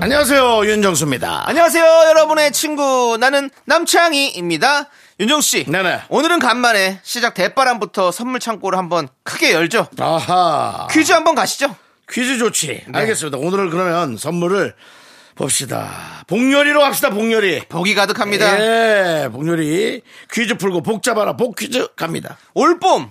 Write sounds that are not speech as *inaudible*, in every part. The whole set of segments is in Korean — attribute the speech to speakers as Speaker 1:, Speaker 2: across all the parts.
Speaker 1: 안녕하세요 윤정수입니다.
Speaker 2: 안녕하세요, 여러분의 친구. 나는 남창희입니다. 윤정씨.
Speaker 1: 네네.
Speaker 2: 오늘은 간만에 시작 대바람부터 선물 창고를 한번 크게 열죠.
Speaker 1: 아하
Speaker 2: 퀴즈 한번 가시죠.
Speaker 1: 퀴즈 좋지.
Speaker 2: 네.
Speaker 1: 알겠습니다. 오늘은 그러면 선물을 봅시다. 복렬이로 합시다. 복렬이.
Speaker 2: 복이 가득합니다.
Speaker 1: 예, 복렬이 퀴즈 풀고 복 잡아라. 복 퀴즈 갑니다.
Speaker 2: 올봄!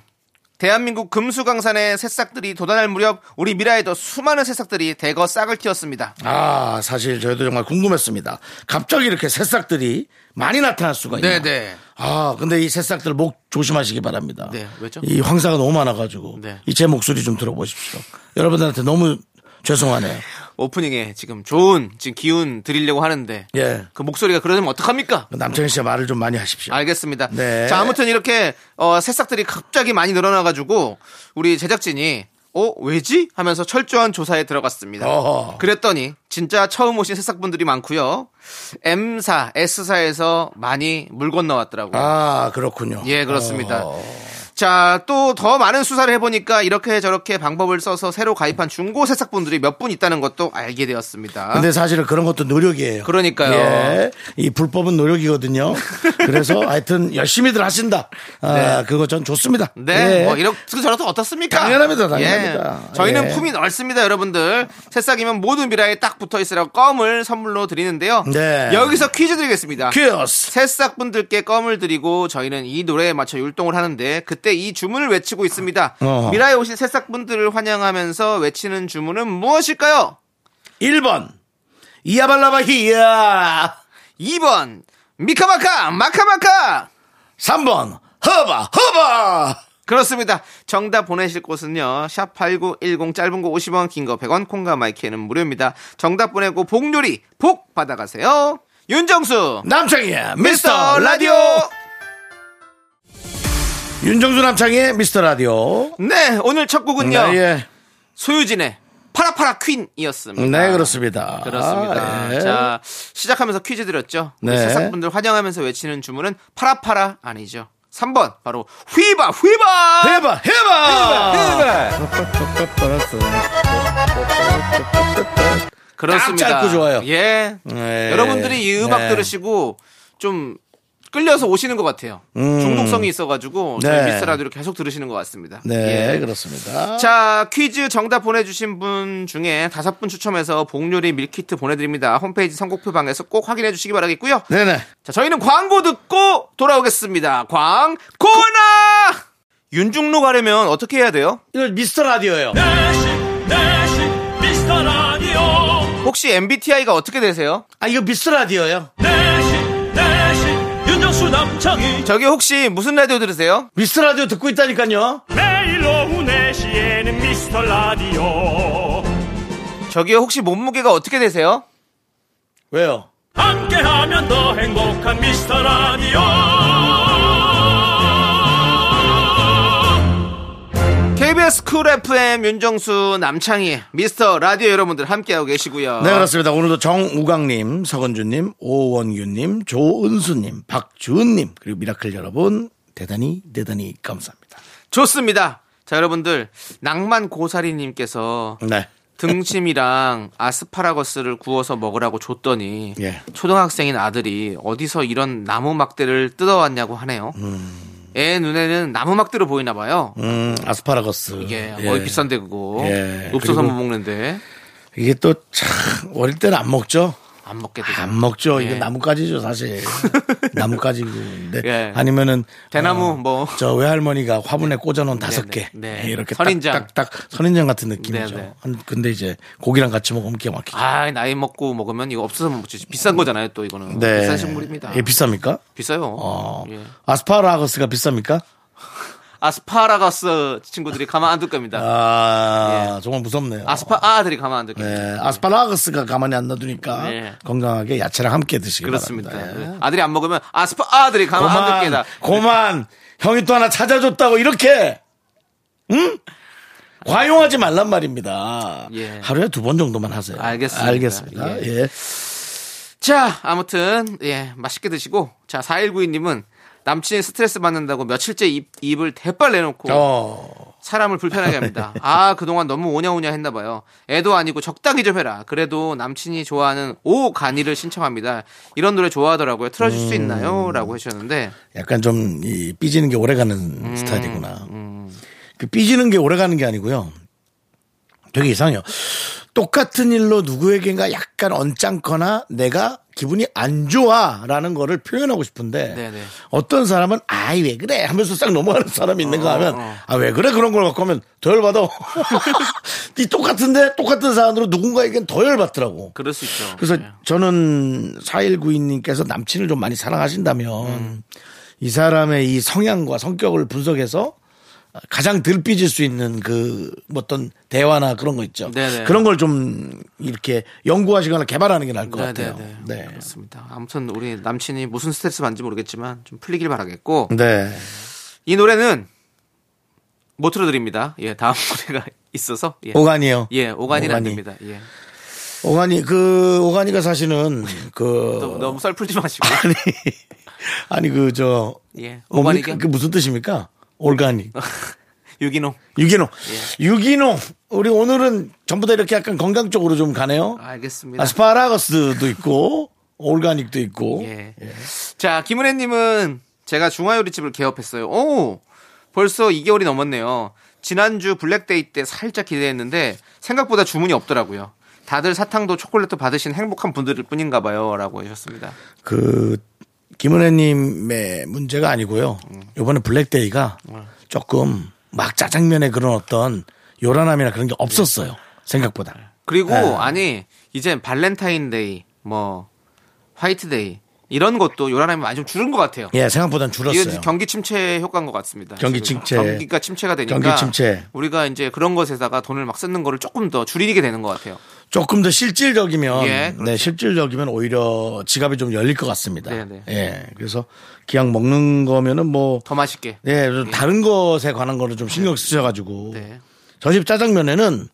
Speaker 2: 대한민국 금수강산의 새싹들이 도달할 무렵 우리 미라에도 수많은 새싹들이 대거 싹을 틔웠습니다.
Speaker 1: 아 사실 저희도 정말 궁금했습니다. 갑자기 이렇게 새싹들이 많이 나타날 수가 있나?
Speaker 2: 네네.
Speaker 1: 아 근데 이 새싹들 목 조심하시기 바랍니다.
Speaker 2: 네, 왜죠?
Speaker 1: 이 황사가 너무 많아가지고
Speaker 2: 네.
Speaker 1: 이 제 목소리 좀 들어보십시오. 여러분들한테 너무 죄송하네요.
Speaker 2: 오프닝에 지금 좋은 지금 기운 드리려고 하는데
Speaker 1: 예.
Speaker 2: 그 목소리가 그러면 어떡합니까?
Speaker 1: 남창희 씨가 말을 좀 많이 하십시오.
Speaker 2: 알겠습니다.
Speaker 1: 네.
Speaker 2: 자, 아무튼 이렇게 어, 새싹들이 갑자기 많이 늘어나가지고 우리 제작진이 어 왜지 하면서 철저한 조사에 들어갔습니다.
Speaker 1: 어허.
Speaker 2: 그랬더니 진짜 처음 오신 새싹분들이 많고요. M사, S사에서 많이 물 건너왔더라고요.
Speaker 1: 아 그렇군요.
Speaker 2: 예, 그렇습니다.
Speaker 1: 어.
Speaker 2: 자, 또 더 많은 수사를 해보니까 이렇게 저렇게 방법을 써서 새로 가입한 중고 새싹분들이 몇 분 있다는 것도 알게 되었습니다.
Speaker 1: 근데 사실은 그런 것도 노력이에요.
Speaker 2: 그러니까요.
Speaker 1: 예. 이 불법은 노력이거든요.
Speaker 2: *laughs*
Speaker 1: 그래서 하여튼 열심히들 하신다. 아, 그거 전 좋습니다.
Speaker 2: 네,
Speaker 1: 예.
Speaker 2: 뭐 이렇게 저렇게 어떻습니까?
Speaker 1: 당연합니다, 당연합니다.
Speaker 2: 예. 저희는
Speaker 1: 예.
Speaker 2: 품이 넓습니다, 여러분들. 새싹이면 모든 미라에 딱 붙어 있으라고 껌을 선물로 드리는데요.
Speaker 1: 네.
Speaker 2: 여기서 퀴즈 드리겠습니다.
Speaker 1: 퀴어스.
Speaker 2: 새싹 분들께 껌을 드리고 저희는 이 노래에 맞춰 율동을 하는데 그때 이 주문을 외치고 있습니다.
Speaker 1: 어허.
Speaker 2: 미라에 오신 새싹 분들을 환영하면서 외치는 주문은 무엇일까요?
Speaker 1: 1번. 이야발라바 히야.
Speaker 2: 2번 미카마카 마카마카
Speaker 1: 3번. 허바 허바.
Speaker 2: 그렇습니다. 정답 보내실 곳은요. 샵 8910 짧은 거 50원 긴 거 100원 콩과 마이크는 무료입니다. 정답 보내고 복요리 복 받아가세요. 윤정수
Speaker 1: 남창희의 미스터 라디오. 윤정수 남창희의 미스터 라디오.
Speaker 2: 네 오늘 첫 곡은요.
Speaker 1: 네, 예.
Speaker 2: 소유진의 파라파라 퀸이었습니다.
Speaker 1: 네, 그렇습니다.
Speaker 2: 아, 그렇습니다.
Speaker 1: 아, 예.
Speaker 2: 자 시작하면서 퀴즈 드렸죠.
Speaker 1: 네.
Speaker 2: 우리 세상분들 환영하면서 외치는 주문은 파라파라 아니죠. 3번 바로 휘바 휘바
Speaker 1: 해봐, 해봐!
Speaker 2: 그렇습니다.
Speaker 1: 짧고 좋아요.
Speaker 2: 예.
Speaker 1: 네.
Speaker 2: 여러분들이 이 음악
Speaker 1: 네.
Speaker 2: 들으시고 좀 끌려서 오시는 것 같아요.
Speaker 1: 음.
Speaker 2: 중독성이 있어가지고 저희
Speaker 1: 네.
Speaker 2: 미스 라디오를 계속 들으시는 것 같습니다.
Speaker 1: 네,
Speaker 2: 예.
Speaker 1: 그렇습니다.
Speaker 2: 자 퀴즈 정답 보내주신 분 중에 다섯 분 추첨해서 복요리 밀키트 보내드립니다. 홈페이지 선곡표 방에서 꼭 확인해 주시기 바라겠고요.
Speaker 1: 네네.
Speaker 2: 자, 저희는 광고 듣고 돌아오겠습니다. 광고나 윤중로 가려면 어떻게 해야 돼요?
Speaker 1: 이거 미스터 라디오예요
Speaker 3: 내시 내시 미스터 라디오
Speaker 2: 혹시 MBTI가 어떻게 되세요?
Speaker 1: 아, 이거 미스터 라디오예요
Speaker 3: 내시 내시 윤정수 남창이
Speaker 2: 저기 혹시 무슨 라디오 들으세요?
Speaker 1: 미스터 라디오 듣고 있다니까요.
Speaker 4: 매일 오후 4시에는 미스터 라디오
Speaker 2: 저기 혹시 몸무게가 어떻게 되세요?
Speaker 1: 왜요?
Speaker 3: 함께하면 더 행복한 미스터 라디오
Speaker 2: KBS 쿨 FM 윤정수 남창희 미스터 라디오 여러분들 함께하고 계시고요.
Speaker 1: 네, 그렇습니다. 오늘도 정우강님, 서건주님, 오원규님, 조은수님, 박주은님, 그리고 미라클 여러분, 대단히, 대단히 감사합니다.
Speaker 2: 좋습니다. 자 여러분들 낭만 고사리님께서
Speaker 1: 네.
Speaker 2: 등심이랑 아스파라거스를 구워서 먹으라고 줬더니
Speaker 1: 예.
Speaker 2: 초등학생인 아들이 어디서 이런 나무 막대를 뜯어왔냐고 하네요. 애 눈에는 나무 막대로 보이나 봐요.
Speaker 1: 음, 아스파라거스.
Speaker 2: 이게
Speaker 1: 예.
Speaker 2: 거의 비싼데 그거
Speaker 1: 예.
Speaker 2: 없어서 못
Speaker 1: 그리고-
Speaker 2: 먹는데
Speaker 1: 이게 또 참, 어릴 때는 안 먹죠?
Speaker 2: 안 먹게 되죠.
Speaker 1: 안 먹죠.
Speaker 2: 예.
Speaker 1: 이게 나뭇가지죠, *laughs* 사실. 나뭇가지고. 근데
Speaker 2: 예.
Speaker 1: 아니면은.
Speaker 2: 대나무 뭐.
Speaker 1: 저 외할머니가 화분에 꽂아놓은 다섯
Speaker 2: 네.
Speaker 1: 개.
Speaker 2: 네.
Speaker 1: 예, 이렇게
Speaker 2: 선인장.
Speaker 1: 딱, 딱, 딱 선인장 같은 느낌이죠.
Speaker 2: 네, 네.
Speaker 1: 한- 근데 이제 고기랑 같이 먹으면 기가 막히죠.
Speaker 2: 아 나이 먹고 먹으면 이거 없어서 못 먹지 비싼 거잖아요 또 이거는
Speaker 1: 네.
Speaker 2: 비싼 식물입니다.
Speaker 1: 예, 비쌉니까?
Speaker 2: 비싸요.
Speaker 1: 어.
Speaker 2: 예.
Speaker 1: 아스파라거스가 비쌉니까?
Speaker 2: 아스파라거스 친구들이 가만 안 둘
Speaker 1: 어.
Speaker 2: 겁니다.
Speaker 1: 아, 정말 무섭네요.
Speaker 2: 예. 아스파 아들이 가만 안 둘 겁니다.
Speaker 1: 네, 아스파라거스가 가만히 안 놔두니까
Speaker 2: 네.
Speaker 1: 건강하게 야채랑 함께 드시기
Speaker 2: 그렇습니다.
Speaker 1: 바랍니다. 예.
Speaker 2: 네. 아들이 안 먹으면 아스파 아들이 가만 안
Speaker 1: 고만,
Speaker 2: 둘게다.
Speaker 1: 고만. 형이 또 하나 찾아줬다고 이렇게, 응? 과용하지 말란 말입니다.
Speaker 2: 예.
Speaker 1: 하루에 두 번 정도만 하세요.
Speaker 2: 알겠습니다.
Speaker 1: 알겠습니다.
Speaker 2: 예.
Speaker 1: 예.
Speaker 2: 자, 아무튼 예, 맛있게 드시고 자, 4192님은 남친이 스트레스 받는다고 며칠째 입, 입을 대빨 내놓고
Speaker 1: 어,
Speaker 2: 사람을 불편하게 합니다. 아, 그동안 너무 오냐오냐 했나 봐요. 애도 아니고 적당히 좀 해라. 그래도 남친이 좋아하는 오 간이를 신청합니다. 이런 노래 좋아하더라고요. 틀어줄 수 있나요? 라고 하셨는데
Speaker 1: 약간 좀, 이, 삐지는 게 오래가는 스타일이구나. 그 삐지는 게 오래가는 게 아니고요. 되게 이상해요. 똑같은 일로 누구에겐가 약간 언짢거나 내가 기분이 안 좋아라는 거를 표현하고 싶은데
Speaker 2: 네네.
Speaker 1: 어떤 사람은 아이 왜 그래 하면서 싹 넘어가는 사람이 있는가 하면 아 왜 그래 그런 걸 갖고 하면 더 열받아. *laughs* 이 똑같은데 똑같은 사안으로 누군가에겐 더 열받더라고.
Speaker 2: 그럴 수 있죠.
Speaker 1: 그래서
Speaker 2: 예.
Speaker 1: 저는 4192님께서 남친을 좀 많이 사랑하신다면
Speaker 2: 음.
Speaker 1: 이 사람의 이 성향과 성격을 분석해서 가장 덜 삐질 수 있는 그 어떤 대화나 그런 거 있죠.
Speaker 2: 네네.
Speaker 1: 그런 걸 좀 이렇게 연구하시거나 개발하는 게 나을 것 같아요.
Speaker 2: 네네네.
Speaker 1: 네.
Speaker 2: 그렇습니다. 아무튼 우리 남친이 무슨 스트레스 받는지 모르겠지만 좀 풀리길 바라겠고
Speaker 1: 네.
Speaker 2: 이 노래는 못 틀어드립니다. 예, 다음 *laughs* 노래가 있어서 예,
Speaker 1: 오간이요.
Speaker 2: 예 오간이는 안
Speaker 1: 오간이.
Speaker 2: 됩니다. 예,
Speaker 1: 오간이 그 오간이가 사실은
Speaker 2: *laughs*
Speaker 1: 그
Speaker 2: 또 너무 썰 풀지 마시고
Speaker 1: 아니 *laughs* 아니 그 저
Speaker 2: 예,
Speaker 1: 오간이
Speaker 2: 오가닉이요?
Speaker 1: 그 무슨 뜻입니까? 올가닉.
Speaker 2: *laughs* 유기농.
Speaker 1: 유기농.
Speaker 2: 예.
Speaker 1: 유기농. 우리 오늘은 전부 다 이렇게 약간 건강 쪽으로 좀 가네요.
Speaker 2: 아, 알겠습니다.
Speaker 1: 아스파라거스도 있고 올가닉도 있고.
Speaker 2: 예. 자, 김은혜님은 제가 중화요리집을 개업했어요. 오! 벌써 2개월이 넘었네요. 지난주 블랙데이 때 살짝 기대했는데 생각보다 주문이 없더라고요. 다들 사탕도 초콜릿도 받으신 행복한 분들일 뿐인가 봐요. 라고 하셨습니다.
Speaker 1: 그 김은혜님의 문제가 아니고요.
Speaker 2: 음.
Speaker 1: 이번에 블랙데이가
Speaker 2: 어.
Speaker 1: 조금 막 짜장면의 그런 어떤 요란함이나 그런 게
Speaker 2: 예.
Speaker 1: 없었어요. 생각보다.
Speaker 2: 그리고
Speaker 1: 네.
Speaker 2: 아니, 이젠 발렌타인데이, 뭐, 화이트데이, 이런 것도 요란함이 많이 좀 줄은 것 같아요.
Speaker 1: 예, 생각보다
Speaker 2: 이게
Speaker 1: 줄었어요.
Speaker 2: 경기 침체 효과인 것 같습니다.
Speaker 1: 경기
Speaker 2: 지금
Speaker 1: 침체.
Speaker 2: 경기가 침체가 되니까
Speaker 1: 경기 침체.
Speaker 2: 우리가 이제 그런 것에다가 돈을 막 쓰는 거를 조금 더 줄이게 되는 것 같아요.
Speaker 1: 조금 더 실질적이면
Speaker 2: 예, 그렇죠.
Speaker 1: 네 실질적이면 오히려 지갑이 좀 열릴 것 같습니다.
Speaker 2: 네, 네.
Speaker 1: 예, 그래서 기왕 먹는 거면은 뭐
Speaker 2: 더 맛있게.
Speaker 1: 예, 좀 다른 것에 관한 거를 좀 신경 쓰셔가지고
Speaker 2: 네.
Speaker 1: 저 집 짜장면에는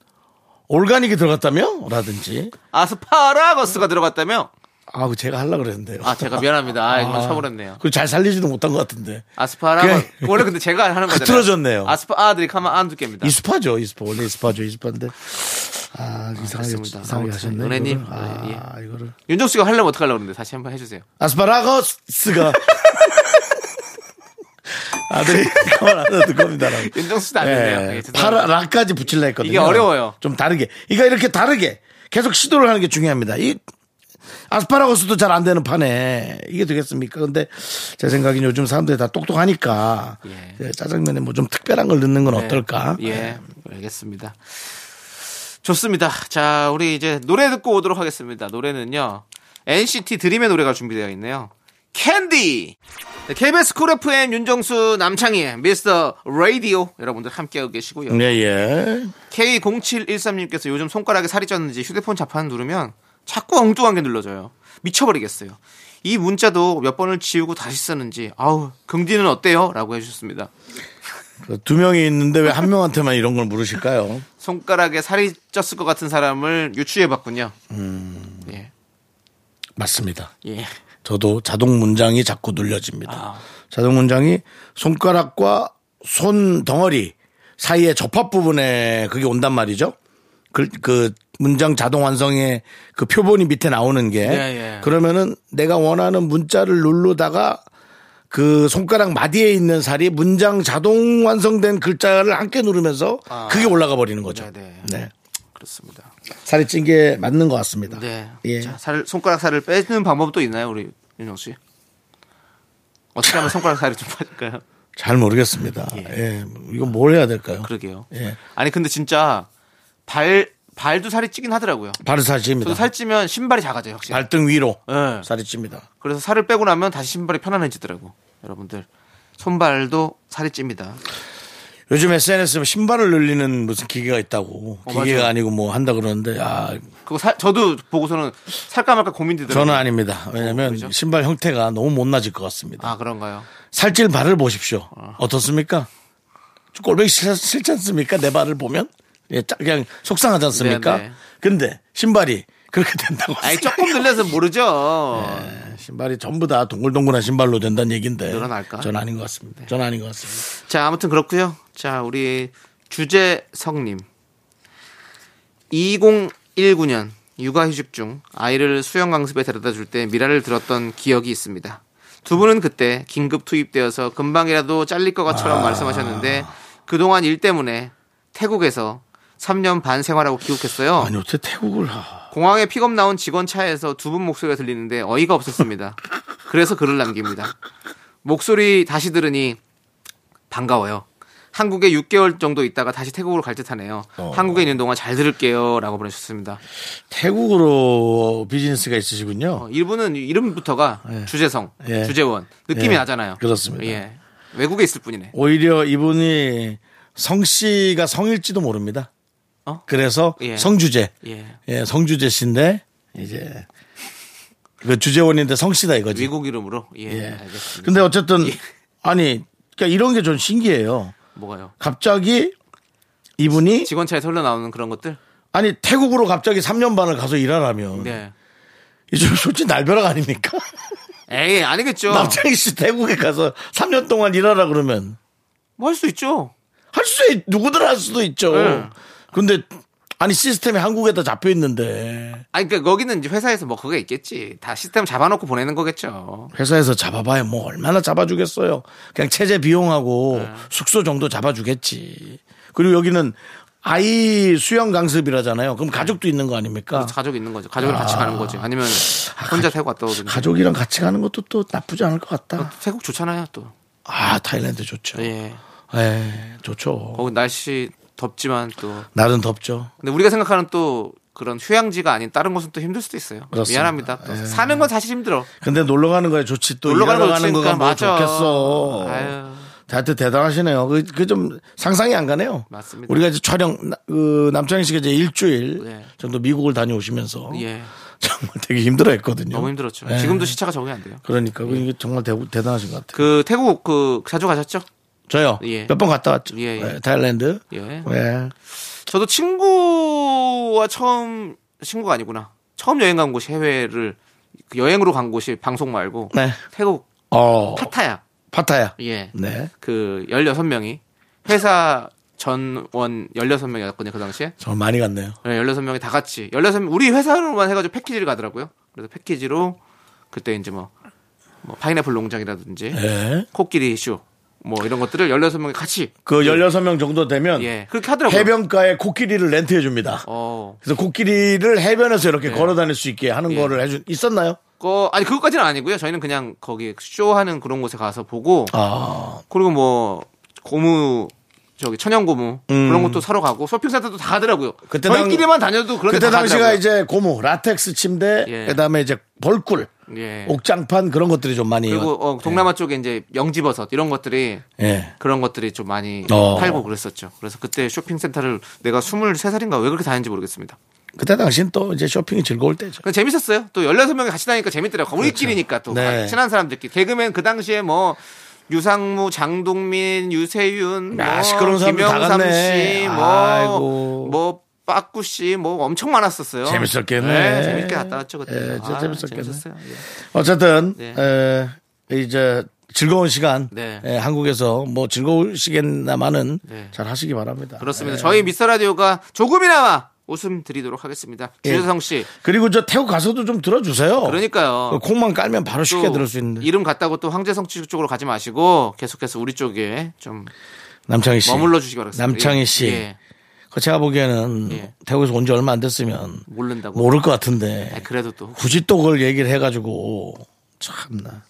Speaker 1: 올가닉이 들어갔다며? 라든지
Speaker 2: 아스파라거스가 들어갔다며?
Speaker 1: 아, 그 제가 하려 그랬는데요.
Speaker 2: 아,
Speaker 1: *laughs*
Speaker 2: 제가 미안합니다. 아, 이거 쳐버렸네요.
Speaker 1: 그잘 살리지도 못한 것 같은데.
Speaker 2: 아스파라거
Speaker 1: 그냥-
Speaker 2: 원래 근데 제가 하는 거잖아요.
Speaker 1: 흐트러졌네요.
Speaker 2: 아스파 아들이 가만 안 두게입니다.
Speaker 1: 이스파죠, 이스파 원래 이스파죠, 이스파인데 아 이상하게
Speaker 2: 그렇습니다.
Speaker 1: 이상하게
Speaker 2: 아무튼 예.
Speaker 1: 하셨네.
Speaker 2: 은혜님,
Speaker 1: 이거를. 아 이거를
Speaker 2: 윤정 씨가 하려면 어떡하려고 그러는데 다시 한번 해주세요.
Speaker 1: 아스파라거스가 아들이 가만 안 놔둘 겁니다라고.
Speaker 2: 윤정 씨도 안 되네요. 예, 죄송합니다.
Speaker 1: 파라 라까지 붙일라 했거든요.
Speaker 2: 이게 어려워요.
Speaker 1: 좀 다르게. 그러니까 이거 이렇게 다르게 계속 시도를 하는 게 중요합니다. 이 아스파라거스도 잘 안 되는 판에 이게 되겠습니까? 근데 제 생각엔 요즘 사람들이 다 똑똑하니까
Speaker 2: 예.
Speaker 1: 짜장면에 뭐 좀 특별한 걸 넣는 건
Speaker 2: 네.
Speaker 1: 어떨까?
Speaker 2: 예, 알겠습니다. 좋습니다. 자, 우리 이제 노래 듣고 오도록 하겠습니다. 노래는요. NCT 드림의 노래가 준비되어 있네요. 캔디! 네, KBS 쿨 FM 윤정수 남창희의 미스터 라디오 여러분들 함께하고 계시고요.
Speaker 1: 네, 예.
Speaker 2: K0713님께서 요즘 손가락에 살이 쪘는지 휴대폰 자판 누르면 자꾸 엉뚱한 게 눌러져요. 미쳐버리겠어요. 이 문자도 몇 번을 지우고 다시 쓰는지 아우 긍디는 어때요? 라고 해주셨습니다.
Speaker 1: 그두 명이 있는데 왜 한 명한테만 이런 걸 물으실까요?
Speaker 2: 손가락에 살이 쪘을 것 같은 사람을 유추해봤군요.
Speaker 1: 음.
Speaker 2: 예,
Speaker 1: 맞습니다.
Speaker 2: 예.
Speaker 1: 저도 자동 문장이 자꾸 눌려집니다.
Speaker 2: 아.
Speaker 1: 자동 문장이 손가락과 손 덩어리 사이의 접합 부분에 그게 온단 말이죠. 그, 그 문장 자동 완성의 그 표본이 밑에 나오는 게
Speaker 2: 예, 예.
Speaker 1: 그러면은 내가 원하는 문자를 누르다가 그 손가락 마디에 있는 살이 문장 자동 완성된 글자를 함께 누르면서 그게 올라가 버리는 거죠.
Speaker 2: 아. 네, 네.
Speaker 1: 네.
Speaker 2: 그렇습니다.
Speaker 1: 살이 찐 게 맞는 것 같습니다.
Speaker 2: 네.
Speaker 1: 예.
Speaker 2: 자, 살, 손가락 살을 빼는 방법도 있나요, 우리 윤정 씨? 어떻게 하면 손가락 살이 좀 빠질까요?
Speaker 1: 잘 모르겠습니다. 예. 이거 뭘 해야 될까요?
Speaker 2: 그러게요.
Speaker 1: 예.
Speaker 2: 아니 근데 진짜 발 발도 살이 찌긴 하더라고요.
Speaker 1: 발을 사십니다.
Speaker 2: 저도 살찌면 신발이 작아져요, 확실히.
Speaker 1: 발등 위로
Speaker 2: 예.
Speaker 1: 살이 찝니다.
Speaker 2: 그래서 살을 빼고 나면 다시 신발이 편안해지더라고. 여러분들 손발도 살이 찝니다.
Speaker 1: 요즘 SNS에 뭐 신발을 늘리는 무슨 기계가 있다고 기계가
Speaker 2: 어, 맞아요. 네.
Speaker 1: 아니고 뭐 한다 그러는데 아
Speaker 2: 그거 사- 저도 보고서는 살까 말까 고민되더라고요.
Speaker 1: 저는 아닙니다. 왜냐하면
Speaker 2: 그죠?
Speaker 1: 신발 형태가 너무 못나질 것 같습니다.
Speaker 2: 아 그런가요?
Speaker 1: 살찔 발을 보십시오. 어떻습니까? 좀 꼴보기 싫- 싫지 않습니까? 내 발을 보면? 예, 짜- 그냥 속상하지 않습니까?
Speaker 2: 네, 네.
Speaker 1: 근데 신발이 그렇게 된다고.
Speaker 2: 아니
Speaker 1: 생각-
Speaker 2: 조금 늘려서 모르죠.
Speaker 1: 네. 신발이 전부 다 동글동글한 신발로 된다는 얘기인데.
Speaker 2: 늘어날까?
Speaker 1: 전 아닌 것
Speaker 2: 네.
Speaker 1: 같습니다. 전 아닌 것 같습니다.
Speaker 2: 자, 아무튼 그렇고요. 자, 우리 주재성님. 2019년 육아휴직 중 아이를 수영강습에 데려다 줄 때 미라를 들었던 기억이 있습니다. 두 분은 그때 긴급 투입되어서 금방이라도 잘릴 것 같처럼 말씀하셨는데 그동안 일 때문에 태국에서 3년 반 생활하고 귀국했어요.
Speaker 1: 아니, 어떻게 태국을. 하...
Speaker 2: 공항에 픽업 나온 직원 차에서 두 분 목소리가 들리는데 어이가 없었습니다. 그래서 글을 남깁니다. 목소리 다시 들으니 반가워요. 한국에 6개월 정도 있다가 다시 태국으로 갈 듯하네요.
Speaker 1: 어.
Speaker 2: 한국에 있는 동안 잘 들을게요라고 보내셨습니다.
Speaker 1: 태국으로 비즈니스가 있으시군요.
Speaker 2: 어, 일부는 이름부터가
Speaker 1: 예.
Speaker 2: 주재성,
Speaker 1: 예.
Speaker 2: 주재원 느낌이
Speaker 1: 예.
Speaker 2: 나잖아요.
Speaker 1: 그렇습니다.
Speaker 2: 예. 외국에 있을 뿐이네.
Speaker 1: 오히려 이분이 성 씨가 성일지도 모릅니다.
Speaker 2: 어?
Speaker 1: 그래서
Speaker 2: 예.
Speaker 1: 성주제.
Speaker 2: 예.
Speaker 1: 예, 성주재 씨인데 이제 그 주재원인데 성씨다 이거지.
Speaker 2: 외국 예. 이름으로. 예.
Speaker 1: 예.
Speaker 2: 알겠습니다.
Speaker 1: 근데 어쨌든 아니 그러니까 이런 게 좀 신기해요.
Speaker 2: 뭐가요?
Speaker 1: 갑자기 이분이
Speaker 2: 직원 차에서 흘러나오는 그런 것들?
Speaker 1: 아니 태국으로 갑자기 3년 반을 가서 일하라면
Speaker 2: 네.
Speaker 1: 이좀 솔직히 날벼락 아닙니까? 음.
Speaker 2: 에이, 아니겠죠.
Speaker 1: *laughs* 남창희 씨 태국에 가서 3년 동안 일하라 그러면
Speaker 2: 뭐 할 수 있죠.
Speaker 1: 할 수 있, 누구들 할 수도 있죠.
Speaker 2: 네.
Speaker 1: 근데 아니 시스템이 한국에다 잡혀 있는데
Speaker 2: 아니 그러니까 거기는 이제 회사에서 뭐 그게 있겠지. 다 시스템 잡아놓고 보내는 거겠죠.
Speaker 1: 회사에서 잡아봐야 뭐 얼마나 잡아주겠어요. 그냥 체제 비용하고
Speaker 2: 네.
Speaker 1: 숙소 정도 잡아주겠지. 그리고 여기는 아이 수영 강습이라잖아요.
Speaker 2: 네.
Speaker 1: 그럼 가족도 있는 거 아닙니까?
Speaker 2: 가족 있는 거죠. 가족이랑 같이 가는 거죠. 아니면 혼자 태국 갔다 오든지.
Speaker 1: 가족이랑 같이 가는 것도 또 나쁘지 않을 것 같다.
Speaker 2: 태국 좋잖아요 또.
Speaker 1: 아 타일랜드 좋죠. 예,
Speaker 2: 예.
Speaker 1: 좋죠.
Speaker 2: 거기 어, 날씨 덥지만 또.
Speaker 1: 날은 덥죠.
Speaker 2: 근데 우리가 생각하는 또 그런 휴양지가 아닌 다른 곳은 또 힘들 수도 있어요.
Speaker 1: 그렇습니다.
Speaker 2: 미안합니다. 또 사는 건 사실 힘들어.
Speaker 1: 근데 놀러 가는 거야 좋지 또
Speaker 2: 놀러
Speaker 1: 놀러
Speaker 2: 가는
Speaker 1: 가는,
Speaker 2: 거
Speaker 1: 거가
Speaker 2: 좋으니까
Speaker 1: 뭐
Speaker 2: 맞아.
Speaker 1: 좋겠어.
Speaker 2: 아유.
Speaker 1: 대한테 대단하시네요. 그 좀 상상이 안 가네요.
Speaker 2: 맞습니다.
Speaker 1: 우리가 이제 촬영 나- 그 남창희 씨가 이제 일주일
Speaker 2: 예.
Speaker 1: 정도 미국을 다녀오시면서
Speaker 2: 예.
Speaker 1: *laughs* 정말 되게 힘들어했거든요.
Speaker 2: 너무 힘들었죠.
Speaker 1: 어? 예.
Speaker 2: 지금도 예. 시차가 적응이 안 돼요.
Speaker 1: 그러니까 이게 정말 대, 대단하신 것 같아요.
Speaker 2: 그 태국 그 자주 가셨죠?
Speaker 1: 저요
Speaker 2: 예.
Speaker 1: 몇 번 갔다 왔죠.
Speaker 2: 예, 예.
Speaker 1: 예, 타일랜드.
Speaker 2: 예.
Speaker 1: 예.
Speaker 2: 저도 친구와 처음 친구가 아니구나. 처음 여행 간 곳이 해외를 그 여행으로 간 곳이 방송 말고
Speaker 1: 네.
Speaker 2: 태국
Speaker 1: 어
Speaker 2: 파타야.
Speaker 1: 파타야.
Speaker 2: 예.
Speaker 1: 네.
Speaker 2: 그 16명이 회사 전원 16명이었거든요, 그 당시에.
Speaker 1: 정말 많이 갔네요.
Speaker 2: 네, 16명이 다 같이 16명 우리 회사로만 해 가지고 패키지를 가더라고요. 그래서 패키지로 그때 이제 뭐, 뭐 파인애플 농장이라든지
Speaker 1: 예.
Speaker 2: 코끼리 쇼 뭐 이런 것들을 16명이 같이
Speaker 1: 그 16명 정도 되면
Speaker 2: 예. 그렇게 하더라고요.
Speaker 1: 해변가에 코끼리를 렌트해 줍니다.
Speaker 2: 어.
Speaker 1: 그래서 코끼리를 해변에서 이렇게 걸어 다닐 수 있게 하는
Speaker 2: 예.
Speaker 1: 거를 해준 있었나요?
Speaker 2: 거 아니 그것까지는 아니고요. 저희는 그냥 거기 쇼하는 그런 곳에 가서 보고
Speaker 1: 아.
Speaker 2: 그리고 뭐 고무 저기 천연 고무 그런 것도 사러 가고 쇼핑센터도 다 가더라고요.
Speaker 1: 음. 그때 당-
Speaker 2: 저희끼리만 다녀도 그런
Speaker 1: 그때
Speaker 2: 데다
Speaker 1: 당시가
Speaker 2: 가더라고요.
Speaker 1: 이제 고무, 라텍스 침대,
Speaker 2: 예.
Speaker 1: 그다음에 이제 벌꿀,
Speaker 2: 예.
Speaker 1: 옥장판 그런 것들이 좀 많이
Speaker 2: 그리고 어, 동남아 쪽에 이제 영지버섯 이런 것들이
Speaker 1: 예.
Speaker 2: 그런 것들이 좀 많이
Speaker 1: 어.
Speaker 2: 팔고 그랬었죠. 그래서 그때 쇼핑센터를 내가 23살인가 왜 그렇게 다녔는지 모르겠습니다.
Speaker 1: 그때 당시엔 또 이제 쇼핑이 즐거울 때죠.
Speaker 2: 근데 재밌었어요. 또 16명이 같이 다니니까 재밌더라고요. 우리끼리니까 또
Speaker 1: 네.
Speaker 2: 친한 사람들끼리. 개그맨 그 당시에 뭐 유상무, 장동민, 유세윤,
Speaker 1: 야,
Speaker 2: 뭐
Speaker 1: 시끄러운 사람들 다
Speaker 2: 김영삼
Speaker 1: 갔네.
Speaker 2: 씨,
Speaker 1: 아이고.
Speaker 2: 뭐, 뭐 빠꾸 씨, 뭐 엄청 많았었어요.
Speaker 1: 재밌었겠네.
Speaker 2: 네, 재밌게 갔다 왔죠 그때.
Speaker 1: 예, 진짜 재밌었겠네.
Speaker 2: 재밌었어요. 예.
Speaker 1: 어쨌든
Speaker 2: 네.
Speaker 1: 에, 이제 즐거운 시간
Speaker 2: 네.
Speaker 1: 예, 한국에서 뭐 즐거우시겠나마는
Speaker 2: 네.
Speaker 1: 잘 하시기 바랍니다.
Speaker 2: 그렇습니다.
Speaker 1: 예.
Speaker 2: 저희 미스터 라디오가 조금이나마 웃음 드리도록 하겠습니다.
Speaker 1: 예.
Speaker 2: 주재성 씨,
Speaker 1: 그리고 저 태국 가서도 좀 들어주세요.
Speaker 2: 그러니까요.
Speaker 1: 그 콩만 깔면 바로 쉽게
Speaker 2: 또
Speaker 1: 들을 수 있는데
Speaker 2: 이름 갔다고 또 황재성 씨 쪽으로 가지 마시고 계속해서 우리 쪽에 좀
Speaker 1: 남창희 씨
Speaker 2: 머물러 주시기 바랍니다.
Speaker 1: 남창희
Speaker 2: 예,
Speaker 1: 씨.
Speaker 2: 예,
Speaker 1: 그 제가 보기에는
Speaker 2: 예.
Speaker 1: 태국에서 온 지 얼마 안 됐으면
Speaker 2: 모른다고.
Speaker 1: 모를 것 같은데
Speaker 2: 아니, 네, 그래도 또
Speaker 1: 굳이 또 그걸 얘기를 해가지고 참나.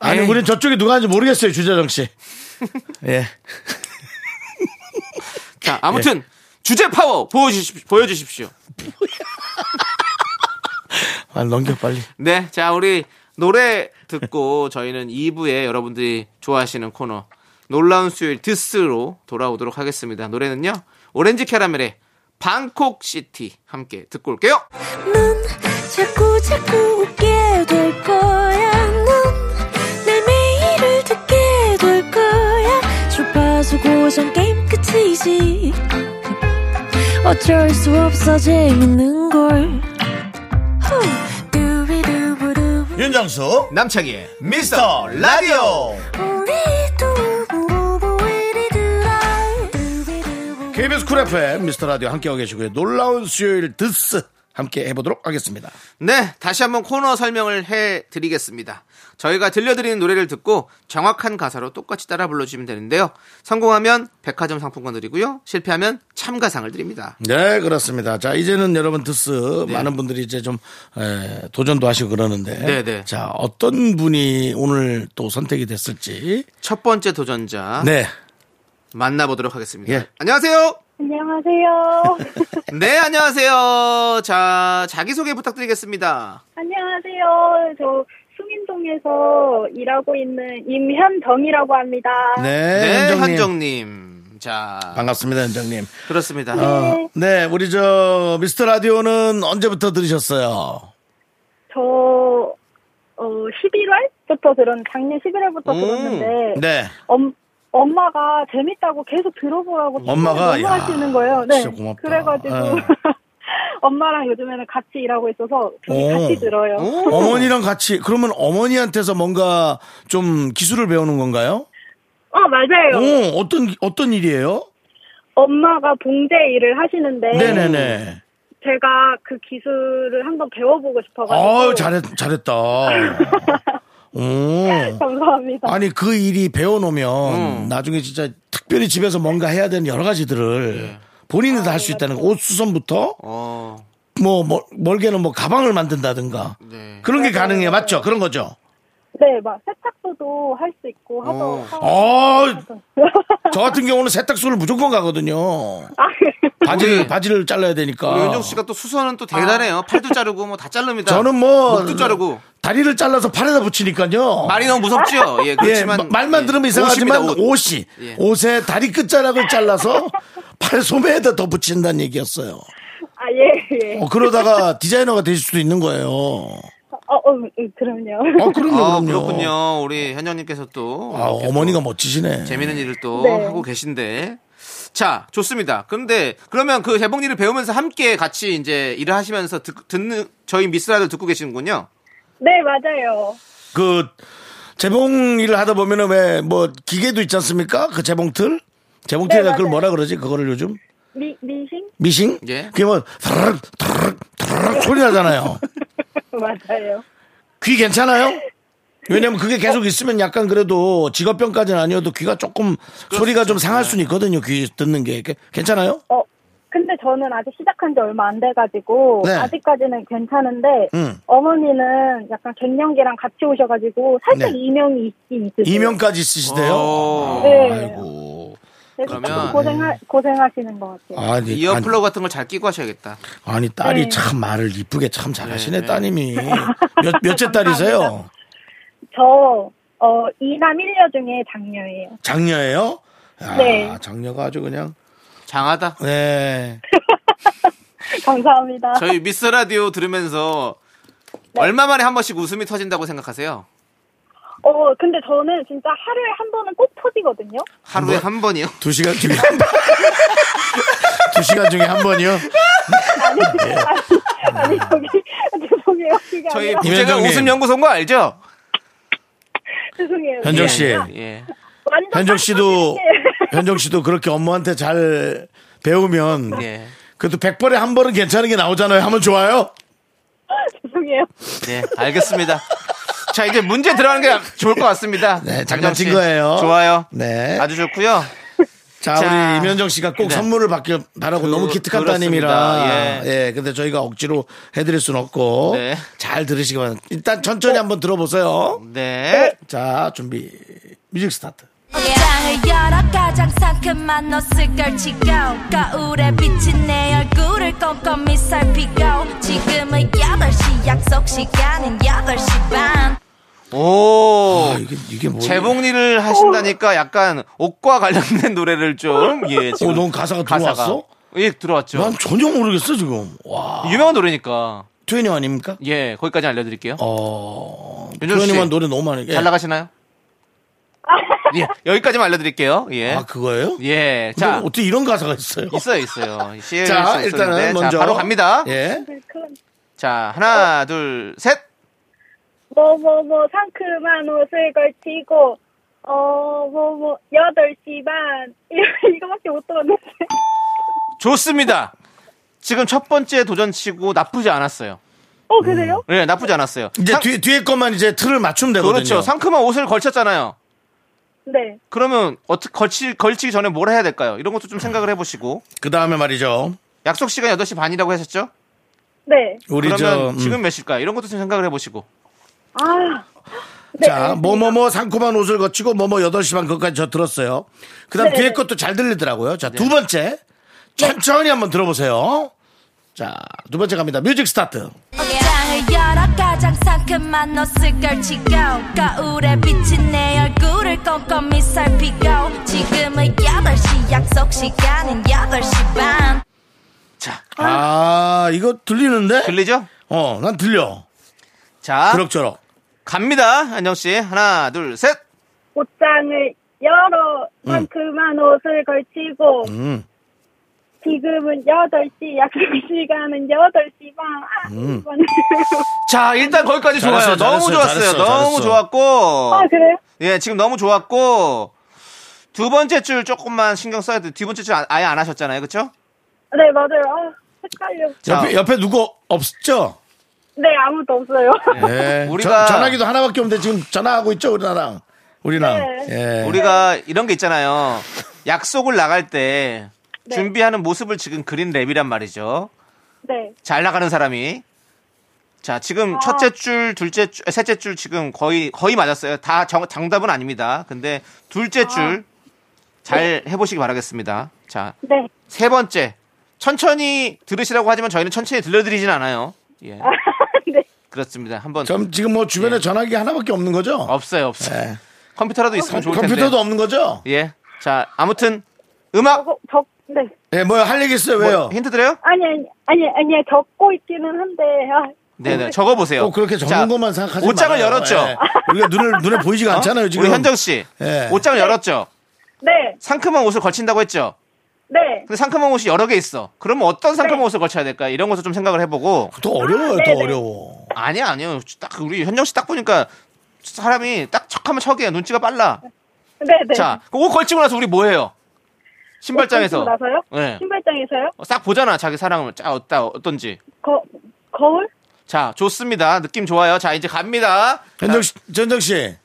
Speaker 1: 아니
Speaker 2: 에이.
Speaker 1: 우린 저쪽에 누가 하는지 모르겠어요 주재정 *laughs* 씨. 예.
Speaker 2: 자, 아무튼 주제 파워 보여주십시오. 보여주십시오.
Speaker 1: 아, 넘겨 빨리.
Speaker 2: 네, *laughs* 자 우리 노래 듣고 저희는 2부에 여러분들이 좋아하시는 코너 놀라운 수요일 드스로 돌아오도록 하겠습니다. 노래는요. 오렌지 캐러멜의 방콕 시티 함께 듣고 올게요.
Speaker 5: 넌 자꾸 자꾸 웃게 될 거야. 넌내 매일을 듣게 될 거야. 주파수 고정 게임 끝이지. 어쩔 수 없어 재밌는 걸. 후. 두비두부두부.
Speaker 1: 윤정수
Speaker 2: 남창희의 미스터 라디오
Speaker 5: 우리 두부부부 우리 두라. 두비두부.
Speaker 1: KBS 쿨 FM 미스터 라디오 함께하고 계시고요. 놀라운 수요일 드스 함께 해보도록 하겠습니다.
Speaker 2: 네, 다시 한번 코너 설명을 해드리겠습니다. 저희가 들려드리는 노래를 듣고 정확한 가사로 똑같이 따라 불러주시면 되는데요. 성공하면 백화점 상품권 드리고요. 실패하면 참가상을 드립니다.
Speaker 1: 네, 그렇습니다. 자, 이제는 여러분 드스 많은 분들이 이제 좀 에, 도전도 하시고 그러는데
Speaker 2: 네, 네.
Speaker 1: 자, 어떤 분이 오늘 또 선택이 됐을지
Speaker 2: 첫 번째 도전자
Speaker 1: 네,
Speaker 2: 만나보도록 하겠습니다.
Speaker 1: 예.
Speaker 2: 안녕하세요.
Speaker 6: 안녕하세요. *laughs*
Speaker 2: 네, 안녕하세요. 자, 자기소개 부탁드리겠습니다.
Speaker 6: 안녕하세요. 저 수민동에서 일하고 있는 임현정이라고 합니다.
Speaker 1: 네,
Speaker 2: 네,
Speaker 1: 현정님.
Speaker 2: 한정님. 자,
Speaker 1: 반갑습니다, 현정님.
Speaker 2: 그렇습니다.
Speaker 1: 어, 네, 우리 저 미스터 라디오는 언제부터 들으셨어요?
Speaker 6: 저 어, 11월부터 들은 작년 11월부터
Speaker 2: 음,
Speaker 6: 들었는데
Speaker 1: 네,
Speaker 6: 엄, 엄마가 재밌다고 계속 들어보라고
Speaker 1: 엄마가,
Speaker 6: 너무
Speaker 1: 야,
Speaker 6: 하시는 거예요. 네.
Speaker 1: 진짜 고맙다.
Speaker 6: 그래가지고
Speaker 1: 네.
Speaker 6: *laughs* 엄마랑 요즘에는 같이 일하고 있어서 둘이
Speaker 1: 오.
Speaker 6: 같이 들어요.
Speaker 2: 오.
Speaker 1: 어머니랑 같이 그러면 어머니한테서 뭔가 좀 기술을 배우는 건가요?
Speaker 6: 어
Speaker 2: 네.
Speaker 6: 맞아요.
Speaker 1: 오, 어떤 어떤 일이에요?
Speaker 6: 엄마가 봉제 일을 하시는데
Speaker 1: 네, 네, 네.
Speaker 6: 제가 그 기술을 한번 배워보고 싶어가지고
Speaker 1: 아, 잘했 잘했다.
Speaker 6: *laughs*
Speaker 1: 오.
Speaker 6: 감사합니다.
Speaker 1: 아니 그 일이 배워놓으면
Speaker 2: 음.
Speaker 1: 나중에 진짜 특별히 집에서 뭔가 해야 되는 여러 가지들을 본인이 다 할 수 있다는 거. 옷 수선부터
Speaker 2: 어,
Speaker 1: 뭐 멀- 멀게는 뭐 가방을 만든다든가
Speaker 2: 네.
Speaker 1: 그런 게 가능해요, 맞죠? 그런 거죠.
Speaker 6: 네, 막 세탁소도 할 수 있고
Speaker 2: 어.
Speaker 6: 하던. *laughs*
Speaker 1: 어, 저 같은 경우는 세탁소를 무조건 가거든요.
Speaker 6: 아,
Speaker 1: 바지를
Speaker 2: 우리-
Speaker 1: 바지를 잘라야 되니까.
Speaker 2: 네. 우리 윤정 씨가 또 수선은 또 대단해요. 팔도 자르고 뭐 다 자릅니다.
Speaker 1: 저는 뭐
Speaker 2: 목도 자르고
Speaker 1: 다리를 잘라서 팔에다 붙이니까요.
Speaker 2: 말이 너무 무섭죠. 예,
Speaker 1: 예,
Speaker 2: 그렇지만
Speaker 1: 마- 말만
Speaker 2: 예,
Speaker 1: 들으면 이상하지만
Speaker 2: 옷입니다, 옷.
Speaker 1: 옷이
Speaker 2: 예.
Speaker 1: 옷에 다리 끝자락을 잘라서 팔 소매에다 더 붙인다는 얘기였어요.
Speaker 6: 아, 예, 예.
Speaker 1: 어, 그러다가 디자이너가 되실 수도 있는 거예요. 어,
Speaker 6: 어, 어, 음, 음, 그럼요.
Speaker 1: 그럼요,
Speaker 2: 아,
Speaker 1: 그럼요.
Speaker 2: 그렇군요. 우리 현영님께서 또
Speaker 1: 아,
Speaker 2: 이렇게
Speaker 1: 어머니가 멋지시네.
Speaker 2: 재미있는 일을 또
Speaker 6: 네.
Speaker 2: 하고 계신데. 자, 좋습니다. 근데 그러면 그 재봉이를 배우면서 함께 같이 이제 일을 하시면서 듣, 는 저희 미스라를 듣고 계시는군요.
Speaker 6: *laughs* 네, 맞아요.
Speaker 1: 그 재봉 일을 하다 보면은 왜 뭐 기계도 있지 않습니까? 그 재봉틀? 재봉틀이라
Speaker 6: 네,
Speaker 1: 그걸
Speaker 6: 맞아요.
Speaker 1: 뭐라 그러지? 그거를 요즘
Speaker 6: 미, 미싱? *laughs*
Speaker 1: 미싱?
Speaker 2: 예.
Speaker 1: 그게 뭐 드르륵 드르륵 드르륵 소리 나잖아요.
Speaker 6: 맞아요.
Speaker 1: 귀 괜찮아요? 왜냐면 그게 계속 있으면 약간 그래도 직업병까지는 아니어도 귀가 조금 소리가 좀 상할 수는 있거든요. 귀 듣는 게 게- 괜찮아요?
Speaker 6: 어, 근데 저는 아직 시작한 지 얼마 안 돼가지고,
Speaker 1: 네.
Speaker 6: 아직까지는 괜찮은데,
Speaker 1: 음.
Speaker 6: 어머니는 약간 갱년기랑 같이 오셔가지고, 살짝
Speaker 1: 네.
Speaker 6: 이명이 있긴 있으세요.
Speaker 1: 이명까지 쓰시대요. 아,
Speaker 2: 어.
Speaker 6: 네.
Speaker 1: 아이고.
Speaker 6: 그래서
Speaker 2: 그러면-
Speaker 6: 조금 고생하, 고생하시는 것 같아요.
Speaker 1: 네, 아니,
Speaker 2: 이어플러 같은 걸 잘 끼고 하셔야겠다.
Speaker 1: 아니, 아니, 딸이
Speaker 6: 네.
Speaker 1: 참 말을 이쁘게 참 잘하시네
Speaker 2: 네.
Speaker 1: 따님이 몇 몇째 딸이세요?
Speaker 6: 저, 어, 이남 일녀 중에 장녀예요. *laughs*
Speaker 1: 장녀예요? 야,
Speaker 6: 네.
Speaker 1: 장녀가 아주 그냥
Speaker 2: 장하다.
Speaker 1: 네.
Speaker 6: 감사합니다.
Speaker 2: 저희 미스 라디오 들으면서
Speaker 1: 네.
Speaker 2: 얼마 만에 한 번씩 웃음이 터진다고 생각하세요?
Speaker 6: 어, 근데 저는 진짜 하루에 한 번은 꼭 터지거든요.
Speaker 2: 하루에
Speaker 1: 번?
Speaker 2: 한 번이요?
Speaker 1: 두 시간 중에 한 번. *laughs* 두 시간 중에 한 번이요.
Speaker 6: *laughs* 아니 저기 죄송해요 그게
Speaker 2: 저희
Speaker 6: 아니라 *laughs*
Speaker 2: 부제가
Speaker 1: 이면정님.
Speaker 2: 웃음 연구소인 거 알죠?
Speaker 6: 죄송해요 네.
Speaker 1: 현정 씨.
Speaker 2: 예.
Speaker 6: 완전
Speaker 1: 현정 씨도 현정 씨도 그렇게 엄마한테 잘 배우면
Speaker 2: 예.
Speaker 1: 그래도 100번에 한 번은 괜찮은 게 나오잖아요. 하면 좋아요.
Speaker 6: *laughs* 죄송해요
Speaker 2: 네, 알겠습니다. 자, 이제 문제 들어가는 게 좋을 것 같습니다.
Speaker 1: 네,
Speaker 2: 장정 씨.
Speaker 1: 장난친 거예요.
Speaker 2: 좋아요.
Speaker 1: 네.
Speaker 2: 아주 좋고요.
Speaker 1: 자,
Speaker 2: 자.
Speaker 1: 우리 임현정 씨가 꼭
Speaker 2: 네.
Speaker 1: 선물을 받길 바라고
Speaker 2: 그-
Speaker 1: 너무 기특한
Speaker 2: 그렇습니다.
Speaker 1: 따님이라.
Speaker 2: 예.
Speaker 1: 예. 근데 저희가 억지로 해드릴 순 없고.
Speaker 2: 네. 어?
Speaker 1: 잘 들으시기 바랍니다. 일단 천천히 한번 들어보세요.
Speaker 2: 네.
Speaker 1: 자, 준비. 뮤직 스타트.
Speaker 5: 옷장을 열어 네 가장 상큼한 옷을 걸치고 거울에 비친 내 얼굴을 꼼꼼히 살피고 지금은 8시 약속 시간은 8시 반
Speaker 2: 오.
Speaker 1: 어? 아, 이게 이게 뭐
Speaker 2: 재봉리를 하신다니까 약간 옷과 관련된 노래를 좀, 예, 지금.
Speaker 1: 어, 넌 가사가 들어왔어?
Speaker 2: 예, 들어왔죠.
Speaker 1: 난 전혀 모르겠어 지금. 와.
Speaker 2: 유명한 노래니까.
Speaker 1: 트웬티 아닙니까?
Speaker 2: 예, 거기까지 알려드릴게요.
Speaker 1: 어.
Speaker 2: 윤정수 씨.
Speaker 1: 트웬티만 노래 너무 많이. 예.
Speaker 2: 잘 나가시나요? 예, 여기까지만 알려드릴게요. 예.
Speaker 1: 아 그거예요?
Speaker 2: 예.
Speaker 1: 자
Speaker 2: 자,
Speaker 1: 어떻게 이런 가사가 있어요?
Speaker 2: 있어요, 있어요. CL 수
Speaker 1: 자
Speaker 2: 있었는데.
Speaker 1: 일단은 먼저
Speaker 2: 자, 바로 갑니다.
Speaker 1: 예.
Speaker 6: 상큼
Speaker 2: 자, 하나, 둘, 셋.
Speaker 6: 뭐뭐뭐 상큼한 옷을 걸치고 어뭐뭐 8시 반 *laughs* 이거- 이거밖에 못 들었는데
Speaker 2: 좋습니다. 지금 첫 번째 도전 치고 나쁘지 않았어요.
Speaker 6: 어 그래요?
Speaker 2: 예, 나쁘지 않았어요.
Speaker 1: 이제
Speaker 2: 상-
Speaker 1: 뒤에 뒤에 것만 이제 틀을 맞추면 되거든요.
Speaker 2: 그렇죠. 상큼한 옷을 걸쳤잖아요.
Speaker 1: 음.
Speaker 6: 네
Speaker 2: 그러면 어떻게 걸치, 걸치기 전에 뭘 해야 될까요? 이런 것도 좀 생각을 해보시고
Speaker 1: 그 다음에 말이죠.
Speaker 2: 약속 시간 8시 반이라고 하셨죠?
Speaker 6: 네.
Speaker 1: 우리 저
Speaker 2: 그러면
Speaker 1: 음.
Speaker 2: 지금 몇 시일까요? 이런 것도 좀 생각을 해보시고
Speaker 6: 아 네.
Speaker 2: 네,
Speaker 1: 자, 뭐뭐뭐 상큼한 옷을 거치고 뭐뭐 8시 반 그것까지 저 들었어요. 그다음
Speaker 6: 네.
Speaker 1: 뒤에 것도 잘 들리더라고요. 자,
Speaker 2: 네.
Speaker 1: 두 번째. 천천히 한번 들어보세요. 자, 두 번째 갑니다. 뮤직 스타트.
Speaker 5: 옷장을 열어 네 가장 상큼한 옷을 걸치고 거울에 비친 내 얼굴을 꼼꼼히 살피고 지금은 8시 약속 시간은 8시 반
Speaker 2: 자
Speaker 1: 아, 이거 들리는데?
Speaker 2: 들리죠? 아.
Speaker 1: 어, 난 들려.
Speaker 2: 자
Speaker 1: 그럭저럭.
Speaker 2: 갑니다 안녕 씨 하나 둘 셋
Speaker 6: 옷장을 열어
Speaker 2: 음.
Speaker 6: 상큼한 옷을 걸치고
Speaker 1: 음.
Speaker 6: 지금은 8시 약속 시간은 8시 반 아,
Speaker 2: 음.
Speaker 6: 이거는.
Speaker 2: 자 일단 거기까지
Speaker 1: 잘했어요,
Speaker 2: 좋아요 너무
Speaker 1: 잘했어요,
Speaker 2: 좋았어요
Speaker 1: 잘했어요,
Speaker 2: 너무
Speaker 1: 잘했어.
Speaker 6: *laughs*
Speaker 2: 좋았고
Speaker 6: 아 그래요?
Speaker 2: 예 지금 너무 좋았고 두 번째 줄 조금만 신경 써야 돼두 번째 줄 아- 아예 안 하셨잖아요 그쵸?
Speaker 6: 네 맞아요 아 헷갈려
Speaker 2: 자.
Speaker 1: 옆에, 옆에 누구 없죠?
Speaker 6: 네 아무도 없어요
Speaker 1: 예.
Speaker 2: *laughs* 우리가-
Speaker 1: 전- 전화기도 하나밖에 없는데 지금 전화하고 있죠, 우리나랑. 우리랑.
Speaker 6: 네.
Speaker 1: 예.
Speaker 2: 우리가 이런 게 있잖아요 약속을 나갈 때 준비하는 모습을 지금 그린 랩이란 말이죠
Speaker 6: 네
Speaker 2: 잘 나가는 사람이 자 지금 첫째 줄, 둘째 줄, 아, 셋째 줄 지금 거의 거의 맞았어요. 다 정, 정답은 아닙니다. 근데 둘째 줄 잘 해보시기 바라겠습니다. 자 세
Speaker 6: *laughs* 네. *laughs*
Speaker 2: 번째 천천히 들으시라고 하지만 저희는 천천히 들려드리진 않아요. 예
Speaker 6: 네.
Speaker 2: 그렇습니다. 한번
Speaker 1: 전 지금 뭐 주변에 전화기 하나밖에 없는 거죠?
Speaker 2: 예. 없어요 없어요.
Speaker 1: 예.
Speaker 2: 컴퓨터라도 있으면 좋을 텐데.
Speaker 1: 컴퓨터도 없는 거죠?
Speaker 2: 예자 아무튼 음악
Speaker 6: 저거 적, 네.
Speaker 1: 예, 뭐요? 할 얘기 있어요?
Speaker 2: 뭐
Speaker 1: 왜요?
Speaker 2: 힌트 드려요?
Speaker 6: 아니, 아니, 아니, 아니, 적고 있기는 한데, 아,
Speaker 2: 네네 적어보세요.
Speaker 1: 꼭 그렇게 적은
Speaker 2: 자,
Speaker 1: 것만 생각하지
Speaker 2: 옷장을
Speaker 1: 말아요.
Speaker 2: 열었죠.
Speaker 1: 예. 우리가 눈을 눈에 보이지가
Speaker 2: 어?
Speaker 1: 않잖아요 지금.
Speaker 2: 우리 현정 씨
Speaker 1: 예.
Speaker 2: 옷장을 열었죠.
Speaker 6: 네,
Speaker 2: 상큼한 옷을 걸친다고 했죠.
Speaker 6: 네.
Speaker 2: 근데 상큼한 옷이 여러 개 있어. 그러면 어떤 상큼한 옷을 걸쳐야 될까? 이런 것을 좀 생각을 해보고.
Speaker 1: 더 어려워요,
Speaker 6: 아,
Speaker 1: 더
Speaker 6: 네네.
Speaker 1: 어려워.
Speaker 2: 아니야, 아니요. 딱 우리 현정 씨 딱 보니까 사람이 딱 척하면 척이야. 눈치가 빨라.
Speaker 6: 네, 네.
Speaker 2: 자, 그옷 걸치고 나서 우리 뭐 해요? 신발장에서.
Speaker 6: 옷 걸치고 나서요?
Speaker 2: 네.
Speaker 6: 신발장에서요?
Speaker 2: 어, 싹 보잖아, 자기 사랑을. 자, 어따, 어떤지.
Speaker 6: 거, 거울?
Speaker 2: 자, 좋습니다. 느낌 좋아요. 자, 이제 갑니다.
Speaker 1: 현정 씨, 전정 씨,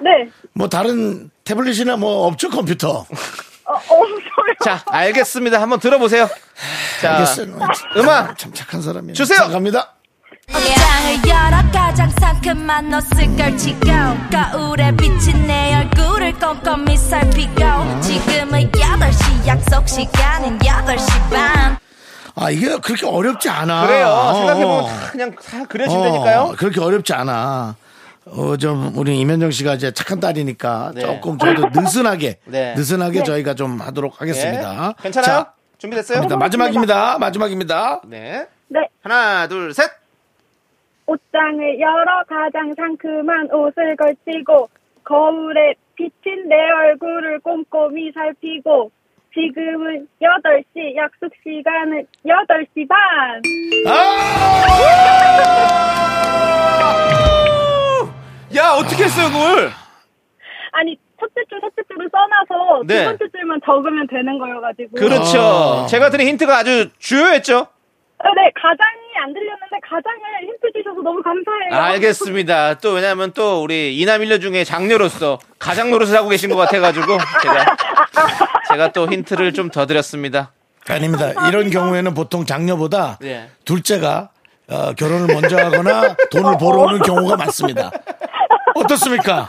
Speaker 6: 네.
Speaker 1: 뭐 다른 태블릿이나 뭐 없죠 컴퓨터.
Speaker 6: 어, 없어요.
Speaker 2: 자, 알겠습니다. 한번 들어보세요. 자,
Speaker 1: 알겠어요.
Speaker 2: 음악
Speaker 1: 참 착한 사람이에요.
Speaker 2: 주세요.
Speaker 1: 자, 갑니다.
Speaker 5: 옷장을 열어 가장 상큼한 옷을 걸치고 거울에 비친 내 얼굴을 꼼꼼히 살피고 지금은 8시 약속 시간은 8시 반
Speaker 1: 아 이게 그렇게 어렵지 않아.
Speaker 2: 그래요.
Speaker 1: 어,
Speaker 2: 생각해보면 다 그냥 다
Speaker 1: 어,
Speaker 2: 그려진다니까요.
Speaker 1: 그렇게 어렵지 않아. 어, 좀, 우리 이면정 씨가 이제 착한 딸이니까
Speaker 2: 네.
Speaker 1: 조금 저희도 느슨하게,
Speaker 2: *laughs* 네.
Speaker 1: 느슨하게 저희가 좀 하도록
Speaker 2: 예.
Speaker 1: 하겠습니다.
Speaker 2: 괜찮아요?
Speaker 1: 자,
Speaker 2: 준비됐어요?
Speaker 1: 일단 마지막입니다. 마지막입니다.
Speaker 2: 네.
Speaker 6: 네.
Speaker 2: 하나, 둘, 셋.
Speaker 6: 옷장을 열어 가장 상큼한 옷을 걸치고, 거울에 비친 내 얼굴을 꼼꼼히 살피고, 지금은 8시, 약속 시간은 8시 반!
Speaker 2: 야, 어떻게 했어요, 그걸?
Speaker 6: 아니, 첫째 줄, 셋째 줄을 써놔서, 두
Speaker 2: 네.
Speaker 6: 번째 줄만 적으면 되는 거여가지고.
Speaker 2: 그렇죠.
Speaker 1: 아.
Speaker 2: 제가 드린 힌트가 아주 주요했죠?
Speaker 6: 아, 네, 가장이 안 들렸는데 가장을 힌트 주셔서 너무 감사해요.
Speaker 2: 아, 알겠습니다. 또 왜냐면 또 우리 이남 일녀 중에 장녀로서 가장 노릇을 하고 계신 것 같아가지고 제가, 제가 또 힌트를 좀 더 드렸습니다.
Speaker 1: 아닙니다. 이런 경우에는 보통 장녀보다
Speaker 2: 예.
Speaker 1: 둘째가 어, 결혼을 먼저 하거나 돈을 벌어오는 경우가 많습니다. 어떻습니까?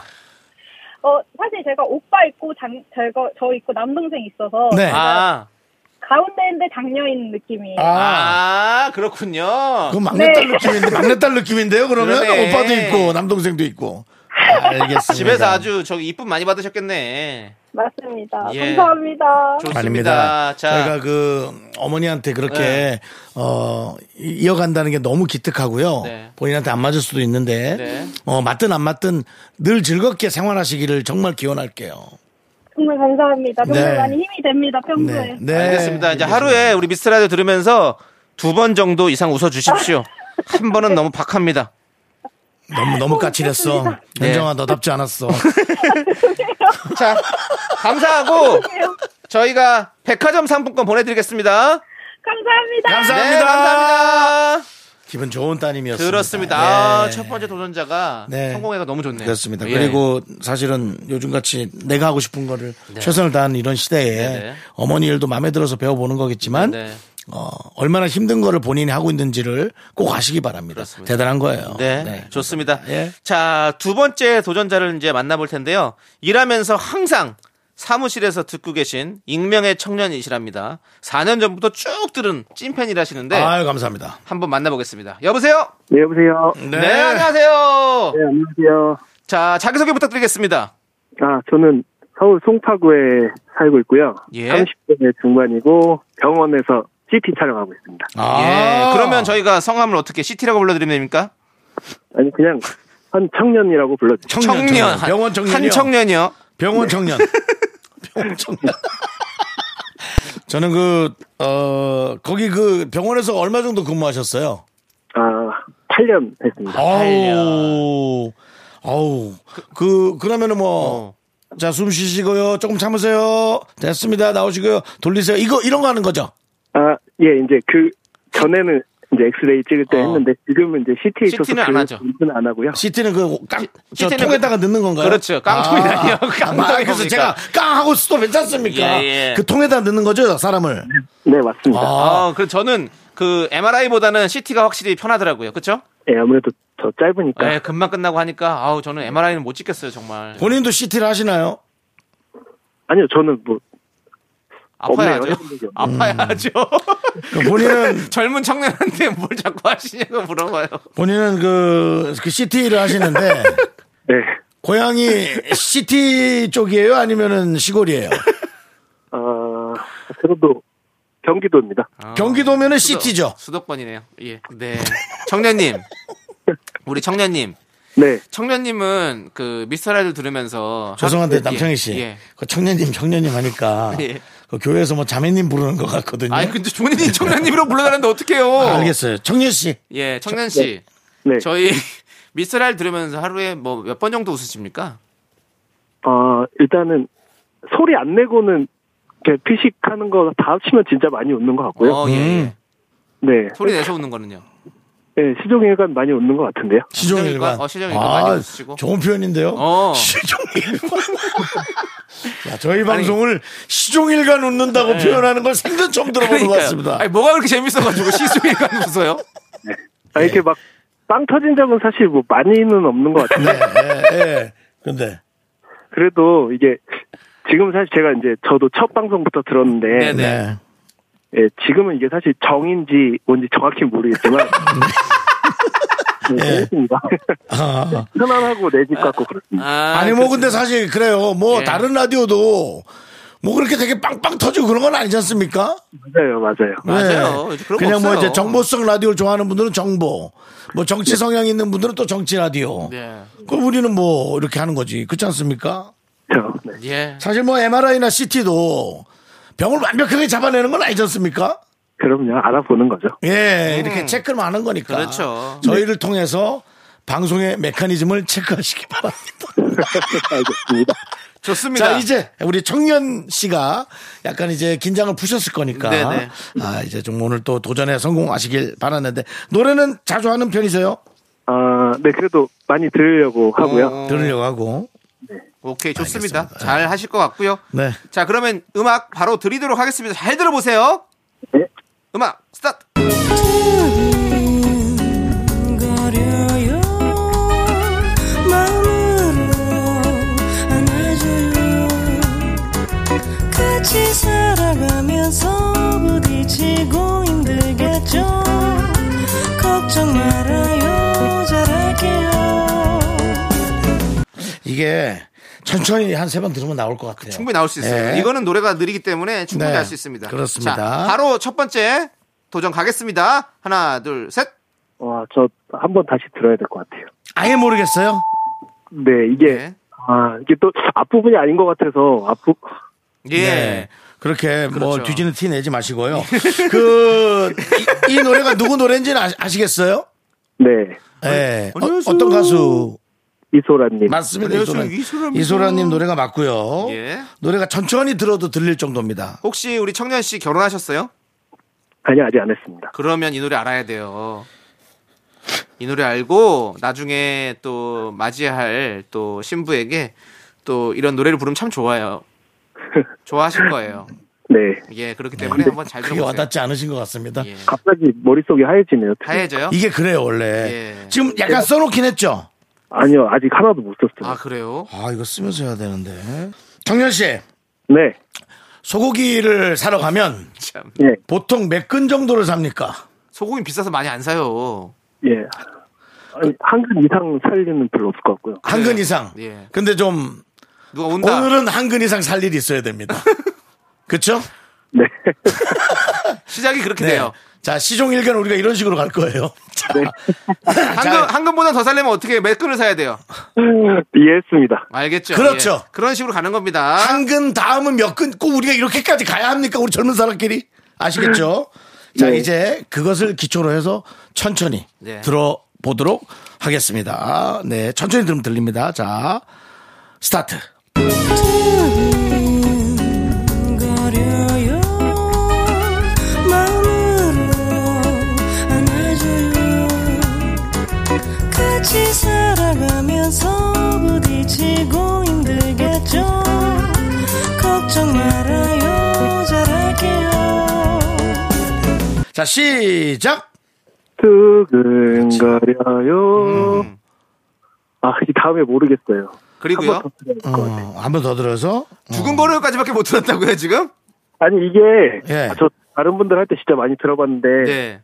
Speaker 6: 어, 사실 제가 오빠 있고 장, 제가, 저 있고 남동생 있어서
Speaker 1: 네.
Speaker 2: 아,
Speaker 6: 가운데인데 장녀인 느낌이에요.
Speaker 1: 아,
Speaker 2: 아, 그렇군요.
Speaker 1: 그건 막내딸
Speaker 6: 네.
Speaker 1: 느낌인데, 막내딸 느낌인데요, 그러면?
Speaker 2: 그러네.
Speaker 1: 오빠도 있고, 남동생도 있고. 알겠습니다.
Speaker 2: 집에서 아주 저기 이쁨 많이 받으셨겠네.
Speaker 6: 맞습니다.
Speaker 2: 예.
Speaker 6: 감사합니다.
Speaker 2: 좋습니다.
Speaker 1: 아닙니다.
Speaker 2: 자, 네.
Speaker 1: 저희가 그 어머니한테 그렇게 어 이- 이어간다는 게 너무 기특하고요.
Speaker 2: 네.
Speaker 1: 본인한테 안 맞을 수도 있는데
Speaker 2: 네.
Speaker 1: 어 맞든 안 맞든 늘 즐겁게 생활하시기를 정말 기원할게요.
Speaker 6: 정말 감사합니다. 정말
Speaker 1: 네.
Speaker 6: 많이 힘이 됩니다. 평소에.
Speaker 1: 네. 네.
Speaker 2: 알겠습니다. 이제 하루에 우리 미스라디오 들으면서 두 번 정도 이상 웃어 주십시오. 한 번은 너무 박합니다.
Speaker 1: 너무 너무 까칠했어.
Speaker 2: 네.
Speaker 1: 연정아 너답지
Speaker 2: *laughs*
Speaker 1: 않았어.
Speaker 2: 자, 감사하고 저희가 백화점 상품권 보내드리겠습니다.
Speaker 6: 감사합니다.
Speaker 1: 감사합니다.
Speaker 2: 네, 감사합니다.
Speaker 1: 기분 좋은 따님이었습니다.
Speaker 2: 그렇습니다.
Speaker 1: 네.
Speaker 2: 아, 첫 번째 도전자가
Speaker 1: 네.
Speaker 2: 성공해가 너무 좋네요.
Speaker 1: 그렇습니다.
Speaker 2: 예.
Speaker 1: 그리고 사실은 요즘같이 내가 하고 싶은 거를 최선을 다하는 이런 시대에
Speaker 2: 네. 네네.
Speaker 1: 어머니 일도 마음에 들어서 배워보는 거겠지만
Speaker 2: 네.
Speaker 1: 어, 얼마나 힘든 거를 본인이 하고 있는지를 꼭 아시기 바랍니다.
Speaker 2: 그렇습니다.
Speaker 1: 대단한 거예요.
Speaker 2: 네, 좋습니다.
Speaker 1: 어, 예.
Speaker 2: 자, 두 번째 도전자를 이제 만나볼 텐데요. 일하면서 항상 사무실에서 듣고 계신 익명의 청년이시랍니다. 4년 전부터 쭉 들은 찐팬이라시는데
Speaker 1: 아유 감사합니다.
Speaker 2: 한번 만나보겠습니다. 여보세요?
Speaker 7: 네, 여보세요.
Speaker 1: 네.
Speaker 2: 네, 안녕하세요.
Speaker 7: 네, 안녕하세요.
Speaker 2: 자, 자기소개 부탁드리겠습니다.
Speaker 7: 아, 저는 서울 송파구에 살고 있고요.
Speaker 2: 예.
Speaker 7: 30대 중반이고 병원에서 CT 촬영하고 있습니다.
Speaker 1: 아.
Speaker 2: 예, 그러면 저희가 성함을 어떻게 CT라고 불러드리면 됩니까?
Speaker 7: 아니, 그냥 한 청년이라고 불러주세요.
Speaker 1: 청년, 청년. 병원 청년이요.
Speaker 2: 한 청년이요.
Speaker 1: 병원
Speaker 2: *laughs*
Speaker 1: 청년. 병원 청년. 저는 그, 어, 거기 그 병원에서 얼마 정도 근무하셨어요?
Speaker 7: 아, 8년
Speaker 2: 아,
Speaker 7: 했습니다.
Speaker 1: 아우. 아우. 그, 그러면은 뭐,
Speaker 2: 어.
Speaker 1: 자, 숨 쉬시고요. 조금 참으세요. 됐습니다. 나오시고요. 돌리세요. 이거, 이런 거 하는 거죠?
Speaker 7: 아, 예, 이제 그 전에는 이제 엑스레이 찍을 때
Speaker 2: 어.
Speaker 7: 했는데 지금은 이제 CT 있어서
Speaker 2: CT 는안
Speaker 7: 그
Speaker 2: 하죠.
Speaker 7: 공부는 안 하고요.
Speaker 1: CT는 그, 깡, 저
Speaker 2: CT 는
Speaker 1: 통에다가 넣는 건가요?
Speaker 2: 그렇죠. 깡통이 아니에요. 깡통이
Speaker 1: 아, 그래서
Speaker 2: 뭡니까?
Speaker 1: 제가 깡 하고 수도 괜찮습니까?
Speaker 2: 예, 예.
Speaker 1: 그 통에다 넣는 거죠, 사람을?
Speaker 7: 네, 맞습니다.
Speaker 1: 아,
Speaker 2: 아, 그럼 저는 그 MRI보다는 CT가 확실히 편하더라고요. 그렇죠?
Speaker 7: 예, 아무래도 저 짧으니까.
Speaker 2: 예, 금방 끝나고 하니까 아우 저는 MRI는 못 찍겠어요 정말.
Speaker 1: 본인도 CT를 하시나요?
Speaker 7: 아니요, 저는 뭐
Speaker 2: 아파야죠.
Speaker 7: 없네요.
Speaker 2: 아파야죠.
Speaker 1: 그럼 본인은,
Speaker 2: *laughs* 젊은 청년한테 뭘 자꾸 하시냐고 물어봐요.
Speaker 1: 본인은 그, 그 CT를 하시는데,
Speaker 7: 네.
Speaker 1: 고향이 CT 쪽이에요? 아니면은 시골이에요?
Speaker 7: 아, 그래도 경기도입니다.
Speaker 2: 어,
Speaker 1: 경기도면은
Speaker 2: 아, 수도-
Speaker 1: CT죠.
Speaker 2: 수도권이네요. 예. 네. 청년님. 우리 청년님.
Speaker 7: 네.
Speaker 2: 청년님은 그 미스터 라이드 들으면서
Speaker 1: 죄송한데
Speaker 2: 학-
Speaker 1: 남창희
Speaker 2: 예,
Speaker 1: 씨,
Speaker 2: 예.
Speaker 1: 그 청년님 청년님 하니까
Speaker 2: 예.
Speaker 1: 그 교회에서 뭐 자매님 부르는 것 같거든요.
Speaker 2: 아니 근데 본인이 청년님으로 불러달라는데 어떡해요.
Speaker 1: 아, 알겠어요. 청년 씨,
Speaker 2: 예, 청년 씨.
Speaker 7: 네.
Speaker 2: 저희 *laughs* 미스터 라이드 들으면서 하루에 뭐 몇 번 정도 웃으십니까?
Speaker 7: 어, 일단은 소리 안 내고는 이렇게 피식하는 거 다 합치면 진짜 많이 웃는 것 같고요.
Speaker 2: 어, 예,
Speaker 1: 음.
Speaker 2: 예.
Speaker 7: 네.
Speaker 2: 소리 내서 웃는 거는요.
Speaker 7: 네, 시종일관 많이 웃는 것 같은데요.
Speaker 1: 시종일관. 아,
Speaker 2: 어, 시종일관 많이 웃으시고.
Speaker 1: 좋은 표현인데요.
Speaker 2: 어. *laughs*
Speaker 1: 시종일관. 야, 저희 방송을 시종일관 웃는다고 표현하는 걸 생전 처음 들어보는 것 같습니다.
Speaker 2: 네. 아니, 뭐가 그렇게
Speaker 7: *laughs*
Speaker 2: 재밌어가지고 시수일관 웃어요?
Speaker 7: 아, 이렇게 막 빵 터진 적은 사실 뭐 많이는 없는 것 *laughs* 같은데
Speaker 1: 예, 예. 근데
Speaker 7: 그래도 이게 지금 사실 제가 이제 저도 첫 방송부터 들었는데
Speaker 2: 네, 네.
Speaker 1: 네.
Speaker 7: 예, 지금은 이게 사실 정인지 뭔지 정확히 모르겠지만 *laughs* 네, *laughs* 그렇습니다.
Speaker 1: 아.
Speaker 7: 편안하고 내 집 같고 그렇습니다.
Speaker 2: 아,
Speaker 1: 아니 뭐 근데 사실 그래요. 뭐
Speaker 2: 예.
Speaker 1: 다른 라디오도 뭐 그렇게 되게 빵빵 터지고 그런 건 아니지 않습니까? 네.
Speaker 7: 맞아요, 맞아요.
Speaker 2: 맞아요. 이제 그런 거
Speaker 1: 그냥 뭐
Speaker 2: 없어요.
Speaker 1: 이제 정보성 라디오를 좋아하는 분들은 정보, 뭐 정치 성향 있는 분들은 또 정치 라디오.
Speaker 2: 네.
Speaker 1: 그럼 우리는 뭐 이렇게 하는 거지. 그렇지 않습니까?
Speaker 7: 저, 네.
Speaker 2: 예.
Speaker 1: 사실 뭐 MRI나 CT도 병을 완벽하게 잡아내는 건 아니지 않습니까?
Speaker 7: 그럼요, 알아보는 거죠.
Speaker 1: 예, 이렇게 체크를 하는 거니까.
Speaker 2: 음. 그렇죠.
Speaker 1: 저희를 통해서 방송의 메커니즘을 체크하시기 바랍니다.
Speaker 7: 알겠습니다.
Speaker 2: 좋습니다.
Speaker 1: 자, 이제 우리 청년 씨가 약간 이제 긴장을 푸셨을 거니까.
Speaker 2: 네네.
Speaker 1: 아, 이제 좀 오늘 또 도전에 성공하시길 바랐는데 노래는 자주 하는 편이세요?
Speaker 7: 아, 네, 그래도 많이 들으려고 하고요.
Speaker 2: 어,
Speaker 1: 들으려고 하고.
Speaker 2: 오케이, 좋습니다.
Speaker 1: 알겠습니다.
Speaker 2: 잘 하실 것 같고요.
Speaker 1: 네.
Speaker 2: 자, 그러면 음악 바로 드리도록 하겠습니다. 잘 들어보세요.
Speaker 7: 네.
Speaker 2: 음악 스타트.
Speaker 8: 같이 살아가면서 부딪히고 힘들겠죠 걱정 말아요 잘할게요
Speaker 1: 이게 천천히 한 세 번 들으면 나올 것 같아요.
Speaker 2: 충분히 나올 수 있어요.
Speaker 1: 예.
Speaker 2: 이거는 노래가 느리기 때문에 충분히
Speaker 1: 네,
Speaker 2: 할 수 있습니다.
Speaker 1: 그렇습니다.
Speaker 2: 자, 바로 첫 번째 도전 가겠습니다. 하나, 둘, 셋.
Speaker 7: 와, 저 한 번 다시 들어야 될 것 같아요.
Speaker 1: 아예 모르겠어요.
Speaker 7: 네, 이게
Speaker 2: 네.
Speaker 7: 아 이게 또 앞부분이 아닌 것 같아서 앞부
Speaker 2: 예.
Speaker 1: 네. 그렇게 뭐
Speaker 2: 그렇죠.
Speaker 1: 뒤지는 티 내지 마시고요. *laughs* 그, 이, 이 노래가 누구 노래인지는 아시, 아시겠어요?
Speaker 7: 네
Speaker 1: 예. 어,
Speaker 2: 안녕하세요.
Speaker 1: 어떤 가수?
Speaker 7: 이소라님.
Speaker 1: 맞습니다.
Speaker 2: 안녕하세요.
Speaker 1: 이소라,
Speaker 2: 이소라입니다.
Speaker 1: 이소라님 노래가 맞고요.
Speaker 2: 예.
Speaker 1: 노래가 천천히 들어도 들릴 정도입니다.
Speaker 2: 혹시 우리 청년 씨 결혼하셨어요?
Speaker 7: 아니 아직 안 했습니다.
Speaker 2: 그러면 이 노래 알아야 돼요. 이 노래 알고 나중에 또 맞이할 또 신부에게 또 이런 노래를 부르면 참 좋아요. 좋아하실 거예요.
Speaker 7: 네
Speaker 2: 예, 그렇기 때문에 한번 잘
Speaker 1: 그게
Speaker 2: 들어보세요.
Speaker 1: 와닿지 않으신 것 같습니다.
Speaker 2: 예.
Speaker 7: 갑자기 머릿속이 하얘지네요.
Speaker 2: 다해져요?
Speaker 1: 이게 그래요, 원래.
Speaker 2: 예.
Speaker 1: 지금 약간 써놓긴 했죠?
Speaker 7: 아니요 아직 하나도 못
Speaker 2: 아,
Speaker 7: 썼어요.
Speaker 2: 그래요?
Speaker 1: 아, 이거 쓰면서 해야 되는데. 정현 씨,
Speaker 7: 네
Speaker 1: 소고기를 사러 가면
Speaker 2: 참.
Speaker 7: 예
Speaker 1: 보통 몇 근 정도를 삽니까?
Speaker 2: 소고기 비싸서 많이 안 사요.
Speaker 7: 예. 아니, 한근 이상 살리는 별로 없을 것 같고요.
Speaker 1: 한 근 이상.
Speaker 2: 예.
Speaker 1: 근데 좀
Speaker 2: 누가 온다.
Speaker 1: 오늘은 한 근 이상 살 일이 있어야
Speaker 2: *laughs*
Speaker 1: 됩니다. 그렇죠?
Speaker 7: 네.
Speaker 2: 시작이 그렇게 돼요.
Speaker 1: 네. 자, 시종일관 우리가 이런 식으로 갈 거예요. 자, 아,
Speaker 2: 한금
Speaker 1: 자,
Speaker 2: 한금보다 더 살려면 어떻게 몇 근을 사야 돼요?
Speaker 7: 이해했습니다.
Speaker 2: 알겠죠?
Speaker 1: 그렇죠.
Speaker 2: 예. 그런 식으로 가는 겁니다.
Speaker 1: 한근 다음은 몇 근 꼭 우리가 이렇게까지 가야 합니까? 우리 젊은 사람끼리 아시겠죠? 자,
Speaker 7: 네.
Speaker 1: 이제 그것을 기초로 해서 천천히
Speaker 2: 네.
Speaker 1: 들어보도록 하겠습니다. 네, 천천히 들으면 들립니다. 자, 스타트.
Speaker 8: 두근거려요 마음으로 안아줘요 같이 살아가면서 부딪히고 힘들겠죠 걱정 말아요 잘할게요
Speaker 1: 자, 시작.
Speaker 7: 두근거려요. 아, 이 다음에 모르겠어요.
Speaker 2: 그리고요.
Speaker 7: 한번더 들어야 네. 될것 같아요.
Speaker 1: 어, 한번 더 들어서.
Speaker 2: 두근거려요까지밖에 못 들었다고요, 지금?
Speaker 7: 아니, 이게,
Speaker 1: 예.
Speaker 7: 아, 저 다른 분들 할 때 진짜 많이 들어봤는데,
Speaker 2: 네.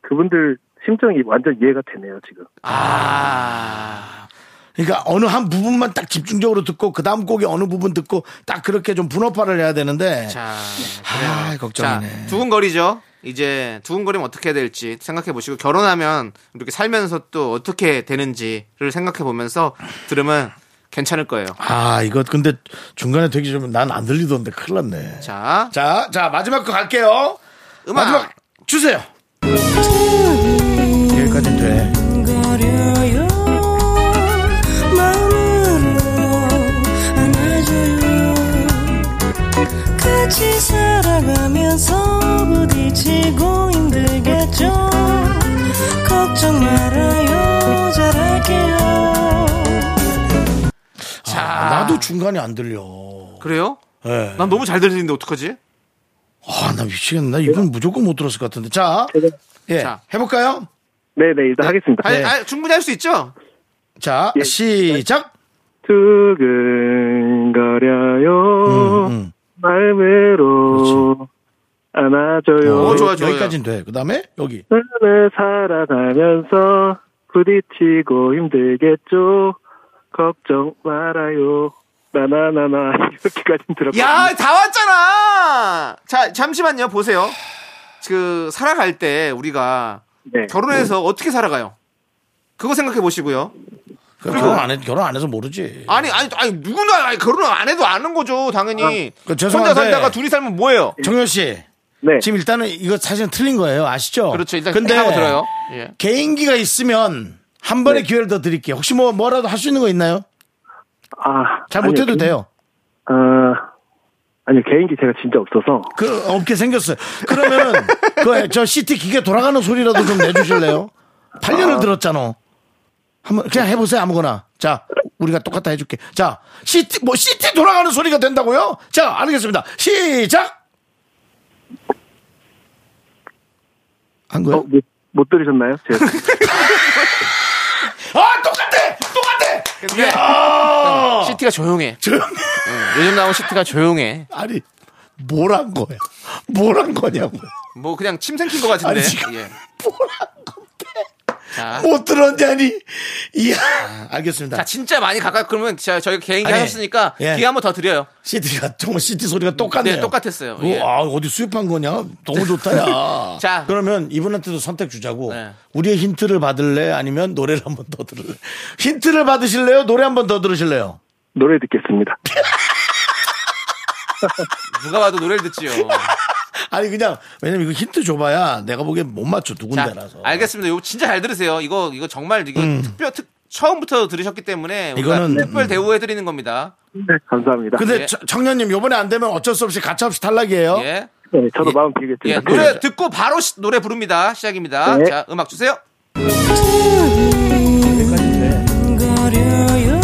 Speaker 7: 그분들 심정이 완전 이해가 되네요, 지금.
Speaker 2: 아.
Speaker 1: 그러니까 어느 한 부분만 딱 집중적으로 듣고 그 다음 곡의 어느 부분 듣고 딱 그렇게 좀 분업화를 해야 되는데
Speaker 2: 자.
Speaker 1: 네. 아,
Speaker 2: 그래요.
Speaker 1: 걱정이네.
Speaker 2: 자, 두근거리죠. 이제 두근거리면 어떻게 해야 될지 생각해 보시고 결혼하면 이렇게 살면서 또 어떻게 되는지를 생각해 보면서 들으면 괜찮을 거예요.
Speaker 1: 아 이거 근데 중간에 되게 좀 난 안 들리던데 큰일 났네
Speaker 2: 자,
Speaker 1: 자자 마지막 거 갈게요
Speaker 2: 음악.
Speaker 1: 마지막 주세요
Speaker 2: 음.
Speaker 1: 여기까지 돼
Speaker 8: 거려요 마음으로 안아줘요 같이 살아가면서 부딪히고 힘들겠죠 걱정 말아요 잘할게요
Speaker 2: 자.
Speaker 1: 나도 중간에 안 들려
Speaker 2: 그래요?
Speaker 1: 예.
Speaker 2: 난 너무 잘 들리는데 어떡하지?
Speaker 1: 아나 미치겠네 나 이분 무조건 못 들었을 것 같은데 자 예,
Speaker 2: 자.
Speaker 1: 해볼까요
Speaker 7: 네네, 일단 하겠습니다.
Speaker 2: 아, 아, 충분히 할 수 있죠?
Speaker 1: 자
Speaker 7: 예.
Speaker 1: 시작
Speaker 7: 두근거려요.
Speaker 1: 음.
Speaker 7: 마음으로 안아줘요.
Speaker 2: 어, 좋아, 좋아.
Speaker 1: 음. 여기까지는 돼그 다음에 여기
Speaker 7: 나는 살아가면서 부딪히고 힘들겠죠. 걱정 말아요. 나나나나 *laughs* 이렇게까지 들었거든요.
Speaker 2: 야, 다 왔잖아! 자, 잠시만요, 보세요. 그, 살아갈 때 우리가
Speaker 7: 네.
Speaker 2: 결혼해서
Speaker 1: 음.
Speaker 2: 어떻게 살아가요? 그거 생각해 보시고요.
Speaker 1: 예. 결혼 안 해, 결혼 안 해서 모르지
Speaker 2: 아니, 아니, 아니, 누구나 아니, 결혼 안 해도 아는 거죠, 당연히.
Speaker 1: 그
Speaker 2: 혼자
Speaker 1: 죄송한데.
Speaker 2: 살다가 둘이 살면 뭐예요?
Speaker 1: 정현 씨
Speaker 7: 네.
Speaker 1: 지금 일단은 이거 사실은 틀린 거예요. 아시죠?
Speaker 2: 그렇죠. 일단 근데 하고 들어요. 예.
Speaker 1: 개인기가 있으면 한 번의 기회를 더 드릴게요. 혹시 뭐 뭐라도 할 수 있는 거 있나요?
Speaker 7: 아,
Speaker 1: 잘
Speaker 7: 아니요.
Speaker 9: 그
Speaker 1: 못해도 돼요.
Speaker 7: 아, 아니요 개인기 제가 진짜 없어서.
Speaker 1: 그 없게 생겼어요. 그러면 그저 CT 기계 돌아가는 소리라도 좀 내주실래요? 8년을 들었잖아. 한번 그냥 해보세요 아무거나. 자 우리가 똑같다 해줄게. 자 CT 뭐 CT 돌아가는 소리가 된다고요? 자 알겠습니다. 시작. 한 거예요?
Speaker 7: 어, 못, 못 들으셨나요? 제가
Speaker 1: *laughs* 아 똑같아 똑같아 아!
Speaker 2: 근데 시티가 조용해.
Speaker 1: 조용히
Speaker 2: 예, 요즘 나온 시티가 조용해.
Speaker 1: 아니 뭘 한 거야 뭘 한 거냐고
Speaker 2: 뭐 그냥 침 생긴 것 같은데.
Speaker 1: 아니, 지금
Speaker 2: 예.
Speaker 1: 뭘 한 건데
Speaker 2: 자. 아,
Speaker 1: 못 들었냐니. 이야. 알겠습니다.
Speaker 2: 자, 진짜 많이 가까이 그러면 자, 저희가 개인기
Speaker 1: 아니,
Speaker 2: 하셨으니까
Speaker 1: 예.
Speaker 2: 기회 한번 더 드려요.
Speaker 1: CD가 정말 CD 소리가 똑같네요.
Speaker 2: 네, 똑같았어요.
Speaker 1: 어,
Speaker 2: 예.
Speaker 1: 아, 어디 수입한 거냐? 너무 좋다야.
Speaker 2: *laughs* 자.
Speaker 1: 그러면 이분한테도 선택 주자고.
Speaker 2: 네.
Speaker 1: 우리의 힌트를 받을래? 아니면 노래를 한 번 더 들을래? 힌트를 받으실래요? 노래 한 번 더 들으실래요?
Speaker 7: 노래 듣겠습니다.
Speaker 2: 누가 봐도 노래를
Speaker 1: *laughs*
Speaker 2: 듣지요.
Speaker 1: 아니 그냥 왜냐면 이거 힌트 줘봐야 내가 보기엔 못 맞춰
Speaker 2: 자,
Speaker 1: 누군데라서. 음.
Speaker 2: 알겠습니다. 이거 진짜 잘 들으세요. 이거 이거 정말 이거 특별 특 처음부터 들으셨기 때문에 우리가
Speaker 1: 이거는- 음.
Speaker 2: 특별 대우해 드리는 겁니다.
Speaker 7: 네, 감사합니다.
Speaker 1: 근데
Speaker 2: 예.
Speaker 1: 저- 청년님 요번에 안 되면 어쩔 수 없이 가차없이 탈락이에요.
Speaker 2: 예.
Speaker 7: 네, 저도
Speaker 2: 예.
Speaker 7: 마음
Speaker 2: 예,
Speaker 7: 빌겠습니다.
Speaker 2: 노래 듣고 바로 시- 노래 부릅니다. 시작입니다.
Speaker 7: 네.
Speaker 2: 자, 음악 주세요.
Speaker 8: 거려요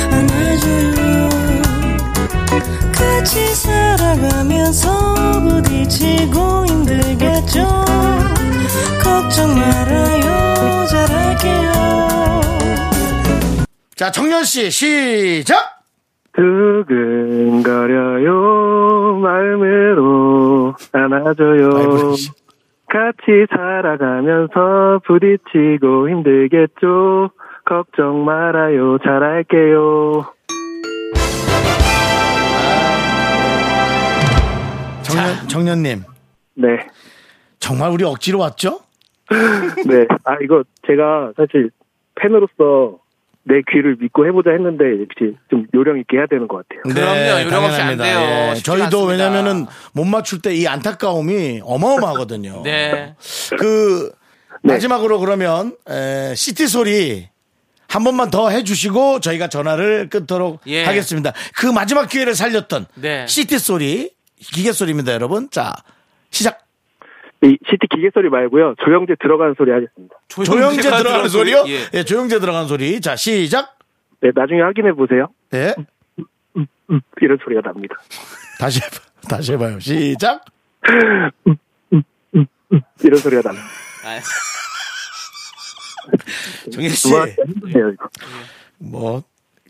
Speaker 8: 마음으로 안아줘요 같이 그 살아가면서 부딪히고 힘들겠죠 걱정 말아요 잘할게요
Speaker 1: 자 청년 씨 시작.
Speaker 7: 두근거려요 마음으로 안아줘요
Speaker 1: 아이고, 씨.
Speaker 7: 같이 살아가면서 부딪히고 힘들겠죠 걱정 말아요 잘할게요
Speaker 1: 청년 청년님
Speaker 7: 네
Speaker 1: 정말 우리 억지로 왔죠?
Speaker 7: 네. 아, 이거 제가 사실 팬으로서 내 귀를 믿고 해보자 했는데 역시 좀 요령 있게 해야 되는 것 같아요.
Speaker 2: 그럼요. 요령 없이 안
Speaker 1: 네, 당연합니다. 예.
Speaker 2: 돼요. 쉽지
Speaker 1: 저희도
Speaker 2: 않습니다.
Speaker 1: 왜냐면은 못 맞출 때 이 안타까움이 어마어마하거든요.
Speaker 2: 네.
Speaker 1: 그
Speaker 7: 네.
Speaker 1: 마지막으로 그러면 에, 시티 소리 한 번만 더 해주시고 저희가 전화를 끊도록
Speaker 2: 예.
Speaker 1: 하겠습니다. 그 마지막 기회를 살렸던
Speaker 2: 네.
Speaker 1: 시티 소리 기계 소리입니다, 여러분. 자 시작.
Speaker 7: 이 시티 기계 소리 말고요. 조영제 들어가는 소리 하겠습니다.
Speaker 1: 조영재 들어가는 소리요?
Speaker 2: 예.
Speaker 1: 예, 조영재 들어가는 소리. 자 시작.
Speaker 7: 네, 나중에 확인해 보세요.
Speaker 1: 네.
Speaker 7: 이런 소리가 납니다.
Speaker 1: 다시 해봐. 다시 해봐요. 시작.
Speaker 7: 이런 소리가 납니다.
Speaker 2: 아,
Speaker 1: 정혜 씨.
Speaker 7: 누가 힘드네요, 이거.
Speaker 1: 뭐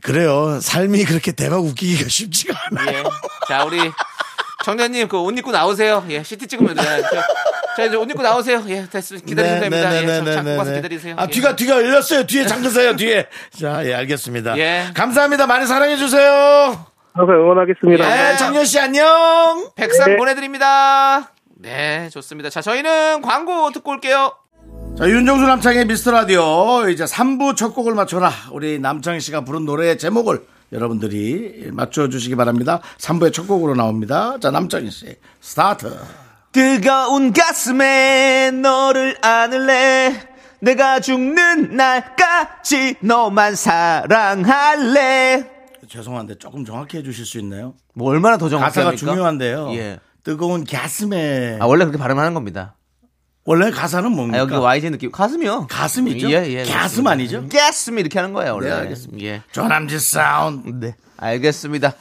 Speaker 1: 그래요. 삶이 그렇게 대박 웃기기가 쉽지가 않아요.
Speaker 2: 예. 자, 우리 청년님 그 옷 입고 나오세요. 예, 시티 찍으면 돼요. 저- 자, 이제 옷 입고 나오세요. 예, 됐습니다.
Speaker 1: 네,
Speaker 2: 기다리면 됩니다. 예, 참- 참고 가서 기다리세요.
Speaker 1: 아,
Speaker 2: 예.
Speaker 1: 뒤가, 뒤가 열렸어요. 뒤에 잠그세요, 뒤에. 자, 예, 알겠습니다.
Speaker 2: 예.
Speaker 1: 감사합니다. 많이 사랑해주세요.
Speaker 7: 항상 응원하겠습니다.
Speaker 2: 예.
Speaker 1: 네, 정연씨 안녕.
Speaker 2: 백상
Speaker 7: 네.
Speaker 2: 보내드립니다. 네, 좋습니다. 자, 저희는 광고 듣고 올게요.
Speaker 1: 자, 윤정수 남창의 미스터 라디오. 이제 3부 첫 곡을 맞춰라. 우리 남창희 씨가 부른 노래의 제목을 여러분들이 맞춰주시기 바랍니다. 3부의 첫 곡으로 나옵니다. 자, 남창희 씨. 스타트.
Speaker 2: 뜨거운 가슴에 너를 안을래 내가 죽는 날까지 너만 사랑할래
Speaker 1: 죄송한데 조금 정확히 해주실 수 있나요?
Speaker 2: 뭐 얼마나 더 정확합니까?
Speaker 1: 가사가 중요한데요.
Speaker 2: 예.
Speaker 1: 뜨거운 가슴에.
Speaker 2: 아 원래 그렇게 발음하는 겁니다.
Speaker 1: 원래 가사는 뭡니까?
Speaker 2: 아, 여기 YG 느낌 가슴이요.
Speaker 1: 그러니까. 가슴이죠?
Speaker 2: 예, 예.
Speaker 1: 가슴 아니죠?
Speaker 2: 가슴 이렇게 하는 거예요, 원래.
Speaker 1: 네, 알겠습니다.
Speaker 2: 예.
Speaker 1: 조남지 사운드.
Speaker 2: 네, 알겠습니다.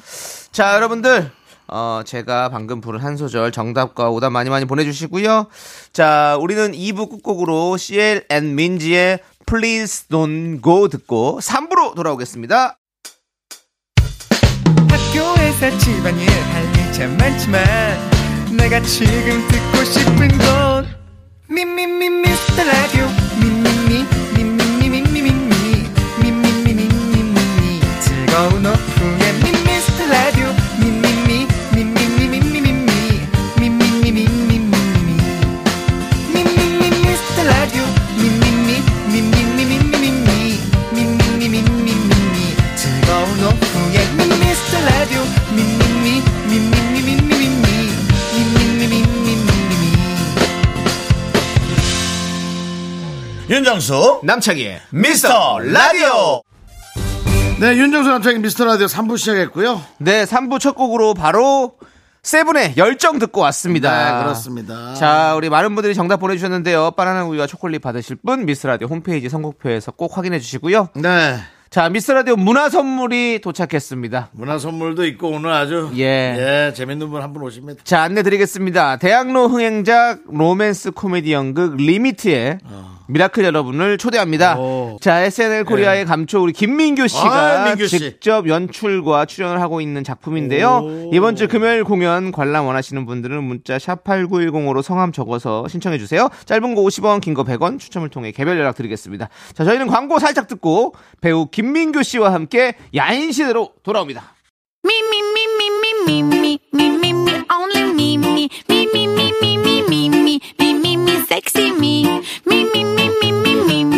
Speaker 2: 자, 여러분들. 어, 제가 방금 부른 한 소절 정답과 오답 많이 많이 보내주시고요. 자, 우리는 2부 끝곡으로 CL and 민지의 Please Don't Go 듣고 3부로 돌아오겠습니다.
Speaker 10: 학교에서 집안일 할 일 참 많지만 내가 지금 듣고 싶은 건 미미미 미스터 라디오 미미미 미미미 미미미 미미미 미미미 즐거운 오후에 미스터 라디오 미미미 미미미 미미미 미미미 미미미
Speaker 1: 윤정수.
Speaker 2: 남창희의
Speaker 1: 미스터 라디오. 네, 윤정수 남창희 미스터 라디오 3부 시작했고요.
Speaker 2: 네, 3부 첫 곡으로 바로 세븐의 열정 듣고 왔습니다.
Speaker 1: 네, 그렇습니다.
Speaker 2: 자, 우리 많은 분들이 정답 보내주셨는데요. 바나나 우유와 초콜릿 받으실 분 미스라디오 홈페이지 선곡표에서 꼭 확인해 주시고요.
Speaker 1: 네.
Speaker 2: 자, 미스라디오 문화 선물이 도착했습니다.
Speaker 1: 문화 선물도 있고 오늘 아주
Speaker 2: 예.
Speaker 1: 예, 재밌는 분 한 분 오십니다.
Speaker 2: 자, 안내 드리겠습니다. 대학로 흥행작 로맨스 코미디 연극 리미트의 미라클 여러분을 초대합니다.
Speaker 1: 어. 오. 예.
Speaker 2: 자, SNL 코리아의 감초 우리 김민규 씨가
Speaker 1: 아, 민규 씨.
Speaker 2: 직접 연출과 출연을 하고 있는 작품인데요.
Speaker 1: 오.
Speaker 2: 이번 주 금요일 공연 관람 원하시는 분들은 문자 샵 8910으로 성함 적어서 신청해 주세요. 짧은 거 50원, 긴 거 100원 추첨을 통해 개별 연락 드리겠습니다. 자, 저희는 광고 살짝 듣고 배우 김민규 씨와 함께 야인 시대로 돌아옵니다.
Speaker 5: Me, me, me, me, me, me, me, me, me, me, only me, me, me, me, me, me, me, me, me, me, me, me, sexy me, me, me, me, me, me, me, me,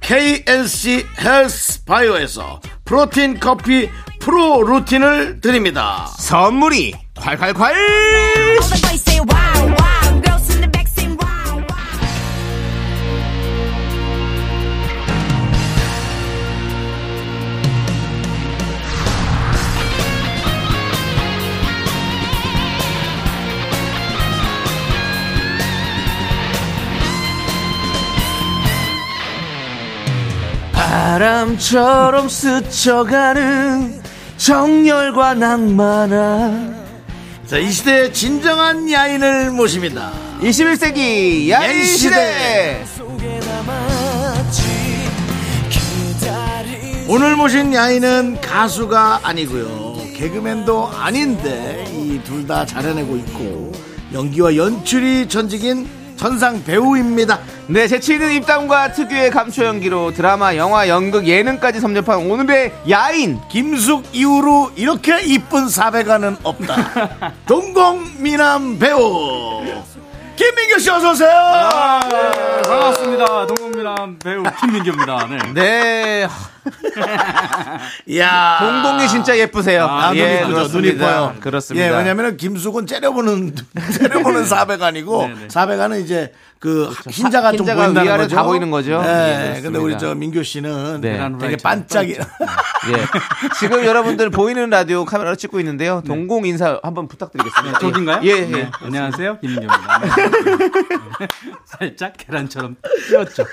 Speaker 1: KNC 헬스 바이오에서 프로틴 커피 프로 루틴을 드립니다
Speaker 2: 선물이 콸콸콸
Speaker 5: All the boys say wow, wow, girls in the back say wow, wow.
Speaker 2: 바람처럼 스쳐가는 정열과 낭만아
Speaker 1: 자, 이 시대의 진정한 야인을 모십니다
Speaker 2: 21세기
Speaker 1: 야인
Speaker 2: 야인시대
Speaker 1: 시대. 오늘 모신 야인은 가수가 아니고요 개그맨도 아닌데 이 둘 다 잘해내고 있고 연기와 연출이 전직인 전상 배우입니다
Speaker 2: 네, 재치있는 입담과 특유의 감초 연기로 드라마, 영화, 연극, 예능까지 섭렵한 오늘의 야인
Speaker 1: 김숙 이후로 이렇게 이쁜 사배가는 없다. 동공 미남 배우 김민규 씨 어서 오세요.
Speaker 4: 반갑습니다. 동국미남 배우 김민규입니다. 네.
Speaker 2: 네,
Speaker 1: 야
Speaker 2: 동동이 진짜 예쁘세요.
Speaker 1: 아, 눈이
Speaker 2: 예,
Speaker 1: 쁘죠
Speaker 2: 그렇습니다.
Speaker 1: 눈이 예뻐요.
Speaker 2: 그렇습니다.
Speaker 1: 예, 왜냐면은 김숙은 째려보는 *laughs*
Speaker 2: *laughs*
Speaker 1: 째려보는 사배가아니고
Speaker 2: 네,
Speaker 1: 사배가는 이제 그 흰자가 좀
Speaker 2: 그렇죠. 흰자가
Speaker 1: 보인다는
Speaker 2: 위아래
Speaker 1: 거죠.
Speaker 2: 다 보이는 거죠. 예,
Speaker 1: 네,
Speaker 2: 그렇습니다.
Speaker 1: 근데 우리 저 민규 씨는
Speaker 2: 네.
Speaker 1: 되게 *laughs* 반짝이.
Speaker 2: 예. 지금 여러분들 보이는 라디오 카메라로 찍고 있는데요. 동공 인사 한번 부탁드리겠습니다.
Speaker 4: 네. 아, 저인가요? 네.
Speaker 2: 예, 예. 예.
Speaker 4: 안녕하세요. 김민규입니다. 네. *laughs* 살짝 계란처럼 띄었죠.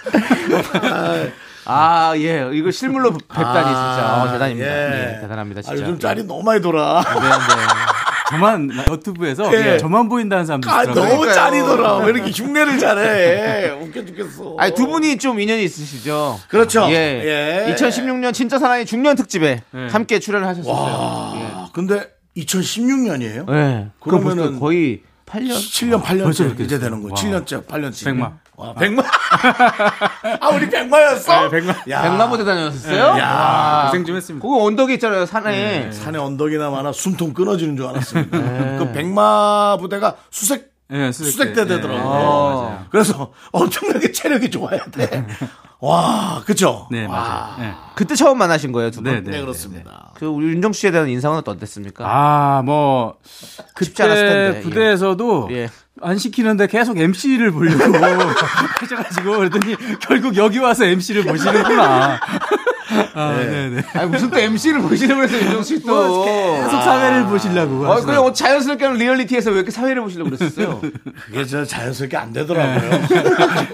Speaker 2: 아, 예. 이거 실물로 뵙다니 진짜
Speaker 1: 아,
Speaker 2: 어, 대단입니다.
Speaker 1: 예.
Speaker 2: 예. 대단합니다,
Speaker 1: 아,
Speaker 2: 진짜.
Speaker 1: 요즘 짤이 너무 많이 돌아.
Speaker 2: 네, 네.
Speaker 4: 저만 유튜브에서
Speaker 1: 예.
Speaker 4: 저만 보인다는 사람들
Speaker 1: 아, 너무
Speaker 2: 그러니까요.
Speaker 1: 짤이 돌아. 왜 이렇게 흉내를
Speaker 2: *laughs*
Speaker 1: 잘해? 웃겨 죽겠어.
Speaker 2: 아니, 두 분이 좀 인연이 있으시죠?
Speaker 1: 그렇죠.
Speaker 2: 예.
Speaker 1: 예.
Speaker 2: 2016년 진짜 사나이 중년 특집에
Speaker 4: 네.
Speaker 2: 함께 출연을 하셨었어요.
Speaker 1: 아, 근데 2016년이에요?
Speaker 2: 예. 예. 그럼 벌써
Speaker 1: 그러면은
Speaker 2: 거의 8년?
Speaker 1: 7년, 8년째 이제 되는 거예요. 7년째, 8년째. 백마. 와, 백마. *laughs* 아, 우리 백마였어? 백마. 야,
Speaker 2: 백나무 대다녔었어요? 야. 고생 좀 했습니다. 그거 언덕이 있잖아요, 산에.
Speaker 1: 산에 언덕이나 많아 숨통 끊어지는 줄 알았습니다. 그 백마 부대가 수색,
Speaker 9: 네,
Speaker 1: 수색대 네. 아, 되더라고요. 그래서 엄청나게 체력이 좋아야 돼. 와, 그쵸? 네, 맞아요.
Speaker 2: 그때 처음 만나신 거예요, 두 분?
Speaker 1: 네, 그렇습니다.
Speaker 2: 그 우리 윤정 씨에 대한 인상은 어땠습니까?
Speaker 4: 아, 뭐
Speaker 2: 쉽지 않았을 텐데. 예.
Speaker 4: 부대에서도
Speaker 2: 예.
Speaker 4: 안 시키는데 계속
Speaker 9: *laughs*
Speaker 4: MC를 보려고 하셔가지고 그랬더니 결국 여기 와서 MC를 보시는구나. 아, 네. 네
Speaker 2: 예. 아니, 무슨 또 MC를 보시려고 해서 윤정 씨
Speaker 9: 뭐
Speaker 2: 또.
Speaker 4: 계속 사회를 보시려고.
Speaker 2: 어, 그래, 어, 자연스럽게 리얼리티에서 왜 이렇게 사회를 보시려고 그랬었어요?
Speaker 1: 그게 저 자연스럽게 안 되더라고요.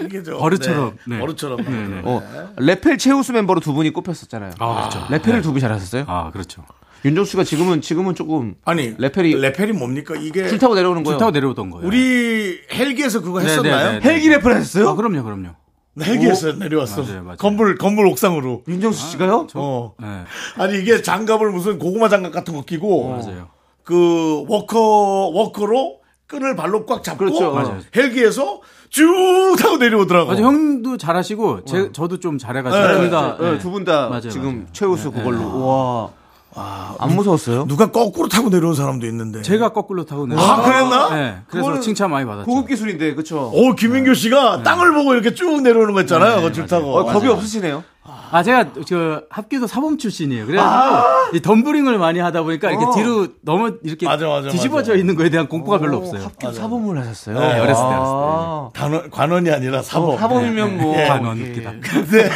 Speaker 1: *laughs* 이게 좀,
Speaker 4: 버릇처럼,
Speaker 1: 네,
Speaker 4: 네.
Speaker 1: 버릇처럼.
Speaker 2: 어, 레펠 최우수 멤버로 두 분이 꼽혔었잖아요.
Speaker 4: 아, 그렇죠.
Speaker 2: 레펠을 두 분이 잘하셨어요?
Speaker 4: 아, 그렇죠.
Speaker 2: 윤정 씨가 지금은, 지금은 조금.
Speaker 1: 아니,
Speaker 2: 레펠이-
Speaker 1: 레펠이 뭡니까? 이게.
Speaker 2: 줄 타고 내려오는 거예요.
Speaker 4: 타고 내려오던 거예요.
Speaker 1: 우리 헬기에서 그거
Speaker 4: 네,
Speaker 1: 했었나요?
Speaker 4: 네, 네, 네.
Speaker 2: 헬기 레펠 하셨어요?
Speaker 4: 아, 그럼요, 그럼요.
Speaker 1: 나 헬기에서 내려왔어.
Speaker 4: 맞아요, 맞아요.
Speaker 1: 건물 건물 옥상으로.
Speaker 2: 윤정수 씨가요?
Speaker 1: 어.
Speaker 4: 네.
Speaker 1: 아니 이게 장갑을 무슨 고구마 장갑 같은 거 끼고
Speaker 4: 맞아요.
Speaker 1: 그 워커 워커로 끈을 발로 꽉 잡고
Speaker 2: 그렇죠. 맞아요.
Speaker 1: 헬기에서 쭉 타고 내려오더라고.
Speaker 4: 맞아 형도 잘하시고 제 저도 좀 잘해가지고
Speaker 1: 네,
Speaker 4: 둘 다, 네.
Speaker 2: 두 분 다
Speaker 4: 맞아요,
Speaker 2: 지금
Speaker 4: 맞아요.
Speaker 2: 최우수 그걸로. 와. 안 무서웠어요?
Speaker 1: 누가 거꾸로 타고 내려온 사람도 있는데.
Speaker 4: 제가 거꾸로 타고 내려.
Speaker 1: 아 그랬나?
Speaker 4: 네,
Speaker 2: 그거는
Speaker 4: 그래서 칭찬 많이 받았죠.
Speaker 2: 고급 기술인데, 그쵸?
Speaker 1: 오 김민규 씨가 땅을 보고 이렇게 쭉 내려오는 거 있잖아요. 그거 줄 타고.
Speaker 2: 어, 겁이 없으시네요.
Speaker 9: 아, 제가 저 합기도 사범 출신이에요. 그래서 이 덤블링을 많이 하다 보니까 이렇게 뒤로 너무 이렇게
Speaker 1: 맞아, 맞아,
Speaker 9: 뒤집어져
Speaker 1: 맞아.
Speaker 9: 있는 거에 대한 공포가 별로 없어요.
Speaker 2: 합격 사범을 하셨어요.
Speaker 1: 네, 어렸을 때,
Speaker 2: 아.
Speaker 1: 단원, 관원이 아니라 사범.
Speaker 2: 사범이면 뭐
Speaker 1: 예.
Speaker 9: 단원
Speaker 2: 예.
Speaker 9: 웃기다.
Speaker 1: 근데,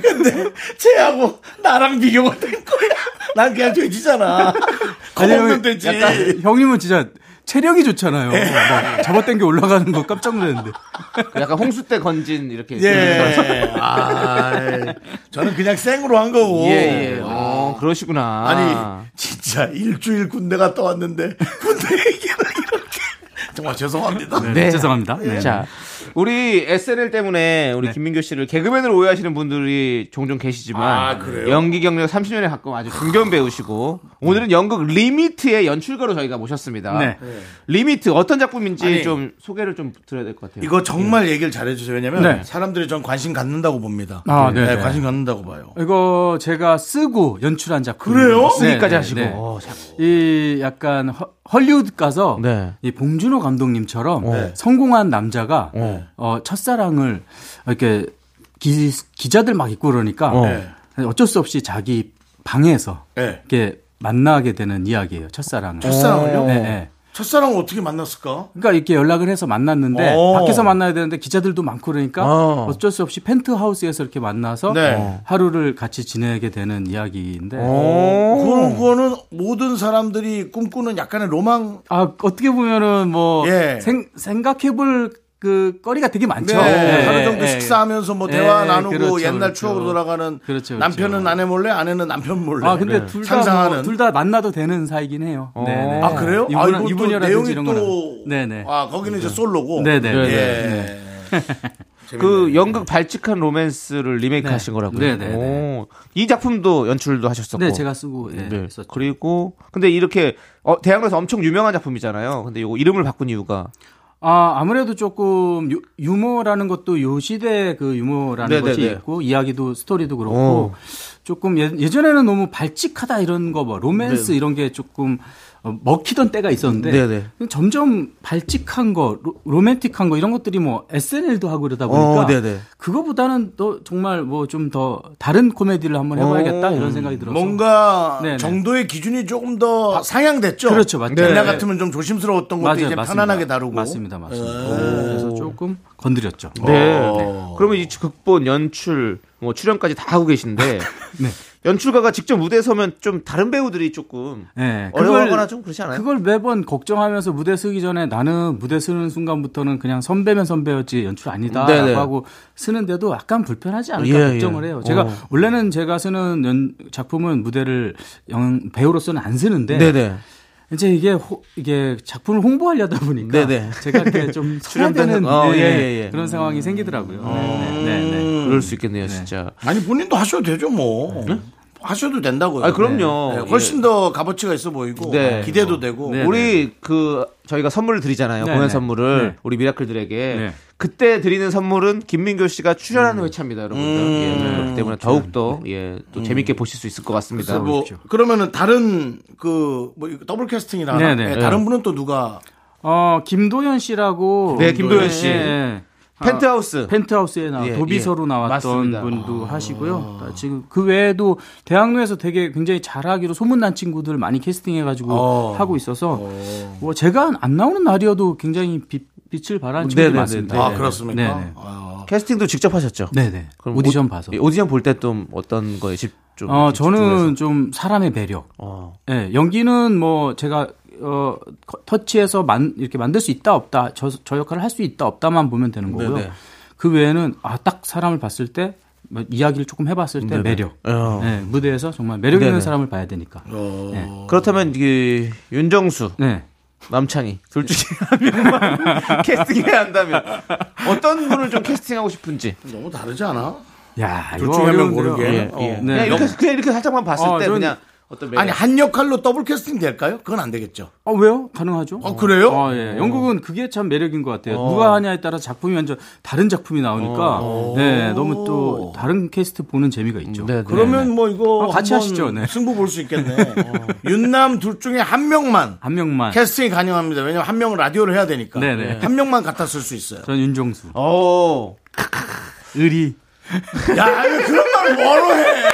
Speaker 1: 근데 *laughs* 쟤하고 나랑 비교가 된 거야. 난 그냥 돼지잖아. 겁없는 돼지.
Speaker 9: 약간 형님은 진짜 체력이 좋잖아요. 막 잡아당겨 올라가는 거 깜짝 놀랐는데.
Speaker 2: 약간 홍수 때 건진 이렇게.
Speaker 1: 예. 아, 저는 그냥 생으로 한 거고.
Speaker 2: 예, 예. 어, 그러시구나.
Speaker 1: 아니 진짜 일주일 군대 갔다 왔는데 군대 얘기를 이렇게 정말 죄송합니다.
Speaker 9: 네. 죄송합니다. 네.
Speaker 2: 자, 우리 SNL 때문에 우리 김민교 씨를 개그맨으로 오해하시는 분들이 종종 계시지만
Speaker 1: 아, 그래요?
Speaker 2: 연기 경력 30년에 가까운 아주 중견 배우시고 오늘은 연극 리미트의 연출가로 저희가 모셨습니다.
Speaker 9: 네.
Speaker 2: 리미트 어떤 작품인지
Speaker 1: 아니,
Speaker 2: 좀 소개를 좀 드려야 될 것 같아요.
Speaker 1: 이거 정말 얘기를 잘해주세요. 왜냐면
Speaker 9: 네.
Speaker 1: 사람들이 전 관심 갖는다고 봅니다.
Speaker 9: 아, 네.
Speaker 1: 관심 갖는다고 봐요.
Speaker 9: 이거 제가 쓰고 연출한 작품.
Speaker 1: 그래요?
Speaker 2: 쓰기까지 하시고. 어,
Speaker 9: 이 약간 허- 헐리우드 가서
Speaker 2: 네.
Speaker 9: 이 봉준호 감독님처럼
Speaker 2: 어.
Speaker 1: 네.
Speaker 9: 성공한 남자가
Speaker 2: 네.
Speaker 9: 어, 첫사랑을 이렇게 기, 기자들 막 있고 그러니까
Speaker 2: 어.
Speaker 1: 네.
Speaker 9: 어쩔 수 없이 자기 방에서
Speaker 1: 네.
Speaker 9: 이렇게 만나게 되는 이야기예요. 첫사랑을.
Speaker 1: 첫사랑을요?
Speaker 9: 네, 네.
Speaker 1: 첫사랑 어떻게 만났을까?
Speaker 9: 그러니까 이렇게 연락을 해서 만났는데
Speaker 1: 어.
Speaker 9: 밖에서 만나야 되는데 기자들도 많고 그러니까
Speaker 2: 어.
Speaker 9: 어. 쩔수 없이 펜트하우스에서 이렇게 만나서
Speaker 1: 네.
Speaker 9: 어, 하루를 같이 지내게 되는 이야기인데
Speaker 1: 어. 그거는, 그거는 모든 사람들이 꿈꾸는 약간의 로망.
Speaker 9: 아 어떻게 보면은 뭐
Speaker 1: 예.
Speaker 9: 생, 생각해볼 그 거리가 되게 많죠.
Speaker 1: 네.
Speaker 9: 예,
Speaker 1: 하루
Speaker 9: 예,
Speaker 1: 정도
Speaker 9: 예.
Speaker 1: 식사하면서 뭐
Speaker 9: 예,
Speaker 1: 대화
Speaker 9: 예,
Speaker 1: 나누고
Speaker 9: 그렇죠,
Speaker 1: 옛날
Speaker 9: 그렇죠.
Speaker 1: 추억으로 돌아가는
Speaker 9: 그렇죠, 그렇죠.
Speaker 1: 남편은 아내 몰래 아내는 남편 몰래 네.
Speaker 9: 아 근데 둘 다
Speaker 1: 상상하는
Speaker 9: 둘 다 만나도 되는 사이긴 해요. 네, 네.
Speaker 1: 아 그래요?
Speaker 9: 이분,
Speaker 1: 아, 이거 또
Speaker 9: 이분이라든지
Speaker 1: 내용이
Speaker 9: 이런
Speaker 1: 또
Speaker 9: 거랑. 네네.
Speaker 1: 아 거기는 이제 솔로고.
Speaker 9: 네네.
Speaker 1: 예.
Speaker 9: 네네.
Speaker 2: 그 연극 발칙한 로맨스를 리메이크하신 거라고요.
Speaker 9: 네, 네, 네.
Speaker 2: 오, 이 작품도 연출도 하셨었고.
Speaker 9: 네, 제가 쓰고 예,
Speaker 2: 네.
Speaker 9: 썼죠.
Speaker 2: 그리고 근데 이렇게 어, 대학로에서 엄청 유명한 작품이잖아요. 근데 이거 이름을 바꾼 이유가
Speaker 9: 아, 아무래도 조금 유, 유머라는 것도 요 시대 그 유머라는
Speaker 2: 네네네.
Speaker 9: 것이 있고 이야기도 스토리도 그렇고 조금 예, 예전에는 너무 발칙하다 이런 거 뭐 로맨스 이런 게 조금 어, 먹히던 때가 있었는데
Speaker 2: 네네.
Speaker 9: 점점 발칙한 거 로, 맨틱한거 이런 것들이 뭐 SNL도 하고 이러다 보니까
Speaker 2: 어, 네네.
Speaker 9: 그거보다는 또 정말 뭐 좀 더 다른 코미디를 한번 해봐야겠다 이런 생각이 들어서
Speaker 1: 뭔가
Speaker 9: 그렇죠. 네네.
Speaker 1: 정도의 기준이 조금 더 상향됐죠.
Speaker 9: 그렇죠, 맞죠.
Speaker 1: 옛날
Speaker 9: 네.
Speaker 1: 같으면 좀 조심스러웠던 것도
Speaker 9: 맞아요,
Speaker 1: 이제
Speaker 9: 맞습니다.
Speaker 1: 편안하게 다루고.
Speaker 9: 맞습니다, 맞습니다. 그래서 조금 건드렸죠.
Speaker 2: 네. 그러면 이 극본, 연출, 뭐 출연까지 다
Speaker 9: *laughs*
Speaker 2: 하고 계신데
Speaker 9: 네.
Speaker 2: 연출가가 직접 무대에 서면 좀 다른 배우들이 조금
Speaker 9: 네, 그걸-
Speaker 2: 어려워하거나 좀 그렇지 않아요?
Speaker 9: 그걸 매번 걱정하면서 무대 쓰기 전에 나는 무대 쓰는 순간부터는 그냥 선배면 선배였지 연출 아니다라고
Speaker 2: 네네.
Speaker 9: 하고 쓰는데도 약간 불편하지 않을까
Speaker 2: 예,
Speaker 9: 걱정을
Speaker 2: 예.
Speaker 9: 해요. 제가
Speaker 2: 어.
Speaker 9: 원래는 제가 쓰는 연- 작품은 무대를 영- 배우로서는 안 쓰는데 이제 이게 호- 이게 작품을 홍보하려다 보니까
Speaker 2: 네네.
Speaker 9: 제가 이렇게 좀 서야
Speaker 2: 출연도
Speaker 9: 되는
Speaker 2: 어,
Speaker 9: 네,
Speaker 2: 예, 예, 예.
Speaker 9: 그런 상황이 생기더라고요. 네,
Speaker 1: 음.
Speaker 9: 네, 네, 네.
Speaker 2: 그럴 수 있겠네요, 진짜.
Speaker 1: 아니 본인도 하셔도 되죠 뭐. 하셔도 된다고요.
Speaker 2: 아, 그럼요.
Speaker 1: 네. 네, 훨씬 더 값어치가 있어 보이고
Speaker 2: 네.
Speaker 1: 기대도 되고.
Speaker 9: 예. 네.
Speaker 2: 우리 그 저희가 선물을 드리잖아요.
Speaker 9: 네,
Speaker 2: 공연
Speaker 9: 네.
Speaker 2: 선물을
Speaker 9: 네.
Speaker 2: 우리 미라클들에게
Speaker 9: 네.
Speaker 2: 그때 드리는 선물은 김민교 씨가 출연하는 회차입니다, 여러분들.
Speaker 9: 음. 네.
Speaker 2: 예, 그렇기
Speaker 9: 그렇죠.
Speaker 2: 때문에 더욱 더 예, 또 재밌게 보실 수 있을 것 같습니다.
Speaker 1: 뭐 그러면은 다른 그뭐 더블 캐스팅이나
Speaker 9: 네네.
Speaker 1: 예, 다른 분은 또 누가
Speaker 9: 어 김도현 씨라고
Speaker 2: 네, 김도현 씨.
Speaker 9: 예, 예.
Speaker 2: 펜트하우스.
Speaker 9: 펜트하우스에 나와
Speaker 2: 예,
Speaker 9: 도비서로
Speaker 2: 예.
Speaker 9: 나왔던
Speaker 2: 맞습니다.
Speaker 9: 분도 하시고요. 아, 지금 그 외에도 대학로에서 되게 굉장히 잘하기로 소문난 친구들 많이 캐스팅해가지고 하고 있어서 뭐 제가 안 나오는 날이어도 굉장히 빛, 빛을 발하는 친구들
Speaker 2: 네네네.
Speaker 9: 많습니다.
Speaker 1: 아
Speaker 2: 네네.
Speaker 1: 그렇습니까?
Speaker 9: 네네.
Speaker 1: 아,
Speaker 2: 캐스팅도 직접 하셨죠?
Speaker 9: 네네.
Speaker 2: 그럼
Speaker 9: 오디션
Speaker 2: 오-
Speaker 9: 봐서.
Speaker 2: 예, 오디션 볼 때 또 어떤 거에 집중?
Speaker 9: 어,
Speaker 2: 집중해서?
Speaker 9: 저는 좀 사람의 매력.
Speaker 2: 어.
Speaker 9: 예, 연기는 뭐 제가 어 커- 터치해서 만 이렇게 만들 수 있다 없다 저, 저 역할을 할 수 있다 없다만 보면 되는 거고요.
Speaker 2: 네네.
Speaker 9: 그 외에는 아 딱 사람을 봤을 때뭐 이야기를 조금 해봤을 때 매력.
Speaker 2: 어.
Speaker 9: 예, 무대에서 정말 매력 있는
Speaker 2: 네네.
Speaker 9: 사람을 봐야 되니까.
Speaker 2: 그렇다면 그 윤정수,
Speaker 9: 네.
Speaker 2: 남창희 둘 중에
Speaker 9: *laughs*
Speaker 2: 한 명만 캐스팅해야 한다면 어떤 분을 좀 캐스팅하고 싶은지.
Speaker 1: 너무 다르지 않아?
Speaker 9: 야,
Speaker 1: 둘
Speaker 9: 이거
Speaker 1: 중에 한명
Speaker 9: 어려운데요.
Speaker 1: 고르게.
Speaker 2: 예,
Speaker 1: 어.
Speaker 2: 예.
Speaker 9: 네.
Speaker 2: 그냥, 이렇게, 그냥 이렇게 살짝만 봤을
Speaker 9: 아,
Speaker 2: 때
Speaker 9: 저는-
Speaker 2: 그냥 어떤 매력.
Speaker 1: 아니 한 역할로 더블 캐스팅 될까요? 그건 안 되겠죠.
Speaker 9: 어, 네. 왜요? 가능하죠?
Speaker 1: 어, 그래요? 어.
Speaker 9: 아, 예. 영국은 그게 참 매력인 것 같아요. 누가 하냐에 따라 작품이 완전 다른 작품이 나오니까
Speaker 1: 어.
Speaker 9: 네, 너무 또 다른 캐스트 보는 재미가 있죠.
Speaker 2: 네, 네.
Speaker 1: 그러면 뭐 이거
Speaker 9: 어, 같이
Speaker 1: 한번
Speaker 9: 하시죠, 네.
Speaker 1: 승부 볼 수 있겠네.
Speaker 9: *laughs*
Speaker 1: 어. 윤남 둘 중에 한 명만
Speaker 9: 한 명만.
Speaker 1: 캐스팅이 가능합니다. 왜냐면 한 명은 라디오를 해야
Speaker 9: 아.
Speaker 1: 되니까.
Speaker 9: 네네.
Speaker 1: 한 명만 갖다 쓸 수 있어요.
Speaker 9: 전 윤종수.
Speaker 2: 오.
Speaker 9: 의리.
Speaker 1: 야, 아유, 그런 말 뭐로 해?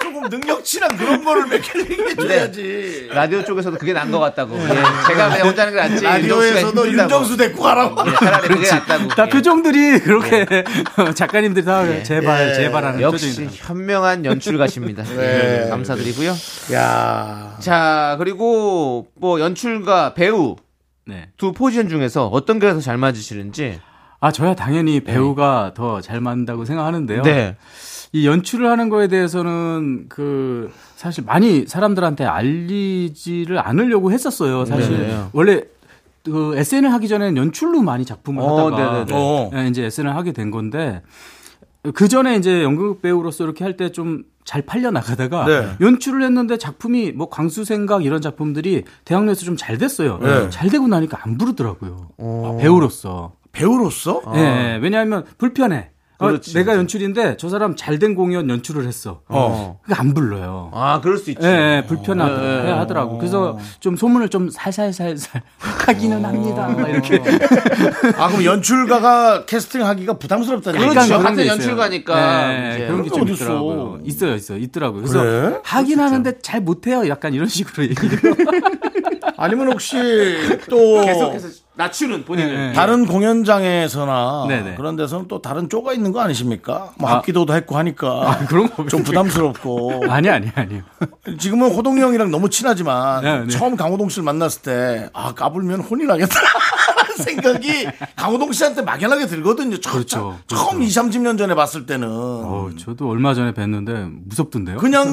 Speaker 1: 조금 능력치랑 그런 거를
Speaker 2: 네.
Speaker 1: 맥힐링 해줘야지.
Speaker 2: 라디오 쪽에서도 그게 난 것 같다고.
Speaker 9: 네.
Speaker 2: 예, 제가 그냥 혼자 하는 게 낫지.
Speaker 1: 라디오에서도
Speaker 2: 윤정수가 힘들다고.
Speaker 1: 윤정수 데리고 가라고.
Speaker 2: 예, 차라리 그게 낫다고.
Speaker 9: 다
Speaker 2: 예.
Speaker 9: 표정들이 그렇게 *laughs* 작가님들이 다 제발
Speaker 1: 예.
Speaker 9: 제발 하는
Speaker 2: 역시
Speaker 9: 표정이
Speaker 2: 현명한 연출가십니다.
Speaker 1: 네.
Speaker 2: 예, 감사드리고요.
Speaker 1: 야
Speaker 2: 자, 그리고 뭐 연출가, 배우
Speaker 9: 네.
Speaker 2: 두 포지션 중에서 어떤 게 더 잘 맞으시는지.
Speaker 9: 아 저야 당연히 배우가 더 잘 맞는다고 생각하는데요.
Speaker 2: 네.
Speaker 9: 이 연출을 하는 거에 대해서는 그 사실 많이 사람들한테 알리지를 않으려고 했었어요. 사실
Speaker 2: 네네.
Speaker 9: 원래 그 SN을 하기 전에는 연출로 많이 작품을
Speaker 2: 어,
Speaker 9: 하다가
Speaker 2: 네네네. 어.
Speaker 9: 예, 이제 SN을 하게 된 건데 그 전에 이제 연극 배우로서 이렇게 할 때 좀 잘 팔려 나가다가
Speaker 1: 네.
Speaker 9: 연출을 했는데 작품이 뭐 광수 생각 이런 작품들이 대학로에서 좀 잘 됐어요.
Speaker 1: 네.
Speaker 9: 잘 되고 나니까 안 부르더라고요. 아, 배우로서.
Speaker 1: 배우로서
Speaker 9: 예, 예, 왜냐하면 불편해. 어,
Speaker 2: 그렇지.
Speaker 9: 내가 연출인데 저 사람 잘 된 공연 연출을 했어.
Speaker 2: 어.
Speaker 9: 그게 안 불러요.
Speaker 2: 아, 그럴 수
Speaker 9: 예,
Speaker 2: 있지.
Speaker 9: 예, 불편하게 하더라고. 그래서 좀 소문을 좀 살살살살 하기는 합니다. 막 이렇게.
Speaker 1: 아 그럼 연출가가 캐스팅하기가 부담스럽다는
Speaker 2: 그렇죠.
Speaker 1: 얘기죠?
Speaker 9: 그런
Speaker 2: 같은
Speaker 9: 게 있어요.
Speaker 2: 연출가니까 이제
Speaker 9: 그런 게
Speaker 1: 그런
Speaker 9: 좀
Speaker 1: 게 어딨어.
Speaker 9: 있더라고요. 있어요, 있어요, 있더라고요. 그래서
Speaker 1: 그래?
Speaker 9: 하긴 하는데 잘 못해요. 약간 이런 식으로 얘기를.
Speaker 1: 아니면
Speaker 2: *laughs*
Speaker 1: 혹시 또
Speaker 2: 계속해서 낮추는 본인을.
Speaker 9: 예, 예.
Speaker 1: 다른 공연장에서나
Speaker 9: 네네.
Speaker 1: 그런 데서는 또 다른 쪼가 있는 거 아니십니까? 뭐
Speaker 9: 아.
Speaker 1: 합기도도 했고 하니까
Speaker 9: 그런 거
Speaker 1: 좀
Speaker 9: 없어요.
Speaker 1: 부담스럽고
Speaker 9: *laughs* 아니, 아니, 아니요.
Speaker 1: 지금은 호동이 형이랑 너무 친하지만
Speaker 9: 네, 네.
Speaker 1: 처음 강호동 씨를 만났을 때 아 까불면 혼이 나겠다 *laughs* 생각이 강호동 씨한테 막연하게 들거든요. 처,
Speaker 9: 그렇죠.
Speaker 1: 처음
Speaker 9: 그렇죠.
Speaker 1: 2, 30년 전에 봤을 때는
Speaker 9: 어, 저도 얼마 전에 뵀는데 무섭던데요. *laughs*
Speaker 1: 그냥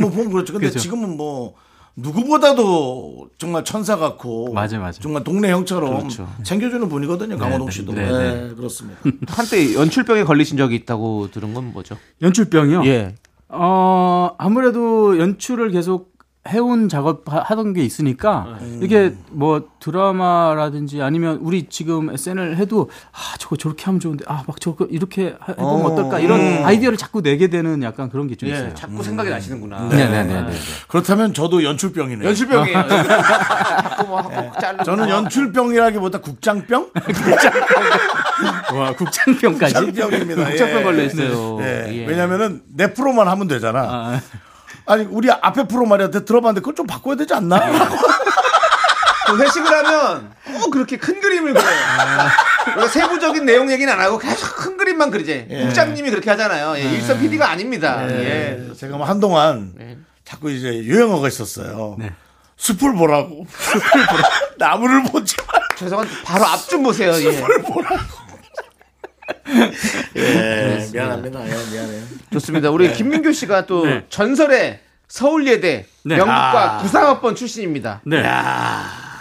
Speaker 1: 뭐 보면 그렇죠. 근데
Speaker 9: 그죠.
Speaker 1: 지금은 뭐 누구보다도 정말 천사 같고
Speaker 9: 맞아요, 맞아요.
Speaker 1: 정말 동네 형처럼 챙겨주는 분이거든요. 강호동
Speaker 9: 네,
Speaker 1: 씨도.
Speaker 9: 네,
Speaker 1: 네,
Speaker 9: 네.
Speaker 1: 그렇습니다.
Speaker 2: 한때 연출병에 걸리신 적이 있다고 들은 건 뭐죠?
Speaker 9: 연출병이요?
Speaker 2: 예.
Speaker 9: 어, 아무래도 연출을 계속 해온 작업 하- 하던 게 있으니까 이게 뭐 드라마라든지 아니면 우리 지금 SN을 해도 아 저거 저렇게 하면 좋은데 아 막 저거 이렇게 하- 해보면 어. 떨까 이런
Speaker 1: 음.
Speaker 9: 아이디어를 자꾸 내게 되는 약간 그런
Speaker 1: 예,
Speaker 9: 게 좀 있어요. 음.
Speaker 2: 자꾸 생각이 나시는구나.
Speaker 9: 네네네.
Speaker 1: 그렇다면 저도 연출병이네요.
Speaker 2: 연출병이에요. 어. 자꾸 뭐 하고 자르고.
Speaker 9: 아.
Speaker 1: 저는 연출병이라기보다
Speaker 9: *laughs*
Speaker 1: 국장병?
Speaker 9: 와 국장병까지.
Speaker 1: 국장병입니다.
Speaker 2: 연출병
Speaker 1: 예.
Speaker 2: 걸려 있어요.
Speaker 1: 네.
Speaker 2: 예.
Speaker 1: 왜냐면은 내 프로만 하면 되잖아. 아. 니 우리 앞에 프로 말이야. 내가 들어봤는데 그걸 좀 바꿔야 되지
Speaker 9: 아.
Speaker 1: 않나?
Speaker 2: 그 회식을 하면 꼭 그렇게 큰 그림을 그려요. 우리가 세부적인 내용 얘기는 안 하고 계속 큰 그림만 그리지. 국장님이 그렇게 하잖아요. 예, 일선 PD가 아닙니다. 예.
Speaker 1: 예. 제가 뭐 한동안 자꾸 이제 유행어가 있었어요.
Speaker 2: 네.
Speaker 1: 숲을 보라고. *laughs* 나무를 보지 말고.
Speaker 2: 죄송한데 바로 앞 좀 보세요. 예. 네.
Speaker 1: 예, 미안합니다. 예, 미안해요.
Speaker 2: 좋습니다. 우리 김민규 씨가 또 전설의 서울예대
Speaker 9: 네.
Speaker 2: 영국과 구상학번 출신입니다.
Speaker 9: 네.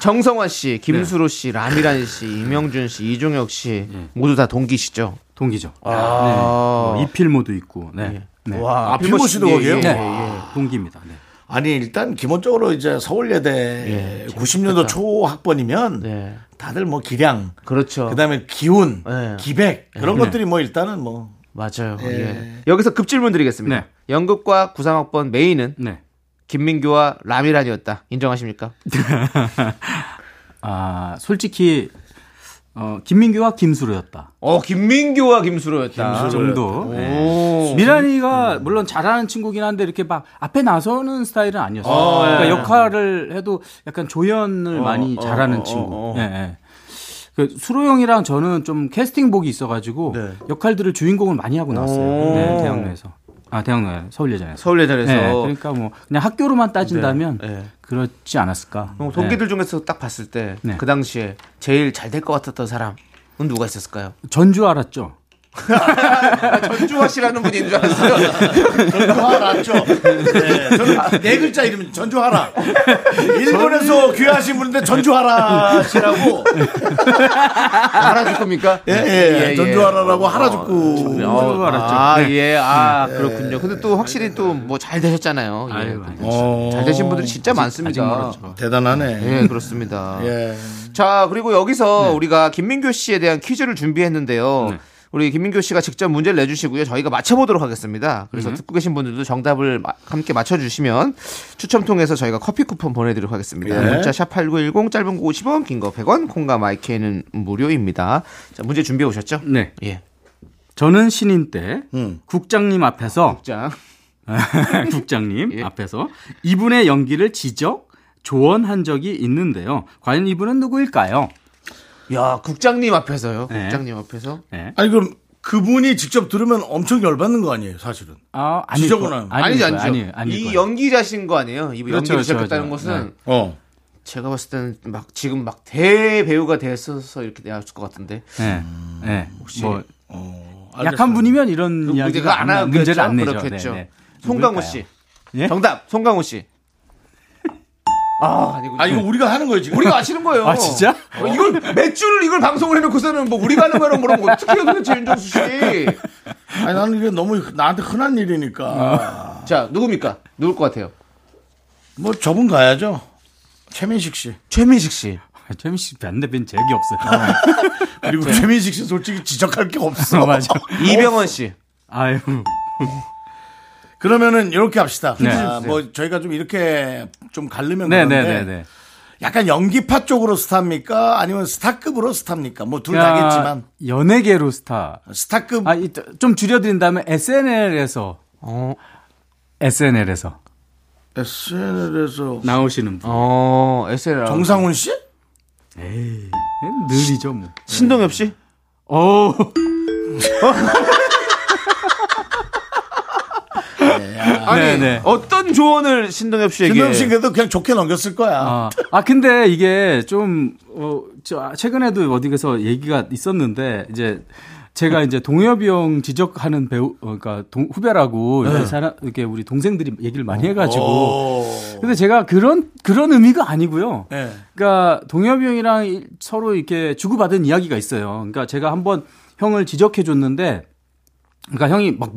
Speaker 2: 정성환 씨, 김수로 씨, 라미란 씨, 이명준 씨, 이종혁 씨 모두 다 동기시죠.
Speaker 9: 네. 동기죠.
Speaker 2: 아.
Speaker 9: 네. 이필모도 있고. 네. 네.
Speaker 1: 와,
Speaker 2: 아,
Speaker 1: 필모
Speaker 2: 필모
Speaker 1: 씨도
Speaker 2: 씨, 예,
Speaker 1: 거기요?
Speaker 2: 예.
Speaker 9: 네. 동기입니다. 네.
Speaker 1: 아니, 일단 기본적으로 이제 서울예대 90년도 초 학번이면
Speaker 2: 네.
Speaker 1: 다들 뭐 기량,
Speaker 2: 그렇죠.
Speaker 1: 그다음에 기운,
Speaker 2: 네.
Speaker 1: 기백 그런 것들이 뭐 일단은 뭐
Speaker 2: 맞아요. 예. 여기서 급질문 드리겠습니다.
Speaker 9: 네.
Speaker 2: 연극과 구상학번 메인은
Speaker 9: 네.
Speaker 2: 김민규와 라미란이었다. 인정하십니까?
Speaker 9: *laughs* 아 솔직히 어, 김민규와 김수로였다.
Speaker 2: 어, 김민규와 김수로였다.
Speaker 9: 그
Speaker 2: 음.
Speaker 9: 정도. 네.
Speaker 2: 오.
Speaker 9: 미란이가 물론 잘하는 친구긴 한데 이렇게 막 앞에 나서는 스타일은 아니었어요.
Speaker 2: 어, 예.
Speaker 9: 그러니까 역할을 해도 약간 조연을 많이
Speaker 2: 어,
Speaker 9: 잘하는
Speaker 2: 어,
Speaker 9: 친구.
Speaker 2: 어, 어.
Speaker 9: 예, 예. 그 수로 형이랑 저는 좀 캐스팅복이 있어가지고
Speaker 2: 네.
Speaker 9: 역할들을 주인공을 많이 하고 나왔어요.
Speaker 2: 오.
Speaker 9: 네, 대학로에서. 아 대학로에 서울예전에서.
Speaker 2: 서울예전에서
Speaker 9: 예, 그러니까 뭐 그냥 학교로만 따진다면
Speaker 2: 네, 네.
Speaker 9: 그렇지 않았을까.
Speaker 2: 어, 동기들 중에서 딱 봤을 때 그
Speaker 9: 네.
Speaker 2: 당시에 제일 잘 될 것 같았던 사람은 누가 있었을까요?
Speaker 9: 예. 전주 알았죠.
Speaker 2: 전주화 씨라는 분인 줄 알았어요.
Speaker 1: 전주하라죠. 네, 저는 네 글자 이름 전주하라. 일본에서 귀화하신 분인데 전주하라 씨라고
Speaker 2: 알아 줄 겁니까? 어,
Speaker 1: 예, 예, 전주하라라고 하라 죽고
Speaker 9: 전주 알았죠.
Speaker 2: 아,
Speaker 9: 네.
Speaker 2: 예, 아, 그렇군요. 근데 또 확실히 또 뭐 잘 되셨잖아요. 예.
Speaker 9: 아유, 아유.
Speaker 1: 어,
Speaker 2: 잘 되신 분들이 진짜
Speaker 9: 아직
Speaker 2: 많습니다.
Speaker 9: 멀었죠.
Speaker 1: 대단하네.
Speaker 2: 예, 그렇습니다.
Speaker 1: 예.
Speaker 2: 자, 그리고
Speaker 9: 네.
Speaker 2: 여기서 우리가 김민교 씨에 대한 퀴즈를 준비했는데요. 우리 김민교 씨가 직접 문제를 내주시고요. 저희가 맞춰보도록 하겠습니다.
Speaker 9: 네.
Speaker 2: 그래서 듣고 계신 분들도 정답을 마- 함께 맞춰주시면 추첨 통해서 저희가 커피 쿠폰 보내드리도록 하겠습니다.
Speaker 1: 예.
Speaker 2: 문자 샵8910 짧은 거 50원, 긴 거 100원, 콩과 마이크는 무료입니다. 자, 문제 준비해 오셨죠?
Speaker 9: 네.
Speaker 2: 예.
Speaker 9: 저는 신인 때
Speaker 1: 음.
Speaker 9: 국장님 앞에서
Speaker 2: 자, 네.
Speaker 9: 국장님
Speaker 2: 예.
Speaker 9: 앞에서 이분의 연기를 지적 조언한 적이 있는데요. 과연 이분은 누구일까요?
Speaker 2: 야 국장님 앞에서요.
Speaker 9: 네.
Speaker 2: 국장님 앞에서.
Speaker 9: 예.
Speaker 1: 아니 그럼 그분이 직접 들으면 엄청 열받는 거 아니에요, 사실은.
Speaker 9: 아,
Speaker 1: 지적은
Speaker 9: 거예요.
Speaker 1: 안-
Speaker 2: 아니죠,
Speaker 9: 거예요.
Speaker 2: 아니죠.
Speaker 9: 아니에요. 아닐
Speaker 2: 이
Speaker 9: 거예요.
Speaker 2: 연기자신 거 아니에요? 이
Speaker 9: 그렇죠,
Speaker 2: 연기를
Speaker 9: 그렇죠,
Speaker 2: 시작했다는
Speaker 9: 그렇죠.
Speaker 2: 것은
Speaker 1: 어.
Speaker 2: 제가 봤을 때는 막 지금 막 대배우가 됐어서 이렇게 나왔을 것 같은데.
Speaker 9: 예.
Speaker 2: 음,
Speaker 9: 예. 뭐
Speaker 1: 알겠어요.
Speaker 9: 약한 분이면 이런
Speaker 2: 그
Speaker 9: 이야기가
Speaker 2: 문제가
Speaker 9: 안
Speaker 2: 안 하겠죠?
Speaker 9: 나- 문제를 안 내죠.
Speaker 2: 그렇겠죠.
Speaker 9: 네, 네.
Speaker 2: 송강호
Speaker 9: 누굴까요?
Speaker 2: 씨.
Speaker 9: 예?
Speaker 2: 정답 송강호 씨. 아 아니고.
Speaker 1: 아 이거 우리가 하는 거예요 지금.
Speaker 2: 우리가 아시는 거예요.
Speaker 9: 아, 진짜?
Speaker 2: 어, 이걸 몇 주를 이걸 방송을 해놓고서는 뭐 우리가 하는 거랑 뭐랑 어떻게 해요 도대체 윤정수
Speaker 9: *laughs*
Speaker 2: 씨.
Speaker 1: 아니 나는 이게 너무 나한테 흔한 일이니까.
Speaker 2: 자 누굽니까? 누굴 것 같아요?
Speaker 1: 뭐 저분 가야죠. 최민식 씨.
Speaker 2: 최민식 씨.
Speaker 9: 아, 최민 씨 반대편 제기
Speaker 2: *laughs*
Speaker 9: 없어요.
Speaker 1: 그리고 최민식 씨 솔직히 지적할
Speaker 9: *laughs*
Speaker 1: 게 없어.
Speaker 9: 네. 맞아.
Speaker 2: 이병헌 씨.
Speaker 9: 아유. *laughs*
Speaker 1: 그러면은 이렇게 합시다.
Speaker 9: 네.
Speaker 1: 아, 뭐 저희가 좀 이렇게 좀 가르면
Speaker 9: 네, 네,
Speaker 1: 그런데
Speaker 9: 네, 네.
Speaker 1: 약간 연기파 쪽으로 스타입니까? 아니면 스타급으로 스타입니까? 뭐 둘
Speaker 9: 그러니까
Speaker 1: 다겠지만
Speaker 9: 연예계로 스타.
Speaker 1: 스타급
Speaker 9: 아, 이, 좀 줄여드린다면 SNL에서
Speaker 2: 어.
Speaker 9: SNL에서
Speaker 1: SNL에서
Speaker 9: 나오시는 분.
Speaker 2: 어
Speaker 1: 아.
Speaker 2: SL.
Speaker 1: 정상훈 씨?
Speaker 9: 늘이죠, 뭐.
Speaker 2: 신동엽 씨.
Speaker 9: 어.
Speaker 2: 아니
Speaker 9: 네, 네.
Speaker 2: 어떤 조언을 신동엽 씨에게?
Speaker 1: 김영 씨 그래도 그냥 좋게 넘겼을 거야.
Speaker 9: 아, 아, 근데 이게 좀, 어, 저, 아, 최근에도 어디에서 얘기가 있었는데, 이제, 제가 이제 동엽이 형 지적하는 배우, 어, 그러니까 동- 후배라고, 이렇게 사람, 이렇게 우리 동생들이 얘기를 많이 해가지고.
Speaker 1: 오.
Speaker 9: 근데 제가 그런, 그런 의미가 아니고요.
Speaker 1: 네.
Speaker 9: 그러니까 동엽이 형이랑 일- 서로 이렇게 주고받은 이야기가 있어요. 그러니까 제가 한번 형을 지적해 줬는데, 그러니까 형이 막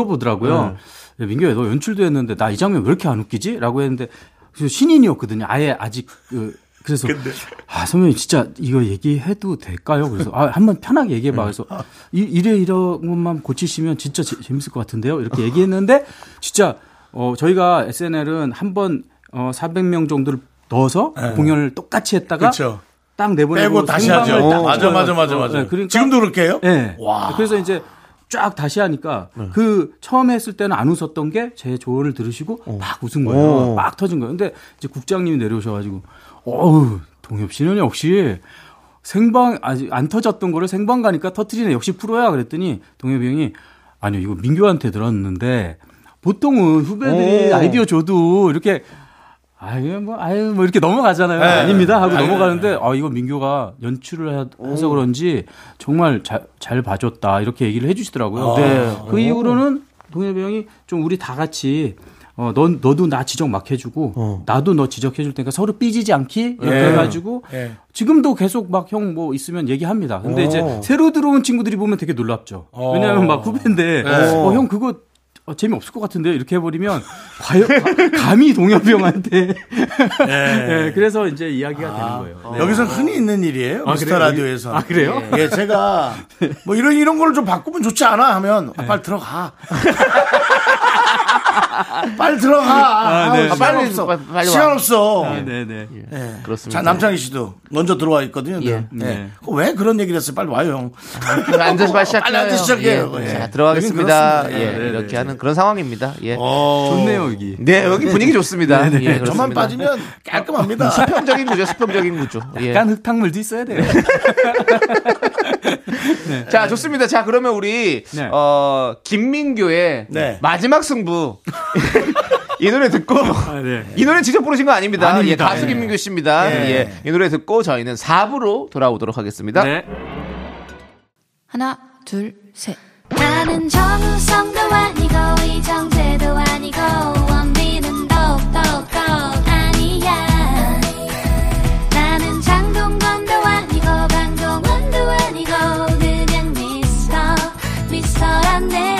Speaker 9: 물어보더라고요.
Speaker 1: 네.
Speaker 9: 야, 민규야, 너 연출도 했는데 나 이 장면 왜 이렇게 안 웃기지? 라고 했는데 그 신인이었거든요. 아예 아직 그 그래서 아 선배님 진짜 이거 얘기해도 될까요? 그래서 아 한번 편하게 얘기해봐.
Speaker 1: 네.
Speaker 9: 그래서 이, 이래 이런 것만 고치시면 진짜 재, 재밌을 것 같은데요. 이렇게 얘기했는데 진짜 어 저희가 SNL은 한번 어 400명 정도를 넣어서 공연을 똑같이 했다가
Speaker 1: 네. 그쵸.
Speaker 9: 딱 내보내고
Speaker 1: 빼고 다시 하죠.
Speaker 9: 생방을 딱
Speaker 1: 맞아,
Speaker 9: 줘요.
Speaker 1: 맞아, 맞아,
Speaker 9: 어,
Speaker 1: 맞아.
Speaker 9: 네, 그러니까
Speaker 1: 지금도 그렇게 해요?
Speaker 9: 예.
Speaker 1: 와. 네.
Speaker 9: 그래서 이제 쫙 다시 하니까 그 처음에 했을 때는 안 웃었던 게 제 조언을 들으시고
Speaker 1: 어.
Speaker 9: 막 웃은 거예요. 막 터진 거예요. 근데 이제 국장님이 내려오셔가지고 어우 동엽 씨는 역시 생방 아직 안 터졌던 거를 생방 가니까 터트리네 역시 프로야 그랬더니 동엽이 형이 아니요 이거 민규한테 들었는데 보통은 후배들이 아이디어 줘도 이렇게 아유 뭐 아유 뭐 이렇게 넘어가잖아요. 아닙니다 하고 넘어가는데 아 이거 민규가 연출을 하- 해서 그런지 정말 잘, 잘 봐줬다 이렇게 얘기를 해주시더라고요. 그 이후로는 동엽이 형이 좀 우리 다 같이 어, 넌, 너도 나 지적 막 해주고, 나도 너 지적해줄 테니까 서로 삐지지 않기? 이렇게 해가지고,
Speaker 1: 예.
Speaker 9: 지금도 계속 막 형 뭐 있으면 얘기합니다. 근데 이제 새로 들어온 친구들이 보면 되게 놀랍죠. 왜냐하면 막 후배인데, 어, 형 그거 어, 재미없을 것 같은데 이렇게 해버리면 과연 가- 감히 동엽이 형한테 *laughs* 예, 그래서 이제 이야기가 되는 거예요.
Speaker 1: 여기서 흔히 있는 일이에요. 미스터 라디오에서.
Speaker 9: 아, 그래요?
Speaker 1: 예, 제가 뭐 이런 이런 걸 좀 바꾸면 좋지 않아 하면
Speaker 2: 네.
Speaker 1: 아, 빨리 들어가. 빨리 들어가. 아,
Speaker 9: 네.
Speaker 1: 시간
Speaker 2: 빨리,
Speaker 1: 없어.
Speaker 2: 빨리, 빨리 와. 아,
Speaker 1: 시간 없어.
Speaker 9: 네, 네.
Speaker 1: 예.
Speaker 2: 그렇습니다.
Speaker 1: 자, 남창희 씨도 먼저 들어와 있거든요. 늘. 예.
Speaker 9: 네.
Speaker 1: 그거 왜 그런 얘기를 했어요? 빨리 와요, 형.
Speaker 9: *laughs*
Speaker 2: 앉아서 빨리 시작해요.
Speaker 1: 빨리 앉아서 시작해요.
Speaker 2: 예,
Speaker 1: 예.
Speaker 2: 자, 들어가겠습니다.
Speaker 1: 여긴
Speaker 2: 예,
Speaker 9: 네,
Speaker 1: 그렇습니다. 예,
Speaker 2: 이렇게 하는 그런 상황입니다. 예.
Speaker 9: 어. 좋네요, 여기.
Speaker 2: 네, 여기 분위기 좋습니다.
Speaker 9: 네,
Speaker 2: 예, 그렇습니다. 네. 아,
Speaker 1: 저만 빠지면 깔끔합니다.
Speaker 2: 수평적인 구조, 수평적인 구조. 예.
Speaker 9: 약간 흙탕물도 있어야 *laughs* 돼요.
Speaker 2: 자, 좋습니다. 자, 그러면 우리
Speaker 9: 네.
Speaker 2: 어, 김민교의
Speaker 1: 네.
Speaker 2: 마지막 *laughs* 승부 이 노래
Speaker 1: 아,
Speaker 2: 듣고 뭐
Speaker 9: 네.
Speaker 2: 이 노래 직접 부르신 거 아닙니다.
Speaker 9: 아닙니다.
Speaker 2: 예, 가수
Speaker 9: 네.
Speaker 2: 김민규 씨입니다.
Speaker 1: 네.
Speaker 2: 예, 이 노래 듣고 저희는 4부로 돌아오도록 하겠습니다.
Speaker 5: 하나, 둘, 셋. 나는 정우성도 아니고, 이정재도 아니고, 원빈은 더욱더 아니야. 나는 장동건도 아니고, 방종원도 아니고, 그냥 미스터, 미스터란데.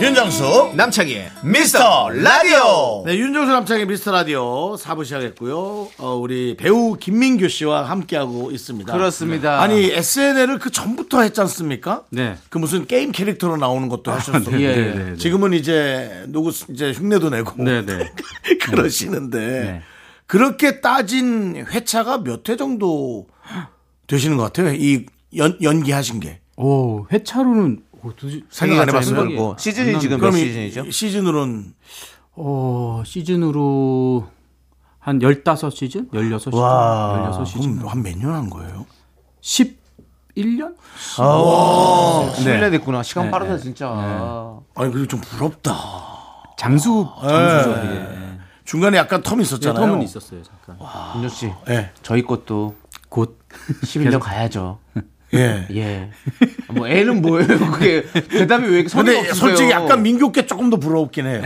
Speaker 1: 윤정수.
Speaker 2: 남창희의 미스터 라디오.
Speaker 1: 네, 윤정수 남창의 미스터 라디오 사부 시작했고요. 어, 우리 배우 김민규 씨와 함께하고 있습니다. 네.
Speaker 2: 그렇습니다.
Speaker 1: 아니, SNL을 그 전부터 했지 않습니까?
Speaker 9: 네.
Speaker 1: 그 무슨 게임 캐릭터로 나오는 것도 하셨었고.
Speaker 9: 네, 네, 네, 네.
Speaker 1: 지금은 이제 누구 이제 흉내도 내고
Speaker 9: 네, 네.
Speaker 1: *laughs* 그러시는데
Speaker 9: 네.
Speaker 1: 그렇게 따진 회차가 몇 회 정도 되시는 것 같아요. 이 연, 연기하신 게.
Speaker 9: 오, 회차로는 어, 도저히
Speaker 1: 생각 안 해봤어요? 뭐,
Speaker 9: 생각이
Speaker 2: 그리고
Speaker 9: 안
Speaker 2: 뭐 시즌이
Speaker 9: 나네.
Speaker 2: 지금 몇
Speaker 1: 음, 그럼
Speaker 2: 시즌이죠?
Speaker 1: 이- 시즌으로는
Speaker 9: 어, 시즌으로 한 15시즌? 16시즌? 16시즌?
Speaker 1: 그럼 한몇 년 한 거예요?
Speaker 9: 11년?
Speaker 2: 네. 1년 됐구나. 시간
Speaker 9: 네,
Speaker 2: 빠르다
Speaker 9: 네.
Speaker 2: 진짜.
Speaker 1: 아니 그리고 좀 부럽다. 아,
Speaker 9: 장수, 장수죠. 예.
Speaker 1: 중간에 약간 텀이 있었잖아요.
Speaker 9: 텀은 있었어요, 잠깐.
Speaker 2: 윤정 씨,
Speaker 1: 예,
Speaker 2: 저희 것도
Speaker 1: *laughs*
Speaker 9: 곧.
Speaker 2: 11년 가야죠.
Speaker 1: 예.
Speaker 2: 예. 뭐 애는 뭐예요? *laughs* 그게 대답이 왜 성의
Speaker 1: 근데
Speaker 2: 없으세요? 네.
Speaker 1: 솔직히 약간 민규께 조금 더 부러웠긴 해요.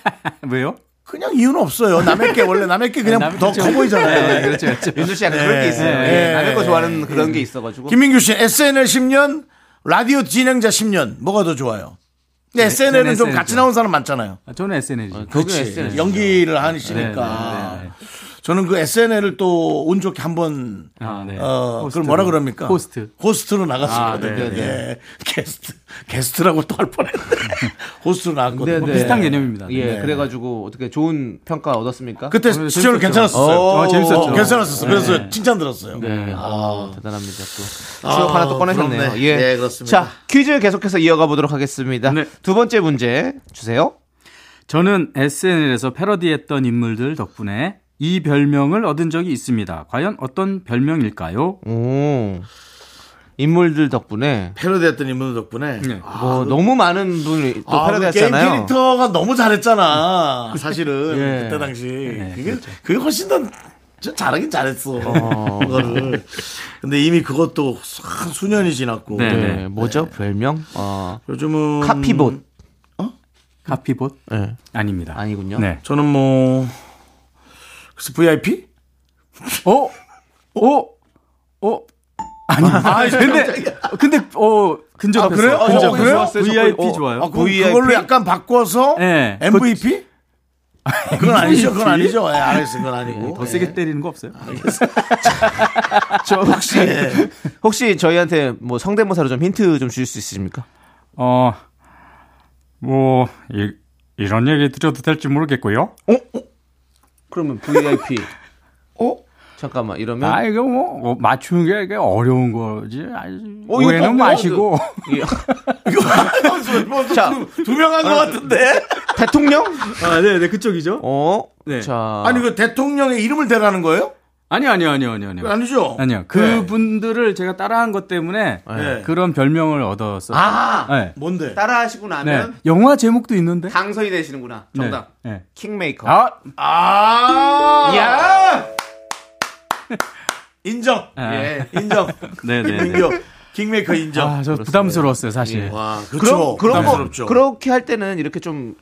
Speaker 9: *laughs* 왜요? 아,
Speaker 1: 그냥 이유는 없어요. 남의 게 원래 남의 게 그냥 더 커 보이잖아요.
Speaker 9: 네, 그렇죠, 그렇죠.
Speaker 2: 윤정 씨 약간 그런 게 있어요.
Speaker 1: 네.
Speaker 2: 예.
Speaker 1: 네.
Speaker 2: 나는 거 좋아하는 그런 게
Speaker 9: 뭐?
Speaker 2: 있어가지고.
Speaker 1: 김민규 씨 SNL 10년, 라디오 진행자 10년 뭐가 더 좋아요? 네, SNL은 좀
Speaker 9: SNL 죠.
Speaker 1: 같이 나온 사람 많잖아요. 어,
Speaker 9: 아, 저는 SNL이죠.
Speaker 2: 거기
Speaker 1: 그치.
Speaker 2: SNL.
Speaker 9: 네,
Speaker 1: 연기를 하시니까. 저는 그 SNL을 또 운 좋게 한번
Speaker 9: 아, 네.
Speaker 1: 어, 그걸
Speaker 9: 호스트로.
Speaker 1: 뭐라 그럽니까?
Speaker 9: 호스트.
Speaker 1: 호스트로 나갔었거든요.
Speaker 9: 아, 네, 네, 네.
Speaker 1: 예. 게스트 게스트라고 또
Speaker 9: *laughs*
Speaker 1: 할 뻔했는데 호스트로 나갔거든요.
Speaker 2: 네, 네.
Speaker 9: 비슷한 개념입니다. 네.
Speaker 2: 예, 그래가지고 어떻게 좋은 평가 얻었습니까?
Speaker 1: 그때
Speaker 9: 재밌었죠.
Speaker 1: 시절 괜찮았었어요.
Speaker 9: 어, 재밌었죠.
Speaker 1: 어, 괜찮았었어요. 그래서 칭찬 들었어요.
Speaker 2: 네. 아, 대단합니다. 또
Speaker 1: 아,
Speaker 2: 수업 하나 또 꺼내셨네요.
Speaker 1: 부럽네.
Speaker 2: 예.
Speaker 1: 네, 그렇습니다.
Speaker 2: 자, 퀴즈 계속해서 이어가 보도록 하겠습니다.
Speaker 9: 네.
Speaker 2: 두 번째 문제 주세요.
Speaker 9: 저는 SNL에서 패러디했던 인물들 덕분에 이 별명을 얻은 적이 있습니다. 과연 어떤 별명일까요?
Speaker 2: 오. 인물들 덕분에
Speaker 1: 패러디했던 인물 덕분에
Speaker 9: 네.
Speaker 2: 뭐 너무 많은 분이 또
Speaker 1: 아, 그
Speaker 2: 패러디했잖아요.
Speaker 1: 게임 캐릭터가 너무
Speaker 9: 그
Speaker 1: 잘했잖아. 사실은
Speaker 2: 예.
Speaker 1: 그때 당시
Speaker 9: 네,
Speaker 1: 그게
Speaker 9: 그렇죠.
Speaker 1: 그게 훨씬 더 저- 잘하긴 잘했어. 그거를. 근데 이미 그것도 한 수년이 지났고
Speaker 9: 네,
Speaker 2: 네,
Speaker 9: 네.
Speaker 2: 뭐죠? 별명? 어.
Speaker 1: 요즘은
Speaker 2: 카피봇.
Speaker 9: 카피봇?
Speaker 2: 네.
Speaker 9: 예. 아닙니다.
Speaker 2: 아니군요.
Speaker 9: 네.
Speaker 1: 저는 뭐 글쎄, VIP?
Speaker 9: 어? 어? 어? 아니. 아, 근데 근데 어 근접.
Speaker 1: 아, 그래요? 어,
Speaker 9: 근접.
Speaker 1: 그래요?
Speaker 9: VIP
Speaker 2: 어,
Speaker 9: 좋아요.
Speaker 1: 아, 그럼 그걸로 약간 바꿔서
Speaker 9: 예. *laughs*
Speaker 1: MVP? 그건 아니죠. 그건
Speaker 9: MVP?
Speaker 1: 아니죠. 예, 알겠어. 그건 아니고.
Speaker 9: 네, 더 세게 때리는 거 없어요?
Speaker 2: 저 혹시
Speaker 9: 네.
Speaker 2: 혹시 저희한테 뭐 성대모사로 좀 힌트 좀 주실 수 있으십니까?
Speaker 9: 어. 뭐 이, 이런 얘기 드려도 될지 모르겠고요.
Speaker 2: 그러면 VIP. 어? 잠깐만 이러면
Speaker 9: 아 이거 뭐 어, 맞추는 게 이게 어려운 거지. 아니,
Speaker 2: 어, 이거
Speaker 9: 오해는
Speaker 2: 또- 예.
Speaker 9: 마시고. *laughs*
Speaker 2: 뭐 자
Speaker 1: 두명한 것 같은데.
Speaker 2: 아, 대통령?
Speaker 9: 아, 네, 네, 그쪽이죠.
Speaker 2: 어?
Speaker 9: 네.
Speaker 2: 자
Speaker 1: 아니 그 대통령의 이름을 대라는 거예요?
Speaker 9: 아니요, 아니요, 아니요, 아니요, 아니요. 네.
Speaker 1: 아니죠.
Speaker 9: 아니요. 그분들을 제가 따라한 것 때문에
Speaker 1: 네.
Speaker 9: 그런 별명을 얻었어요.
Speaker 2: 아
Speaker 9: 네.
Speaker 1: 뭔데?
Speaker 2: 따라하시고
Speaker 9: 네.
Speaker 2: 나면
Speaker 9: 영화 제목도 있는데.
Speaker 2: 당선이 되시는구나. 정답.
Speaker 9: 네. 네.
Speaker 2: 킹메이커.
Speaker 9: 아,
Speaker 1: 아!
Speaker 2: 야!
Speaker 1: *laughs* 인정.
Speaker 9: 아.
Speaker 2: 예.
Speaker 1: *laughs* 인정.
Speaker 9: 네, 네, 네.
Speaker 1: 민규 킹메이커 인정.
Speaker 9: 아, 저 부담스러웠어요, 사실.
Speaker 1: 와,
Speaker 2: 그럼
Speaker 1: 그렇죠.
Speaker 2: 그런
Speaker 1: 부담스럽죠.
Speaker 2: 거 그렇게 할 때는 이렇게 좀좀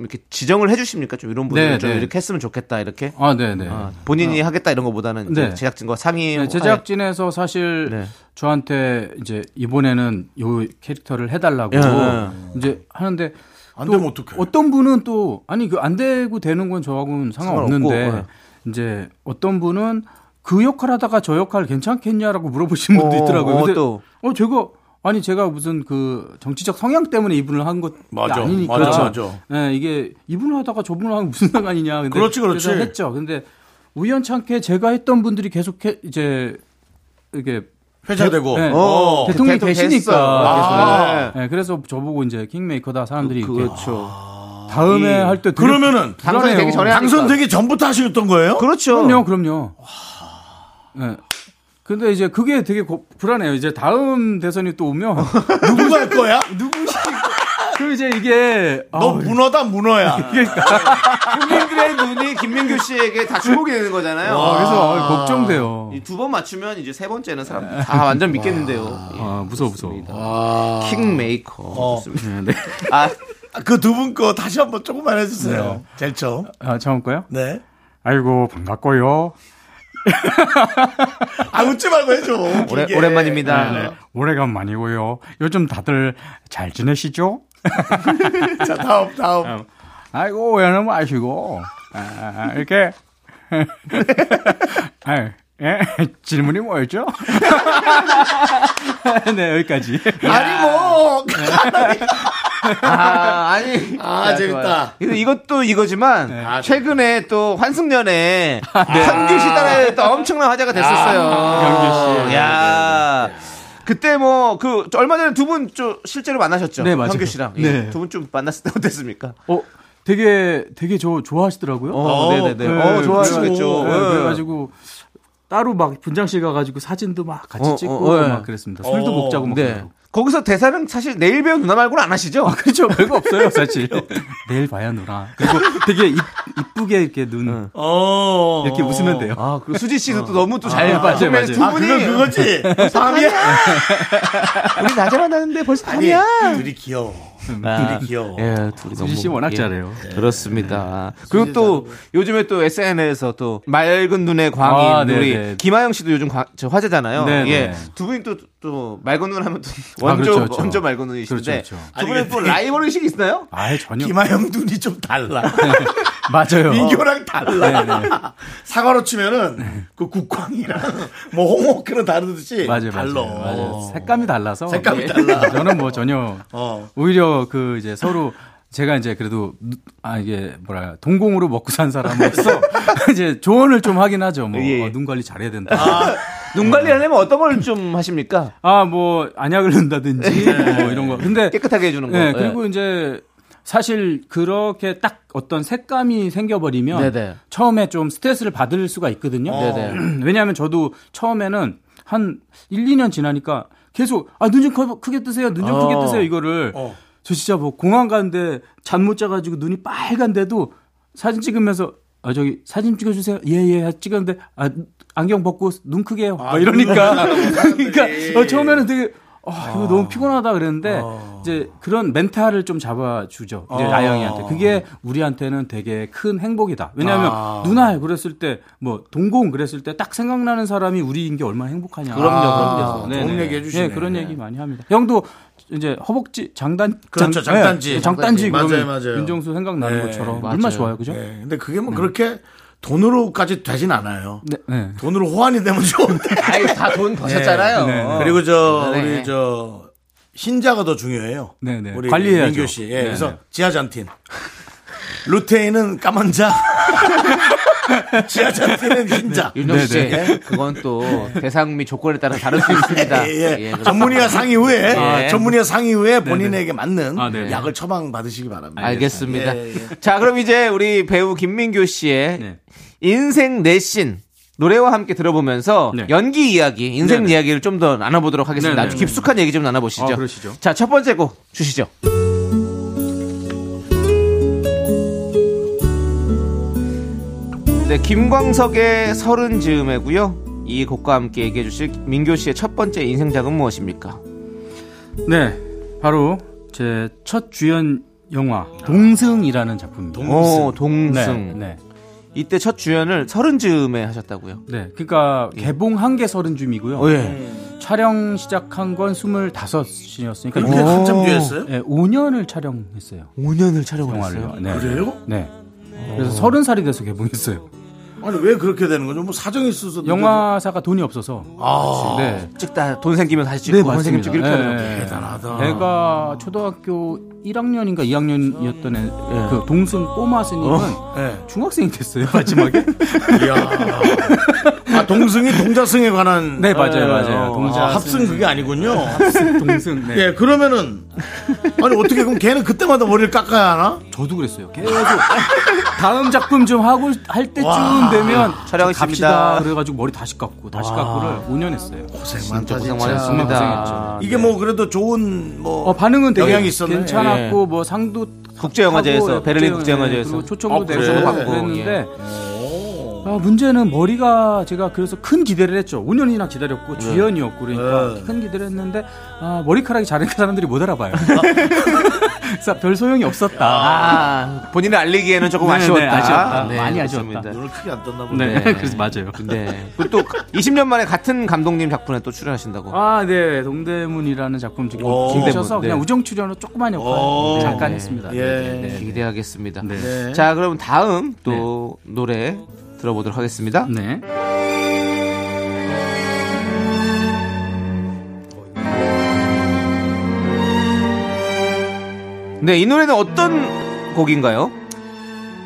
Speaker 2: 이렇게 지정을 해 주십니까? 좀 이런 분들
Speaker 9: 네,
Speaker 2: 좀
Speaker 9: 네.
Speaker 2: 이렇게 했으면 좋겠다. 이렇게.
Speaker 9: 아, 네, 네.
Speaker 2: 아, 본인이 하겠다 이런 거보다는 이제
Speaker 9: 네.
Speaker 2: 제작진과 상의
Speaker 9: 네, 제작진에서 사실
Speaker 2: 네.
Speaker 9: 저한테 이제 이번에는 요 캐릭터를 해달라고
Speaker 2: 예, 예.
Speaker 9: 이제 하는데
Speaker 1: 안
Speaker 9: 또
Speaker 1: 되면 어떡해.
Speaker 9: 어떤 분은 또 아니 그 안 되고 되는 건 저하고는 상관없는데
Speaker 2: 상관없고,
Speaker 9: 이제 어떤 분은 그 역할 하다가 저 역할 괜찮겠냐라고 물어보신 분도
Speaker 2: 어,
Speaker 9: 있더라고요.
Speaker 2: 어,
Speaker 9: 근데
Speaker 2: 또.
Speaker 9: 어 제가 아니 제가 무슨 그 정치적 성향 때문에 이분을 한 것
Speaker 1: 맞아,
Speaker 9: 아니니까
Speaker 1: 맞아, 맞아.
Speaker 9: 네, 이게 이분을 하다가 저분을 하면 무슨 상관이냐. 근데
Speaker 1: 그렇지, 그렇지.
Speaker 9: 그래서 했죠. 근데 우연찮게 제가 했던 분들이 계속 해, 이제 이게
Speaker 1: 회자되고.
Speaker 9: 네.
Speaker 2: 어,
Speaker 9: 대통령이
Speaker 2: 대통령
Speaker 9: 되시니까
Speaker 2: 됐어.
Speaker 9: 계속. 네, 그래서 저보고 이제 킹메이커다 사람들이 이렇게
Speaker 2: 아. 그렇죠.
Speaker 1: 아.
Speaker 9: 다음에
Speaker 2: 이-
Speaker 9: 할 때
Speaker 1: 그러면은
Speaker 2: 당선이 되기 전에
Speaker 1: 당선되기 전부터 하셨던 거예요?
Speaker 2: 그렇죠.
Speaker 9: 그럼요, 그럼요. 네. 근데 이제 그게 되게 고- 불안해요. 이제 다음 대선이 또 오면
Speaker 1: 누구 할 거야?
Speaker 9: 누구시 그럼 이제 이게 아,
Speaker 1: 너 문어다 문어야.
Speaker 2: 국민들의 눈이 김민규 씨에게 다 주목이 되는 거잖아요.
Speaker 9: 그래서 아, 걱정돼요.
Speaker 2: 두 번 맞추면 이제 세 번째는 사람들 다 완전 믿겠는데요. 예.
Speaker 9: 아, 무서워 무서워.
Speaker 2: 킹메이커. 좋습니다. 아,
Speaker 1: 그 두 분 거 다시 한번 조금만 해주세요. 제일 처음.
Speaker 9: 아, 참을까요?
Speaker 1: 네.
Speaker 9: 아이고 반갑고요.
Speaker 1: *laughs* 아 웃지
Speaker 9: *laughs*
Speaker 1: 말고 해줘.
Speaker 2: 오래,
Speaker 1: 길게.
Speaker 2: 오랜만입니다.
Speaker 9: 오래간만이고요. 요즘 다들 잘 지내시죠?
Speaker 1: 자 다음 다음.
Speaker 9: 아, 아이고 오해는 마시고 아, 이렇게 아, 예? *laughs* 질문이 뭐였죠? 네 여기까지.
Speaker 1: 아니 뭐.
Speaker 2: 아, 아니. 네.
Speaker 1: 아,
Speaker 2: 자,
Speaker 1: 재밌다.
Speaker 2: 좋아요. 근데 이것도 이거지만
Speaker 1: 아,
Speaker 2: 최근에 또 환승연에
Speaker 9: 아, 네.
Speaker 2: 현규 씨 따라했던 엄청난 화제가 됐었어요.
Speaker 9: 현규 씨.
Speaker 2: 야. 그때 뭐 그 얼마 전에 두 분 실제로 만나셨죠?
Speaker 9: 네, 맞아요.
Speaker 2: 규 씨랑 예,
Speaker 9: 네.
Speaker 2: 두 분 좀 만났을 때 어땠습니까?
Speaker 9: 어, 되게 되게 저 좋아하시더라고요.
Speaker 2: 어, 네네네. 어, 좋아하시겠죠.
Speaker 9: 네,
Speaker 2: 네.
Speaker 9: 그래가지고 따로 막 분장실 가가지고 사진도 막 같이
Speaker 2: 어,
Speaker 9: 찍고
Speaker 2: 어, 네.
Speaker 9: 막 그랬습니다. 술도 먹자고 막.
Speaker 2: 네.
Speaker 9: 그러고.
Speaker 2: 거기서 대사는 사실 내일 배우 누나 말고는 안 하시죠?
Speaker 9: 아, 그렇죠. 별거 없어요, 사실. 내일 봐야 누나. 그리고 되게 이- 이쁘게 이렇게 눈
Speaker 1: 어.
Speaker 9: 이렇게 웃으면 돼요.
Speaker 2: 아, 그 수지 씨도 또 너무 또잘
Speaker 9: 아, 맞아요, 맞아요.
Speaker 2: 두
Speaker 9: 아,
Speaker 2: 분이
Speaker 1: 그거지.
Speaker 2: 우리 낮에 만났는데 벌써
Speaker 1: 아니,
Speaker 2: 밤이야.
Speaker 1: 둘이 귀여워.
Speaker 2: 아,
Speaker 1: 둘이 귀여워.
Speaker 2: 예, 둘이
Speaker 9: 수지 씨
Speaker 2: 너무-
Speaker 9: 워낙 예.
Speaker 2: 예.
Speaker 9: 잘해요.
Speaker 2: 그렇습니다. 그리고 또 요즘에 또 SNS에서 또 맑은 눈의 광인
Speaker 9: 아, 네,
Speaker 2: 우리
Speaker 9: 네.
Speaker 2: 김하영 씨도 요즘 과- 저 화제잖아요.
Speaker 9: 네, 네.
Speaker 2: 예. 두 분이 또, 또 맑은 눈 하면 또
Speaker 9: 아,
Speaker 2: *laughs* 원조,
Speaker 9: 그렇죠, 그렇죠.
Speaker 2: 원조 맑은 눈이신데
Speaker 9: 그렇죠, 그렇죠.
Speaker 2: 두 분의 또 라이벌 의식이 있나요?
Speaker 9: 아예 전혀.
Speaker 1: 김하영 눈이 좀 달라.
Speaker 9: *laughs* 맞아요. 네,
Speaker 1: 민교랑 달라. 사과로 치면은 그 국광이랑 뭐 홍옥크는 다르듯이
Speaker 9: 맞아요,
Speaker 1: 달라.
Speaker 9: 맞아요. 맞아요. 색감이 달라서.
Speaker 1: 색감이
Speaker 9: 예.
Speaker 1: 달라.
Speaker 9: 저는 뭐 전혀
Speaker 1: 어.
Speaker 9: 오히려 그 이제 서로 제가 이제 그래도 누- 아 이게 뭐라 동공으로 먹고 산 *laughs* 사람으로서 이제 조언을 좀 하긴 하죠. 뭐 눈
Speaker 2: 예, 예.
Speaker 9: 관리 잘해야 된다. 네.
Speaker 2: 눈 관리하려면 어떤 걸 좀 하십니까?
Speaker 9: 아 뭐 안약을 넣는다든지 뭐 이런 거. 근데
Speaker 2: 네. 깨끗하게 어, 해주는 거. 예.
Speaker 9: 네, 그리고 이제 사실 그렇게 딱 어떤 색감이 생겨버리면
Speaker 2: 네네. 어.
Speaker 9: 처음에 좀 스트레스를 받을 수가 있거든요.
Speaker 2: 네네.
Speaker 9: *clears throat* 왜냐하면 저도 처음에는 한 1, 2년 지나니까 계속 아, 눈 좀 크게 뜨세요. 눈 좀
Speaker 2: 어.
Speaker 9: 크게 뜨세요. 이거를. 저 진짜 뭐 공항 가는데 잠 못 자가지고 눈이 빨간데도 사진 찍으면서 아 저기 사진 찍어주세요. 예예 찍었는데 아 안경 벗고 아, 눈 크게 해요. 막 이러니까 *laughs* 그러니까 어, 처음에는 되게 아 이거 너무 피곤하다 그랬는데 이제 그런 멘탈을 좀 잡아주죠. 이제 아영이한테 그게 우리한테는 되게 큰 행복이다. 왜냐하면 누나 그랬을 때 뭐 동공 그랬을 때 딱 생각나는 사람이 우리인 게 얼마나 행복하냐. 아,
Speaker 1: 그럼요, 그럼요.
Speaker 9: 네네.
Speaker 1: 아, 좋은 얘기 해주시네.
Speaker 9: 네, 그런 얘기 많이 합니다. 형도 이제 허벅지 장단
Speaker 1: 그렇죠,
Speaker 9: 장- 네,
Speaker 1: 장단지.
Speaker 9: 장단지
Speaker 1: 맞아요,
Speaker 9: 그러면
Speaker 1: 맞아요.
Speaker 9: 윤정수 생각나는
Speaker 1: 네,
Speaker 9: 것처럼
Speaker 2: 맞아요.
Speaker 9: 얼마나 좋아요, 그죠?
Speaker 1: 네, 근데 그게 뭐 그렇게 돈으로까지 되진 않아요.
Speaker 9: 네. 네.
Speaker 1: 돈으로 호환이 되면 좋은데.
Speaker 2: *laughs*
Speaker 1: 네,
Speaker 2: 아유, 다 돈 버셨잖아요.
Speaker 1: 그리고 저
Speaker 2: 네.
Speaker 1: 우리 저 신자가 더 중요해요.
Speaker 9: 네, 네.
Speaker 1: 우리
Speaker 9: 관리해야죠.
Speaker 1: 민규 씨. 예,
Speaker 9: 네,
Speaker 1: 그래서
Speaker 9: 네.
Speaker 1: 지하잔틴. 루테인은 까만 자. *laughs* 지하잔틴은 흰 자.
Speaker 9: 네,
Speaker 2: 윤정 씨, 그건 또 대상 및 조건에 따라 다를 수 있습니다.
Speaker 1: 예,
Speaker 2: *laughs* 예,
Speaker 1: 예.
Speaker 2: 그렇습니다.
Speaker 1: 전문의와 상의 후에
Speaker 2: 예.
Speaker 1: 전문의와 상의 후에 본인에게 맞는
Speaker 9: 아, 네.
Speaker 1: 약을 처방 받으시기 바랍니다.
Speaker 2: 알겠습니다.
Speaker 1: 예, 예.
Speaker 2: 자, 그럼 이제 우리 배우 김민규 씨의
Speaker 9: 네.
Speaker 2: 인생 내신 노래와 함께 들어보면서
Speaker 9: 네.
Speaker 2: 연기 이야기, 인생
Speaker 9: 네네.
Speaker 2: 이야기를 좀 더 나눠보도록 하겠습니다.
Speaker 9: 네네.
Speaker 2: 아주 깊숙한 얘기 좀 나눠보시죠.
Speaker 9: 아, 그러시죠.
Speaker 2: 자, 첫 번째 곡 주시죠. 네, 김광석의 서른 즈음에고요. 이 곡과 함께 얘기해 주실 민규 씨의 첫 번째 인생작은 무엇입니까?
Speaker 9: 네. 바로 제 첫 주연 영화 동승이라는 작품입니다.
Speaker 2: 오, 어, 동승.
Speaker 9: 네. 네.
Speaker 2: 이때 첫 주연을 서른 즈음에 하셨다고요. 어, 예.
Speaker 9: 네. 그러니까 개봉한 게 서른 줌이고요. 촬영 시작한 건 스물다섯이었으니까
Speaker 1: 근데 한참 뒤에 했어요?
Speaker 9: 네, 5년을 촬영했어요.
Speaker 2: 5년을 촬영을
Speaker 9: 영화를요.
Speaker 2: 했어요.
Speaker 9: 네.
Speaker 1: 그래요?
Speaker 9: 네. 그래서 서른 살이 돼서 개봉했어요.
Speaker 1: 아니 왜 그렇게 되는 거죠? 뭐 사정이 있어서
Speaker 9: 영화사가 돈이 없어서.
Speaker 1: 아,
Speaker 9: 네.
Speaker 2: 찍다 돈 생기면 다시 찍고 돈 생기면 찍고 이렇게 하더라고요.
Speaker 1: 대단하다.
Speaker 9: 내가 초등학교 1학년인가 2학년이었던 애,
Speaker 2: 네.
Speaker 9: 그 동승 꼬마 스님은
Speaker 2: 어.
Speaker 1: 네.
Speaker 9: 중학생이 됐어요 마지막에.
Speaker 1: 이야. 아, 동승이 동자승에 관한
Speaker 9: 네, 맞아요,
Speaker 2: 어,
Speaker 9: 맞아요. 동자 네,
Speaker 1: 아, 합승 그게 아니군요.
Speaker 9: 동승. 네.
Speaker 1: 예, 그러면은 아니 어떻게 그럼 걔는 그때마다 머리를 깎아야 하나?
Speaker 9: 저도 그랬어요. 계속 다음 작품 좀 하고 할 때쯤 되면
Speaker 2: 촬영했습니다.
Speaker 9: 갑시다. 그래가지고 머리 다시 깎고 다시 깎고를 5년 했어요.
Speaker 1: 고생 많다.
Speaker 2: 고생
Speaker 1: 진짜.
Speaker 2: 많으셨습니다. 네.
Speaker 9: 고생했죠.
Speaker 1: 이게 뭐 그래도 좋은 뭐
Speaker 9: 어, 반응은 되게
Speaker 1: 영향이 있었네.
Speaker 9: 괜찮았고 뭐 상도
Speaker 2: 예. 국제영화제에서,
Speaker 9: 타고, 예.
Speaker 2: 베를린
Speaker 9: 국제영화-
Speaker 2: 국제영화제에서.
Speaker 9: 그리고 초청도
Speaker 2: 어,
Speaker 9: 되고
Speaker 2: 그래.
Speaker 9: 받고 했는데 아, 문제는 머리가 제가 그래서 큰 기대를 했죠. 5년이나 기다렸고 주연이었고 그러니까
Speaker 1: 네.
Speaker 9: 큰 기대를 했는데 아, 머리카락이 자르니까 사람들이 못 알아봐요. 그래서 별 소용이 없었다.
Speaker 2: 아, 본인을 알리기에는 조금
Speaker 9: 네, 네,
Speaker 2: 아쉬웠다. 네.
Speaker 9: 아쉬웠다. 많이
Speaker 2: 그렇습니다.
Speaker 9: 아쉬웠다.
Speaker 1: 눈을 크게 안 떴나 보네.
Speaker 9: 네, *laughs*
Speaker 2: 네.
Speaker 9: 그래서 맞아요.
Speaker 2: 네. 그리고 또 20년 만에 같은 감독님 작품에 또 출연하신다고.
Speaker 9: 아, 네. 동대문이라는 작품 지금
Speaker 1: 오.
Speaker 9: 주셔서
Speaker 2: 동대문, 네.
Speaker 9: 그냥 우정 출연으로 조그만
Speaker 2: 어.
Speaker 1: 오.
Speaker 9: 역할 잠깐 했습니다.
Speaker 1: 예.
Speaker 2: 기대하겠습니다.
Speaker 9: 네.
Speaker 2: 자, 그럼 다음 또 노래 들어보도록 하겠습니다.
Speaker 9: 네.
Speaker 2: 네, 이 노래는 어떤 곡인가요?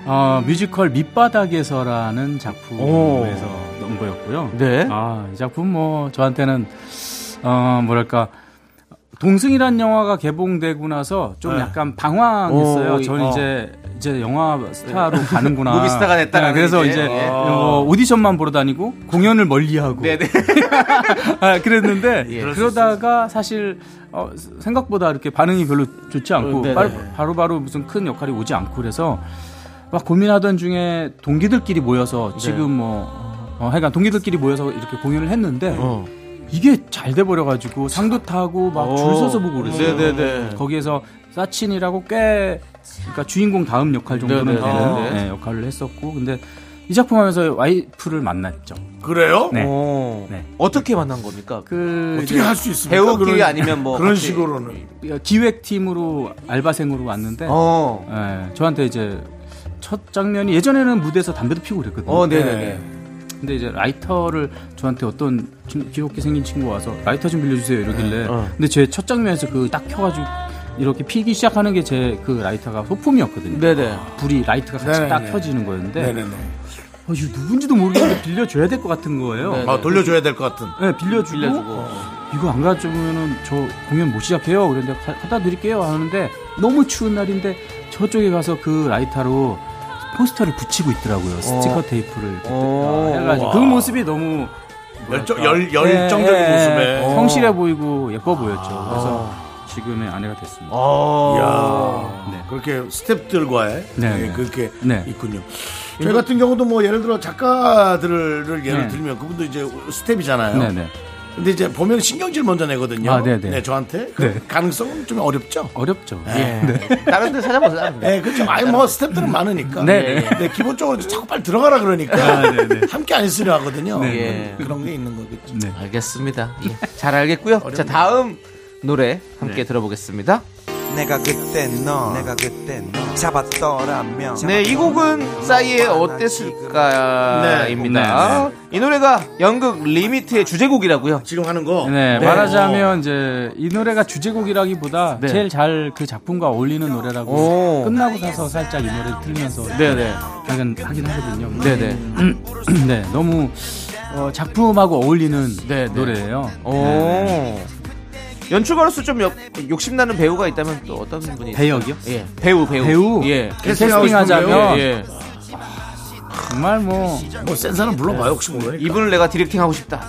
Speaker 9: 어, 뮤지컬
Speaker 2: 어.
Speaker 9: 밑바닥에서라는 작품에서 넘버였고요.
Speaker 4: 아,
Speaker 2: 네.
Speaker 9: 아, 이 작품 뭐 저한테는 어, 뭐랄까 동승이란 영화가 개봉되고 나서
Speaker 2: 네.
Speaker 9: 좀 약간 방황했어요.
Speaker 2: 오,
Speaker 9: 전
Speaker 2: 어.
Speaker 9: 이제 이제 영화 스타로 가는구나.
Speaker 2: *laughs* 무비스타가 됐다라는
Speaker 9: 그래서
Speaker 2: 이제,
Speaker 9: 이제
Speaker 2: 예.
Speaker 9: 어, 오디션만 보러 다니고 공연을 멀리하고
Speaker 2: 네네.
Speaker 9: 아,
Speaker 2: *laughs*
Speaker 9: 그랬는데
Speaker 2: 예.
Speaker 9: 그러다가 사실 어, 생각보다 이렇게 반응이 별로 좋지 않고
Speaker 2: 음, 네네.
Speaker 9: 바로, 바로 바로 무슨 큰 역할이 오지 않고 그래서 막 고민하던 중에 동기들끼리
Speaker 2: 네.
Speaker 9: 모여서 지금 뭐 어, 하여간 동기들끼리 모여서 이렇게 공연을 했는데
Speaker 2: 어.
Speaker 9: 이게 잘 돼 버려 가지고 상도 타고 막 줄 서서 보고 그랬어요.
Speaker 2: 네네네.
Speaker 9: 거기에서 사친이라고 꽤 그러니까 주인공 다음 역할 정도는
Speaker 2: 네네.
Speaker 9: 되는
Speaker 2: 네.
Speaker 9: 네, 역할을 했었고 근데 이 작품 하면서 와이프를 만났죠.
Speaker 1: 그래요?
Speaker 9: 네.
Speaker 2: 어.
Speaker 9: 네.
Speaker 2: 어떻게 만난 겁니까?
Speaker 9: 그
Speaker 1: 어떻게 할 수 있습니까?
Speaker 2: 배우끼리
Speaker 1: 그런-
Speaker 2: 아니면 뭐
Speaker 1: *laughs* 그런
Speaker 2: 같이-
Speaker 1: 식으로는
Speaker 9: 기획팀으로 알바생으로 왔는데
Speaker 2: 어.
Speaker 9: 예, 저한테 이제 첫 장면이 예전에는 무대에서 담배도 피우고 그랬거든요.
Speaker 2: 어, 네네네.
Speaker 9: 근데 이제 라이터를 저한테 어떤 좀 귀엽게 생긴 친구가 와서 라이터 좀 빌려주세요 이러길래
Speaker 1: 어.
Speaker 9: 근데 제 첫 장면에서 그 딱 켜가지고 이렇게 피기 시작하는 게 제 그 라이터가 소품이었거든요. 아,
Speaker 2: 네네.
Speaker 9: 불이 라이트가 같이
Speaker 1: 네네네.
Speaker 9: 딱 켜지는 거였는데
Speaker 1: 네네네.
Speaker 9: 어, 이거 누군지도
Speaker 1: *clears throat*
Speaker 9: 모르겠는데 빌려줘야 될 것 같은 거예요.
Speaker 2: 네네.
Speaker 1: 아, 돌려줘야 될 것 같은.
Speaker 9: 네, 빌려주고,
Speaker 2: 빌려주고.
Speaker 9: 이거 안 가져오면은 저 공연 못 시작해요. 그런데 가- 갖다 드릴게요 하는데 너무 추운 날인데 저쪽에 가서 그 라이터로 포스터를 붙이고
Speaker 1: 어.
Speaker 9: 있더라고요. 스티커 테이프를 이렇게
Speaker 2: 어.
Speaker 9: 딱 해가지고 그 모습이 너무
Speaker 1: 열정,
Speaker 9: 뭐랄까.
Speaker 1: 열, 열정적인
Speaker 9: 예, 예,
Speaker 1: 모습에.
Speaker 9: 예. 성실해 보이고 예뻐 보였죠.
Speaker 1: 아.
Speaker 9: 그래서 지금의 아내가 됐습니다.
Speaker 1: 야
Speaker 9: 네.
Speaker 1: 그렇게 스탭들과의
Speaker 9: 네,
Speaker 1: 예,
Speaker 9: 네.
Speaker 1: 그렇게
Speaker 9: 네.
Speaker 1: 있군요. 저희 같은 경우도 뭐 예를 들어 작가들을 예를
Speaker 9: 네.
Speaker 1: 들면 그분도 이제 스텝이잖아요.
Speaker 9: 네네.
Speaker 1: 근데 이제 보면 신경질 먼저 내거든요.
Speaker 9: 아, 네, 네.
Speaker 1: 저한테 그
Speaker 9: 네.
Speaker 1: 가능성은 좀 어렵죠.
Speaker 9: 어렵죠.
Speaker 2: 예. 다른 데 찾아보세요. 다른 데.
Speaker 1: 네, 그렇죠. 아니 뭐 스텝들은 많으니까.
Speaker 9: 네, 네.
Speaker 1: 근데 기본적으로 자꾸 빨리 들어가라 그러니까 함께 안 있으려 하거든요.
Speaker 2: 네.
Speaker 1: 그런 게 있는 거겠죠.
Speaker 9: 네.
Speaker 2: 알겠습니다. 예, 잘 알겠고요. 자, 다음 노래 함께 들어보겠습니다.
Speaker 8: 내가 그때 너 내가 그때 너 잡았더라면
Speaker 2: 네, 이 곡은 싸이의 어땠을까입니다. 이 노래가 연극 리미트의 주제곡이라고요.
Speaker 1: 지금 하는 거.
Speaker 9: 네, 말하자면 이제 이 노래가 주제곡이라기보다 제일 잘 그 작품과 어울리는 노래라고
Speaker 2: 오.
Speaker 9: 끝나고 나서 살짝 이 노래 들으면서
Speaker 2: 네네.
Speaker 9: 하긴, 하긴 하거든요.
Speaker 2: 네네.
Speaker 9: *clears throat* 네, 너무 어, 작품하고 어울리는
Speaker 2: 네, 네.
Speaker 9: 노래예요.
Speaker 2: 오. 연출가로서 좀 욕, 욕심나는 배우가 있다면 또 어떤 분이
Speaker 9: 배역이요?
Speaker 2: 예. 배우, 배우.
Speaker 9: 배우?
Speaker 2: 예.
Speaker 1: 캐스팅하고 싶은
Speaker 9: 캐스팅하자면
Speaker 2: 예, 예.
Speaker 9: 정말 뭐
Speaker 1: 뭐센 사람 불러봐요 혹시 모르니까.
Speaker 2: 이분을 내가 디렉팅하고 싶다.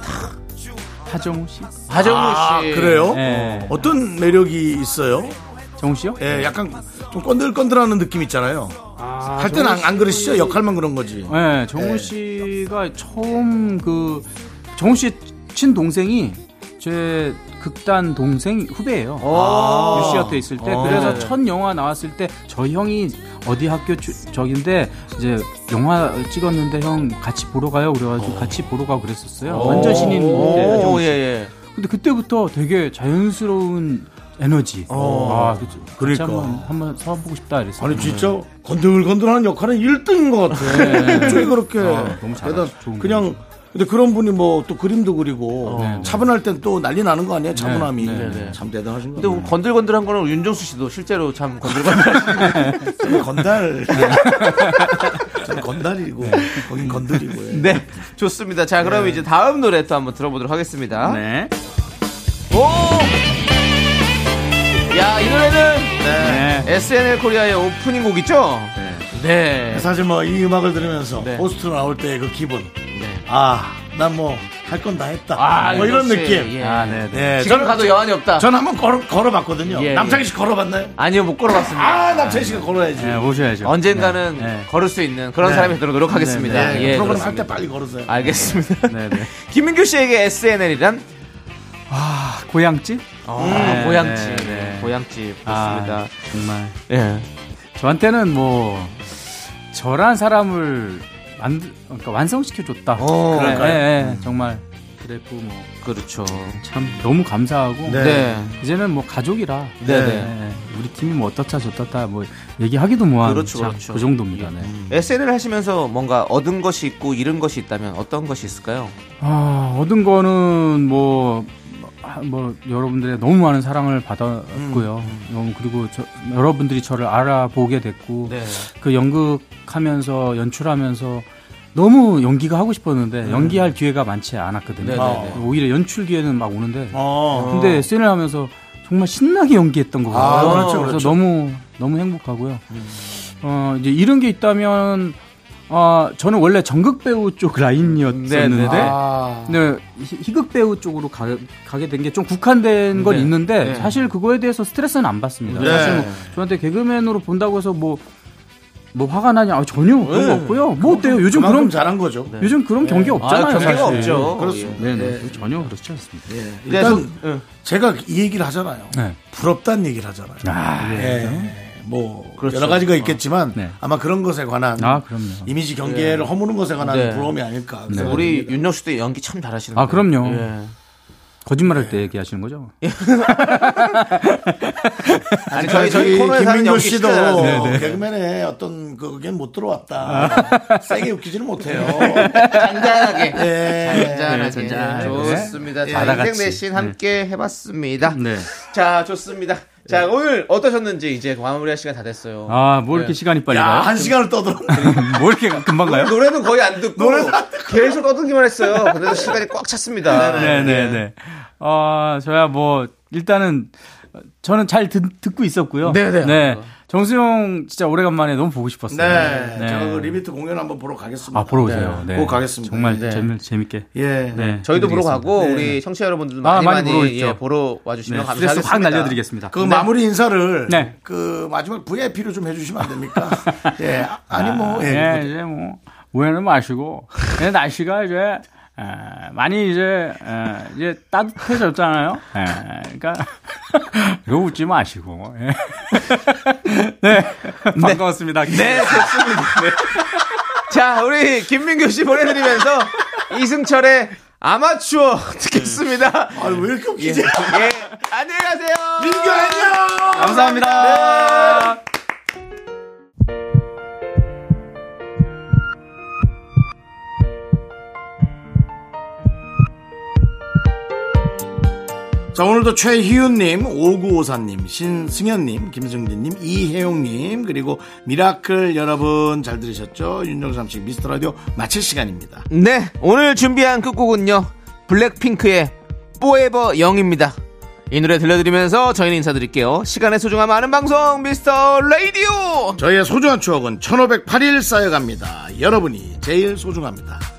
Speaker 9: 하정우 씨,
Speaker 2: 하정우
Speaker 1: 아
Speaker 2: 씨.
Speaker 1: 그래요?
Speaker 9: 네.
Speaker 1: 어떤 매력이 있어요?
Speaker 9: 정우 씨요?
Speaker 1: 예, 약간 좀 건들건들하는 느낌 있잖아요. 할 때는 안, 안 그러시죠? 역할만 그런 거지.
Speaker 9: 네, 정우 씨가 처음 그 정우 씨 친동생이 제 극단 동생 후배예요.
Speaker 2: 아.
Speaker 9: 유씨학교 있을 때
Speaker 2: 아,
Speaker 9: 그래서
Speaker 2: 네네.
Speaker 9: 첫 영화 나왔을 때 저 형이 어디 학교 주- 저긴데 이제 영화 찍었는데 형 같이 보러 가요 그래가지고 같이 보러 가고 그랬었어요. 완전 신인 때.
Speaker 2: 오,
Speaker 9: 정우
Speaker 2: 예,
Speaker 9: 씨.
Speaker 2: 예.
Speaker 9: 근데 그때부터 되게 자연스러운 에너지. 아, 그치. 같이
Speaker 1: 그러니까.
Speaker 9: 한번 한번 서보고 싶다 이랬어요.
Speaker 1: 아니 진짜 건들건들하는 역할은 1등인 것 같아. 어떻게 그렇게
Speaker 9: 아, 너무 잘하-
Speaker 1: 대단-
Speaker 9: 좋은
Speaker 1: 그냥 근데 그런 분이 뭐 또 그림도 그리고
Speaker 9: 네, 네.
Speaker 1: 차분할 땐 또 난리 나는 거 아니에요? 차분함이
Speaker 9: 네,
Speaker 1: 참 대단하신 거
Speaker 2: 근데
Speaker 1: 같아요.
Speaker 2: 뭐 건들건들한 거는 윤정수 씨도 실제로
Speaker 9: *laughs*
Speaker 2: 참 건들건들.
Speaker 1: 저는 건달 저는 건달이고 네. 거긴 건들이고 예.
Speaker 2: 네, 좋습니다. 자, 그럼 이제 다음 노래 또 한번 들어보도록 하겠습니다.
Speaker 9: 네.
Speaker 2: 오! 야, 이 노래는
Speaker 9: 네.
Speaker 2: SNL 코리아의 오프닝 곡이죠? 네.
Speaker 1: 사실 뭐 이 음악을 들으면서
Speaker 2: 네.
Speaker 1: 호스트로 나올 때 그 기분
Speaker 9: 네.
Speaker 1: 아 난 뭐 할 건 다 했다 뭐 이런
Speaker 2: 역시,
Speaker 1: 느낌
Speaker 2: 예.
Speaker 9: 아, 네, 네.
Speaker 1: 예,
Speaker 2: 지금
Speaker 1: 저는-
Speaker 2: 가도 여한이 없다.
Speaker 1: 저는 한번 걸어, 걸어봤거든요
Speaker 2: 예,
Speaker 1: 남창희 씨 걸어봤나요?
Speaker 2: 아니요, 못 걸어봤습니다.
Speaker 1: 아 남창희 씨가 걸어야지
Speaker 9: 네, 오셔야죠.
Speaker 2: 언젠가는
Speaker 9: 네, 네.
Speaker 2: 걸을 수 있는 그런 사람이 되도록 노력하겠습니다.
Speaker 1: 네,
Speaker 2: 예,
Speaker 1: 프로그램 할
Speaker 2: 그렇습니다.
Speaker 1: 때 빨리 걸으세요
Speaker 2: 알겠습니다.
Speaker 9: 네, 네.
Speaker 2: *laughs* 김민규 씨에게 SNL이란?
Speaker 9: 고향집? 네,
Speaker 2: 고향집.
Speaker 9: 네, 네.
Speaker 2: 고향집.
Speaker 9: 아,
Speaker 2: 그렇습니다.
Speaker 9: 정말.
Speaker 2: 예.
Speaker 9: 저한테는 뭐 저란 사람을 만들 그러니까 완성시켜 줬다.
Speaker 2: 어,
Speaker 9: 예, 예, 예, 정말 그랬고 뭐
Speaker 2: 그렇죠.
Speaker 9: 참 너무 감사하고
Speaker 1: 네.
Speaker 2: 네.
Speaker 9: 이제는 뭐 가족이라
Speaker 2: 네, 네.
Speaker 9: 예, 우리 팀이 뭐 어떻다 저떻다 뭐 얘기하기도 뭐한
Speaker 2: 그렇죠,
Speaker 9: 참
Speaker 2: 그렇죠.
Speaker 9: 그 정도입니다. 네.
Speaker 2: SNL 하시면서 뭔가 얻은 것이 있고 잃은 것이 있다면 어떤 것이 있을까요?
Speaker 9: 아, 얻은 거는 뭐, 아, 뭐, 여러분들의 너무 많은 사랑을 받았고요.
Speaker 2: 음,
Speaker 9: 너무 그리고 저,
Speaker 1: 네.
Speaker 9: 여러분들이 저를 알아보게 됐고, 그 연극하면서 연출하면서 너무 연기가 하고 싶었는데 연기할 기회가 많지 않았거든요.
Speaker 1: 네네네.
Speaker 9: 어. 오히려 연출 기회는 막 오는데
Speaker 1: 아, 어.
Speaker 9: 근데 씬을 하면서 정말 신나게 연기했던 거예요.
Speaker 1: 아, 그렇죠,
Speaker 9: 래서
Speaker 1: 그렇죠. 음.
Speaker 9: 너무 너무 행복하고요. 어, 이제 이런 게 있다면 아, 저는 원래 전극 배우 쪽 라인이었었는데
Speaker 2: 네네네.
Speaker 1: 아.
Speaker 9: 네, 희- 희극 배우 쪽으로 가, 게 된 게 좀 국한된 건
Speaker 2: 네.
Speaker 9: 있는데
Speaker 2: 네.
Speaker 9: 사실 그거에 대해서 스트레스는 안 받습니다.
Speaker 1: 네.
Speaker 9: 사실 뭐 저한테 개그맨으로 본다고 해서 뭐 뭐 화가 나냐 아, 전혀 그런 거 없고요. 뭐 어때요? 요즘
Speaker 1: 네. 그럼
Speaker 9: 그런
Speaker 1: 잘한 거죠.
Speaker 9: 요즘
Speaker 1: 네.
Speaker 9: 그런 경기 없잖아요.
Speaker 2: 경계가
Speaker 9: 사실.
Speaker 2: 네, 없죠.
Speaker 1: 그렇습니다.
Speaker 9: 네, 네, 전혀 그렇지 않습니다.
Speaker 1: 일단 제가 이 얘기를 하잖아요.
Speaker 9: 네.
Speaker 1: 부럽다는 얘기를 하잖아요. 예. 뭐 여러 가지가 있겠지만
Speaker 9: 그렇죠. 네.
Speaker 1: 아마 그런 것에 관한
Speaker 9: 아, 그럼요.
Speaker 1: 이미지 경계를 허무는 것에 관한
Speaker 2: 네.
Speaker 1: 부러움이 아닐까.
Speaker 2: 예.
Speaker 1: 생각이
Speaker 2: 우리
Speaker 1: 듭니다.
Speaker 2: 윤정수 때 연기 참 잘하시는
Speaker 9: 아,
Speaker 2: 거예요.
Speaker 9: 그럼요.
Speaker 2: 예.
Speaker 9: 거짓말할 때 얘기하시는 거죠?
Speaker 2: 아니 저희 저희 코너에 사는
Speaker 1: 김민교
Speaker 2: 연기
Speaker 1: 씨도
Speaker 2: 씨도 네,
Speaker 9: 네,
Speaker 1: 어, 개그맨의 어떤 그게 못 들어왔다. 세게 웃기지는 못해요.
Speaker 2: 잔잔하게
Speaker 1: 예.
Speaker 2: 잔잔하게
Speaker 9: 네, 잔잔하게. 예.
Speaker 2: 좋습니다. 자,
Speaker 9: 바다같이. 예.
Speaker 2: 인생 내신 함께 해봤습니다.
Speaker 9: 네. 예.
Speaker 2: 자 좋습니다. 자 오늘 어떠셨는지 이제 마무리할 시간 다 됐어요.
Speaker 9: 아, 뭐 이렇게 시간이 빨리
Speaker 1: 야,
Speaker 9: 가요?
Speaker 1: 한 시간을 떠들어.
Speaker 9: 뭐 이렇게 금방 가요?
Speaker 2: 노래는 거의 안 듣고 계속 떠들기만 했어요. 그래도 시간이 꽉 찼습니다.
Speaker 9: 네네네. 어, 저야 뭐, 일단은, 저는 잘 듣, 듣고 있었고요.
Speaker 2: 네네.
Speaker 9: 네. 정수영 진짜 오래간만에 너무 보고 싶었어요.
Speaker 1: 네.
Speaker 9: 네.
Speaker 1: 제가 그 리미트 공연 한번 보러 가겠습니다.
Speaker 9: 아, 보러 오세요.
Speaker 1: 네.
Speaker 9: 네.
Speaker 1: 꼭 가겠습니다.
Speaker 9: 정말
Speaker 2: 네.
Speaker 9: 재미, 재밌게.
Speaker 1: 예.
Speaker 9: 네.
Speaker 2: 저희도 보러
Speaker 9: 해드리겠습니다.
Speaker 2: 가고 우리 청취자 여러분들도
Speaker 9: 아,
Speaker 2: 많이 많이,
Speaker 9: 많이 보러 오십시오.
Speaker 2: 예, 보러 와주시면
Speaker 9: 네, 스트레스
Speaker 2: 감사하겠습니다.
Speaker 9: 확 날려드리겠습니다.
Speaker 2: 네.
Speaker 1: 그 마무리 인사를
Speaker 9: 네.
Speaker 1: 그 마지막 VIP로 좀 해주시면 안 됩니까? 예, 아- 아니 뭐 예,
Speaker 9: 네, 이제 뭐, 오해는 마시고, 네, 날씨가 이제, 에, 많이 이제, 에, 이제 따뜻해졌잖아요. 에, 그러니까, *laughs* 이거 웃지 마시고. 예. *laughs* 네. 반가웠습니다. 네.
Speaker 2: 자 우리 김민규 씨 보내드리면서 이승철의 아마추어 듣겠습니다.
Speaker 1: 아, 왜 이렇게 웃기지?
Speaker 2: 예 안녕히 가세요.
Speaker 1: 민규 안녕.
Speaker 2: 감사합니다.
Speaker 1: 자, 오늘도 최희윤님, 5954님, 신승현님, 김승진님, 이혜용님, 그리고 미라클 여러분 잘 들으셨죠? 윤정삼식 미스터 라디오 마칠 시간입니다.
Speaker 2: 네, 오늘 준비한 끝곡은요. 블랙핑크의 포에버 영입니다. 이 노래 들려드리면서 저희는 인사드릴게요. 시간의 소중함 아는 방송 미스터 라디오.
Speaker 1: 저희의 소중한 추억은 1508일 쌓여갑니다. 여러분이 제일 소중합니다.